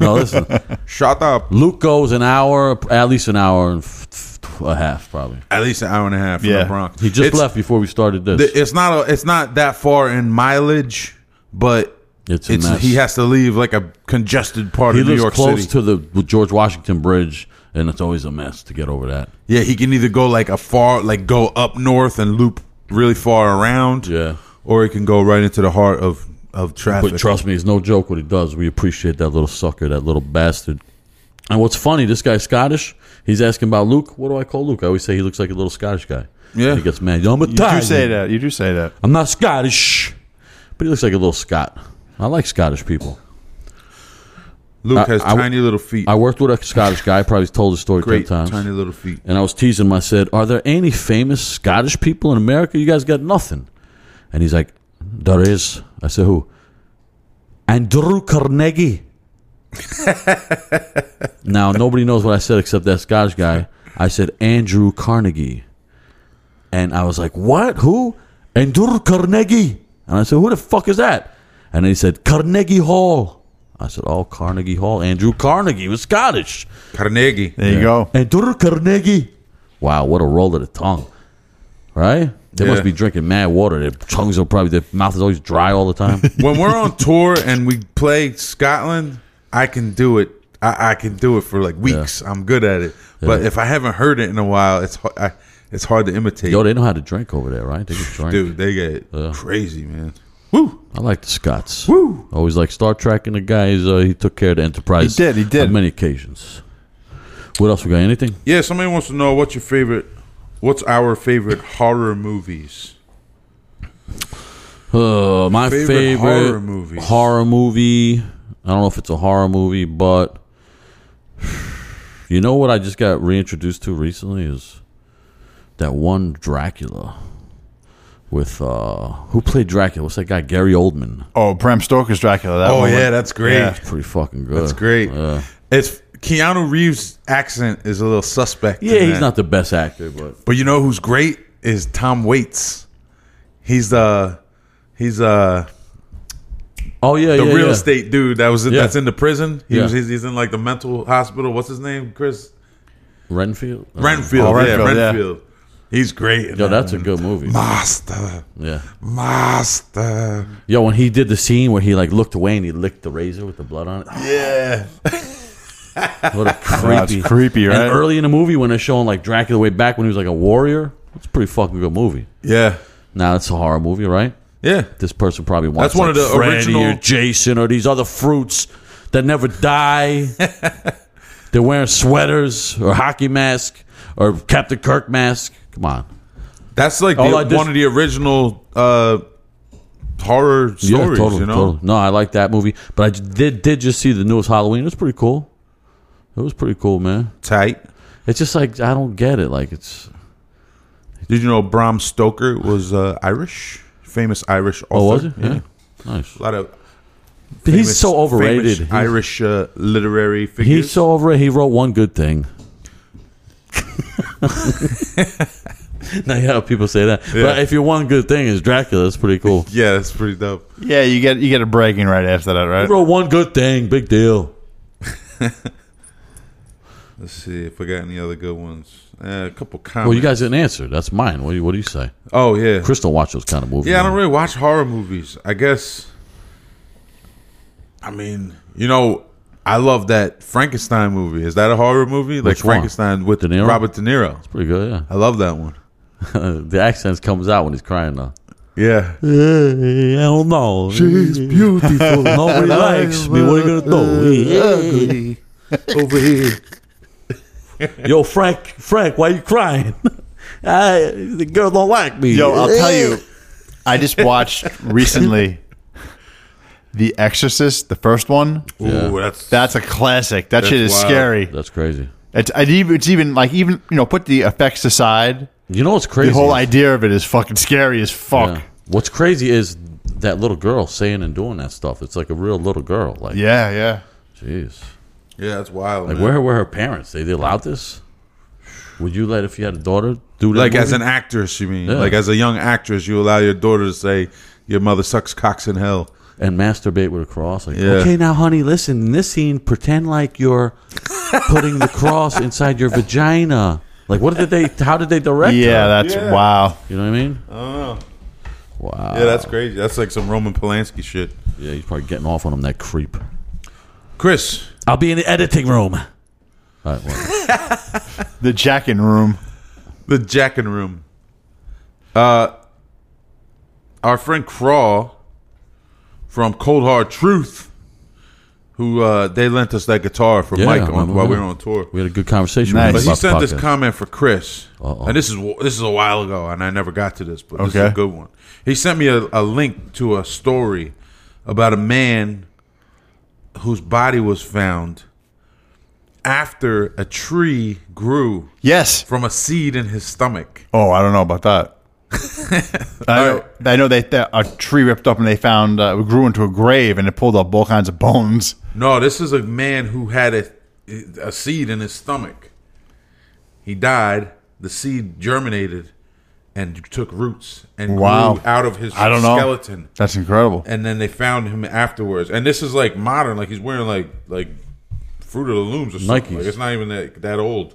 Speaker 5: No, listen.
Speaker 4: Shut up.
Speaker 5: Luke goes an hour, at least an hour and f- f- a half, probably.
Speaker 4: At least an hour and a half from
Speaker 3: Yeah.
Speaker 4: the Bronx.
Speaker 5: He just
Speaker 4: It's-
Speaker 5: left before we started this.
Speaker 4: th- It's not a, It's not that far in mileage, but
Speaker 5: It's
Speaker 4: it's,
Speaker 5: a mess.
Speaker 4: he has to leave like a congested part
Speaker 5: he
Speaker 4: of New
Speaker 5: lives
Speaker 4: York
Speaker 5: close
Speaker 4: City.
Speaker 5: to the George Washington Bridge, and it's always a mess to get over that.
Speaker 4: yeah, he can either go like a far, like go up north and loop really far around.
Speaker 5: Yeah.
Speaker 4: or he can go right into the heart of of traffic.
Speaker 5: But trust me, it's no joke what he does. We appreciate that little sucker, that little bastard. And what's funny, this guy's Scottish. He's asking about Luke. What do I call Luke? I always say he looks like a little Scottish guy.
Speaker 4: Yeah.
Speaker 5: He gets mad. I'm
Speaker 3: You do say that. You do say that.
Speaker 5: I'm not Scottish. But he looks like a little Scot. I like Scottish people.
Speaker 4: Luke
Speaker 5: I-
Speaker 4: has
Speaker 5: I-
Speaker 4: tiny little feet.
Speaker 5: I worked with a Scottish guy. I probably told the story
Speaker 4: Great
Speaker 5: ten times.
Speaker 4: tiny little feet.
Speaker 5: And I was teasing him. I said, Are there any famous Scottish people in America? You guys got nothing. And he's like, There is. I said, Who? Andrew Carnegie. now, nobody knows what I said except that Scottish guy. I said, Andrew Carnegie. And I was like, What? Who? Andrew Carnegie. And I said, Who the fuck is that? And he said, Carnegie Hall. I said, Oh, Carnegie Hall. Andrew Carnegie was Scottish.
Speaker 4: Carnegie.
Speaker 3: There you go.
Speaker 5: Andrew Carnegie. Wow, what a roll of the tongue. Right? They
Speaker 4: Yeah.
Speaker 5: must be drinking mad water. Their tongues are probably their mouth is always dry all the time.
Speaker 4: when we're on tour and we play Scotland, I can do it. I, I can do it for like weeks. I'm good at it. But if I haven't heard it in a while, it's hard, I, it's hard to imitate.
Speaker 5: Yo, they know how to drink over there, right? They can drink.
Speaker 4: Dude, they get crazy, man.
Speaker 3: Woo.
Speaker 5: I like the Scots. Woo! Always like Star Trek and the guys. Uh, he took care of the Enterprise.
Speaker 3: He did, he did.
Speaker 5: On many occasions. What else we got? Anything?
Speaker 4: Yeah, somebody wants to know what's your favorite. What's our favorite horror movies?
Speaker 5: Uh, my favorite,
Speaker 4: Favorite
Speaker 5: horror
Speaker 4: horror movies.
Speaker 5: horror movie. I don't know if it's a horror movie, but you know what I just got reintroduced to recently is that one Dracula with uh who played Dracula? What's that guy? Gary Oldman.
Speaker 3: Oh, Bram Stoker's Dracula. That
Speaker 4: Oh
Speaker 3: one
Speaker 4: yeah,
Speaker 3: went-
Speaker 4: that's great.
Speaker 3: Yeah.
Speaker 5: Pretty fucking good.
Speaker 4: That's great.
Speaker 5: Yeah,
Speaker 4: It's Keanu Reeves' accent is a little suspect. in
Speaker 5: yeah he's
Speaker 4: that.
Speaker 5: not the best actor, but
Speaker 4: But you know who's great is Tom Waits. He's the he's uh
Speaker 5: oh yeah,
Speaker 4: the
Speaker 5: yeah,
Speaker 4: real
Speaker 5: yeah.
Speaker 4: estate dude that was in,
Speaker 5: Yeah.
Speaker 4: that's in the prison. He
Speaker 5: Yeah.
Speaker 4: was he's, he's in like the mental hospital. What's his name? Chris
Speaker 5: Renfield. Uh,
Speaker 4: Renfield.
Speaker 3: Oh,
Speaker 4: yeah,
Speaker 3: Renfield, yeah.
Speaker 4: Renfield. He's great. in
Speaker 5: Yo,
Speaker 4: that
Speaker 5: that's a
Speaker 4: one.
Speaker 5: good movie.
Speaker 4: master,
Speaker 5: Yeah.
Speaker 4: master.
Speaker 5: Yo, when he did the scene where he like looked away and he licked the razor with the blood on it.
Speaker 4: Yeah,
Speaker 5: What a
Speaker 3: That's
Speaker 5: creepy,
Speaker 3: creepy, right?
Speaker 5: And early in the movie, when they're showing like Dracula way back when he was like a warrior, it's a pretty fucking good movie.
Speaker 4: yeah,
Speaker 5: Now it's a horror movie, right?
Speaker 4: yeah.
Speaker 5: This person probably wants
Speaker 4: That's one
Speaker 5: like,
Speaker 4: of the
Speaker 5: Freddy
Speaker 4: original-
Speaker 5: or Jason or these other fruits that never die. they're wearing sweaters or hockey mask or Captain Kirk mask. Come on,
Speaker 4: That's like
Speaker 5: Oh,
Speaker 4: the,
Speaker 5: like this-
Speaker 4: one of the original uh horror stories. you know,
Speaker 5: No, I like that movie, but I j- did did just see the newest Halloween. It was pretty cool. It was pretty cool, man.
Speaker 4: tight.
Speaker 5: It's just like I don't get it. Like it's
Speaker 4: Did you know Bram Stoker was uh, Irish, famous Irish author?
Speaker 5: oh, was it?
Speaker 4: Yeah,
Speaker 5: nice.
Speaker 4: a lot of.
Speaker 5: he's
Speaker 4: famous-
Speaker 5: so overrated.
Speaker 4: famous
Speaker 5: He's,
Speaker 4: Irish uh, literary figures.
Speaker 5: he's so overrated. He wrote one good thing. now you know people say that, but
Speaker 4: Yeah.
Speaker 5: if your one good thing is Dracula, that's pretty cool.
Speaker 4: yeah, that's pretty dope.
Speaker 3: yeah, you get you get a bragging right after that,
Speaker 5: He
Speaker 3: right?
Speaker 5: wrote one good thing, big deal.
Speaker 4: Let's see if I got any other good ones. Uh, a couple comments.
Speaker 5: Well, you guys didn't answer. That's mine. What do you, what do you say?
Speaker 4: Oh yeah,
Speaker 5: Chris don't watch those kind of movies.
Speaker 4: Yeah, I don't really watch horror movies. I guess. I mean, you know, I love that Frankenstein movie. Is that a horror movie? Like
Speaker 5: Which one?
Speaker 4: Frankenstein with
Speaker 5: De Niro?
Speaker 4: Robert De Niro.
Speaker 5: Pretty good, yeah.
Speaker 4: I love that one.
Speaker 5: the accents comes out when he's crying now.
Speaker 4: Yeah.
Speaker 5: Hey, I don't know. She's beautiful. Nobody likes me. What are you gonna do?
Speaker 4: Ugly over here.
Speaker 5: Yo, Frank, Frank, why you crying? I, the girl don't like me.
Speaker 3: Yo, I'll tell you, I just watched recently The Exorcist, the first one.
Speaker 4: Ooh, that's
Speaker 3: That's a classic. That
Speaker 4: That's
Speaker 3: shit is
Speaker 4: wild.
Speaker 3: scary.
Speaker 5: That's crazy.
Speaker 3: It's, I'd even, it's even like even you know put the effects aside.
Speaker 5: You know what's
Speaker 3: The
Speaker 5: crazy?
Speaker 3: whole
Speaker 5: is-
Speaker 3: idea of it is fucking scary as fuck.
Speaker 5: Yeah. What's crazy is that little girl saying and doing that stuff. It's like a real little girl. Like,
Speaker 3: Yeah, yeah.
Speaker 5: jeez.
Speaker 4: yeah, that's wild.
Speaker 5: Like,
Speaker 4: man.
Speaker 5: where were her parents? They, they allowed this? Would you let if you had a daughter do that?
Speaker 4: Like as an
Speaker 5: movie?
Speaker 4: actress, you mean?
Speaker 5: Yeah.
Speaker 4: Like as a young actress, you allow your daughter to say your mother sucks cocks in hell.
Speaker 5: and masturbate with a cross. Like,
Speaker 4: Yeah.
Speaker 5: okay, now, honey, listen. In this scene, pretend like you're putting the cross inside your vagina. Like, what did they? How did they direct? her?
Speaker 3: Yeah, that's
Speaker 4: Yeah.
Speaker 3: wow.
Speaker 5: you know what I mean. Wow.
Speaker 4: Yeah, that's crazy. That's like some Roman Polanski shit.
Speaker 5: Yeah, he's probably getting off on him. That creep.
Speaker 4: Chris,
Speaker 5: I'll be in the editing room. All right, well,
Speaker 3: The Jackin Room.
Speaker 4: the jacking room. Uh, our friend Craw from Cold Hard Truth, who uh, they lent us that guitar for
Speaker 5: Yeah,
Speaker 4: Mike
Speaker 5: I
Speaker 4: on,
Speaker 5: remember
Speaker 4: while we
Speaker 5: that.
Speaker 4: were on tour.
Speaker 5: we had a good conversation.
Speaker 3: Nice.
Speaker 5: With
Speaker 4: But
Speaker 5: him
Speaker 4: he
Speaker 5: about the
Speaker 4: sent this
Speaker 5: podcast.
Speaker 4: comment for Chris,
Speaker 5: Uh-oh.
Speaker 4: and this is this is a while ago, and I never got to this, but this is
Speaker 3: Okay.
Speaker 4: a good one. He sent me a, a link to a story about a man whose body was found after a tree grew
Speaker 3: Yes.
Speaker 4: from a seed in his stomach.
Speaker 3: Oh, I don't know about that. I, know, I know they, that a tree ripped up and they found uh, it grew into a grave and it pulled up all kinds of bones.
Speaker 4: No, this is a man who had a a seed in his stomach. He died. The seed germinated and took roots and
Speaker 3: Wow.
Speaker 4: grew out of his
Speaker 3: I don't know.
Speaker 4: skeleton.
Speaker 3: That's incredible.
Speaker 4: And then they found him afterwards. And this is like modern, like he's wearing like like Fruit of the Looms or something.
Speaker 5: Nikes.
Speaker 4: Like it's not even that that old.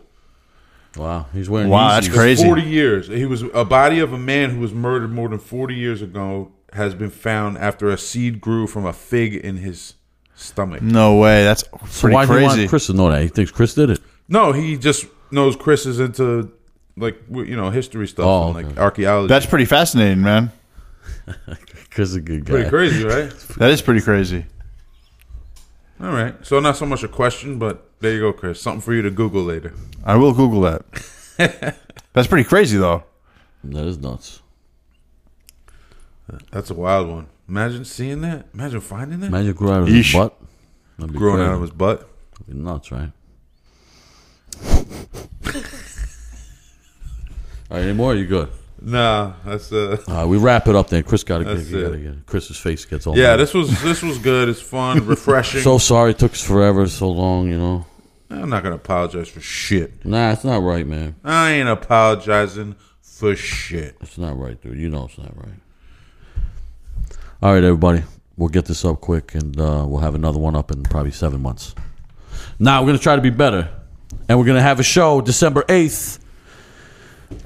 Speaker 5: Wow, he's wearing.
Speaker 3: Wow, that's
Speaker 5: Yeezys.
Speaker 3: crazy.
Speaker 4: Forty years. He was a body of a man who was murdered more than forty years ago has been found after a seed grew from a fig in his stomach.
Speaker 3: No way. That's
Speaker 5: So
Speaker 3: pretty
Speaker 5: why do you
Speaker 3: crazy.
Speaker 5: want Chris to know that? He thinks Chris did it.
Speaker 4: No, he just knows Chris is into like w- you know history stuff
Speaker 5: Oh,
Speaker 4: and like
Speaker 5: okay.
Speaker 4: archaeology.
Speaker 3: That's pretty fascinating, man.
Speaker 5: Chris is a good guy.
Speaker 4: pretty crazy, right?
Speaker 3: That is pretty crazy.
Speaker 4: All right. So not so much a question, but there you go, Chris. Something for you to Google later.
Speaker 3: I will Google that. That's pretty crazy, though.
Speaker 5: That is nuts.
Speaker 4: That's a wild one. Imagine seeing that. Imagine finding that.
Speaker 5: Imagine growing out of his
Speaker 3: Yeesh.
Speaker 5: butt. That'd be
Speaker 4: Growing out
Speaker 5: crazy.
Speaker 4: of his butt.
Speaker 5: Be nuts, right? All right, any more? You good?
Speaker 4: Nah, that's uh.
Speaker 5: Uh, we wrap it up then. Chris got to get,
Speaker 4: That's
Speaker 5: you gotta
Speaker 4: it.
Speaker 5: get. Chris's face gets all.
Speaker 4: Yeah,
Speaker 5: mad.
Speaker 4: this was this was good. It's fun, refreshing.
Speaker 5: So sorry, it took us forever, so long. You know.
Speaker 4: I'm not gonna apologize for shit.
Speaker 5: Nah, it's not right, man.
Speaker 4: I ain't apologizing for shit.
Speaker 5: It's not right, dude. You know it's not right. All right, everybody. We'll get this up quick, and uh, we'll have another one up in probably seven months. Now we're gonna try to be better, and we're gonna have a show December eighth.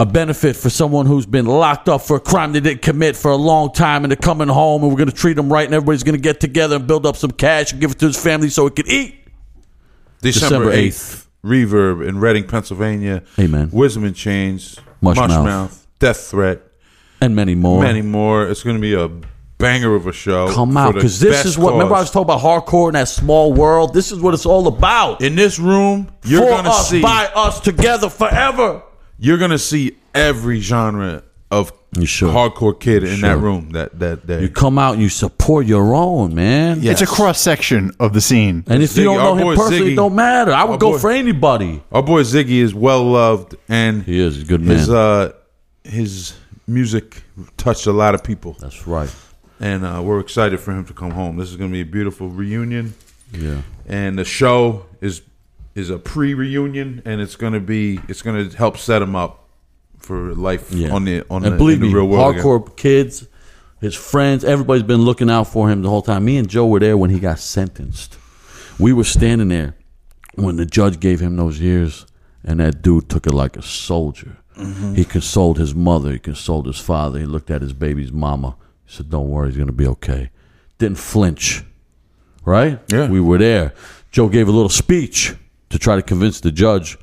Speaker 5: A benefit for someone who's been locked up for a crime they didn't commit for a long time, and they're coming home, and we're gonna treat them right, and everybody's gonna get together and build up some cash and give it to his family so he can eat. December 8th.
Speaker 4: Reverb in Reading, Pennsylvania.
Speaker 5: Amen.
Speaker 4: Wisdom in Chains.
Speaker 5: Mush Mouth.
Speaker 4: Death Threat.
Speaker 5: And many more.
Speaker 4: Many more. It's going to be a banger of a show.
Speaker 5: Come
Speaker 4: for
Speaker 5: out
Speaker 4: the
Speaker 5: because this
Speaker 4: best
Speaker 5: is what. Remember, I was
Speaker 4: cause.
Speaker 5: talking about hardcore and that small world. This is what it's all about.
Speaker 4: in this room, you're
Speaker 5: for
Speaker 4: going to
Speaker 5: us,
Speaker 4: see
Speaker 5: by us, together, forever.
Speaker 4: you're going to see every genre of
Speaker 5: You should.
Speaker 4: hardcore kid in that
Speaker 5: should.
Speaker 4: room that that day.
Speaker 5: You come out and you support your own man.
Speaker 3: It's a cross section of the scene.
Speaker 5: And if you
Speaker 4: Ziggy,
Speaker 5: don't know
Speaker 4: our
Speaker 5: him
Speaker 4: boy
Speaker 5: personally,
Speaker 4: Ziggy.
Speaker 5: it don't matter. I would
Speaker 4: Our
Speaker 5: go
Speaker 4: boy-
Speaker 5: for anybody.
Speaker 4: Our boy Ziggy is well loved and
Speaker 5: He is a good
Speaker 4: his
Speaker 5: man.
Speaker 4: uh his music touched a lot of people.
Speaker 5: That's right.
Speaker 4: and uh, we're excited for him to come home. This is going to be a beautiful reunion,
Speaker 5: Yeah.
Speaker 4: and the show is is a pre-reunion, and it's going to be it's going to help set him up for life
Speaker 5: Yeah.
Speaker 4: on the on
Speaker 5: and
Speaker 4: the,
Speaker 5: believe
Speaker 4: in the
Speaker 5: me,
Speaker 4: real world. again.
Speaker 5: hardcore kids, his friends, everybody's been looking out for him the whole time. Me and Joe were there when he got sentenced. We were standing there when the judge gave him those years, and that dude took it like a soldier.
Speaker 4: Mm-hmm.
Speaker 5: He consoled his mother. He consoled his father. He looked at his baby's mama. He said, "Don't worry, he's gonna be okay." Didn't flinch. Right?
Speaker 4: Yeah.
Speaker 5: We were there. Joe gave a little speech to try to convince the judge,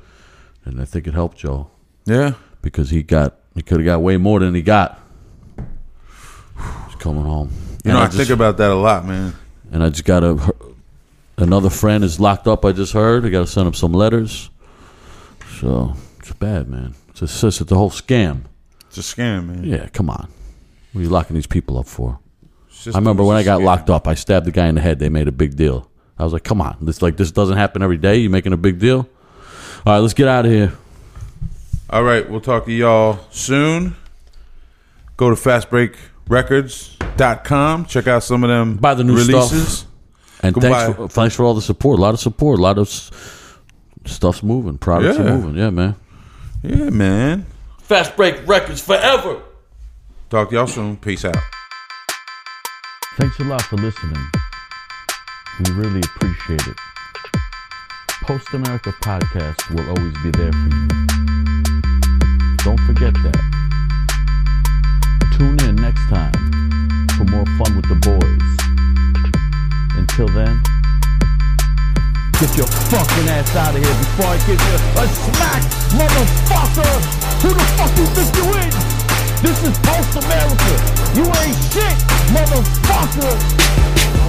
Speaker 5: and I think it helped Joe
Speaker 4: Yeah.
Speaker 5: because he got he could have got way more than he got. He's coming home.
Speaker 4: You
Speaker 5: And
Speaker 4: know, I,
Speaker 5: just-
Speaker 4: think about that a lot, man.
Speaker 5: and I just got a another friend is locked up. I just heard. I got to send him some letters. So it's bad, man. It's a, it's it's a whole scam.
Speaker 4: It's a scam, man.
Speaker 5: Yeah, come on. What are you locking these people up for?
Speaker 4: It's just-
Speaker 5: I remember
Speaker 4: it's
Speaker 5: when
Speaker 4: a
Speaker 5: I got
Speaker 4: scam.
Speaker 5: locked up, I stabbed the guy in the head. They made a big deal. I was like, come on, this like this doesn't happen every day. You making a big deal? All right, let's get out of here.
Speaker 4: All right, we'll talk to y'all soon. Go to fastbreakrecords.com. Check out some of them
Speaker 5: Buy the new stuff.
Speaker 4: releases.
Speaker 5: And
Speaker 4: Goodbye.
Speaker 5: thanks for, thanks for all the support. A lot of support. A lot of s- stuff's moving. Products
Speaker 4: Yeah.
Speaker 5: are moving. Yeah, man.
Speaker 4: Yeah, man.
Speaker 5: Fast break records forever.
Speaker 4: Talk to y'all soon. Peace out.
Speaker 5: Thanks a lot for listening. We really appreciate it. Post America Podcast will always be there for you. Don't forget that. Tune in next time for more fun with the boys. Until then, get your fucking ass out of here before I give you a smack, motherfucker! Who the fuck you think you is? This is Post America. You ain't shit, motherfucker.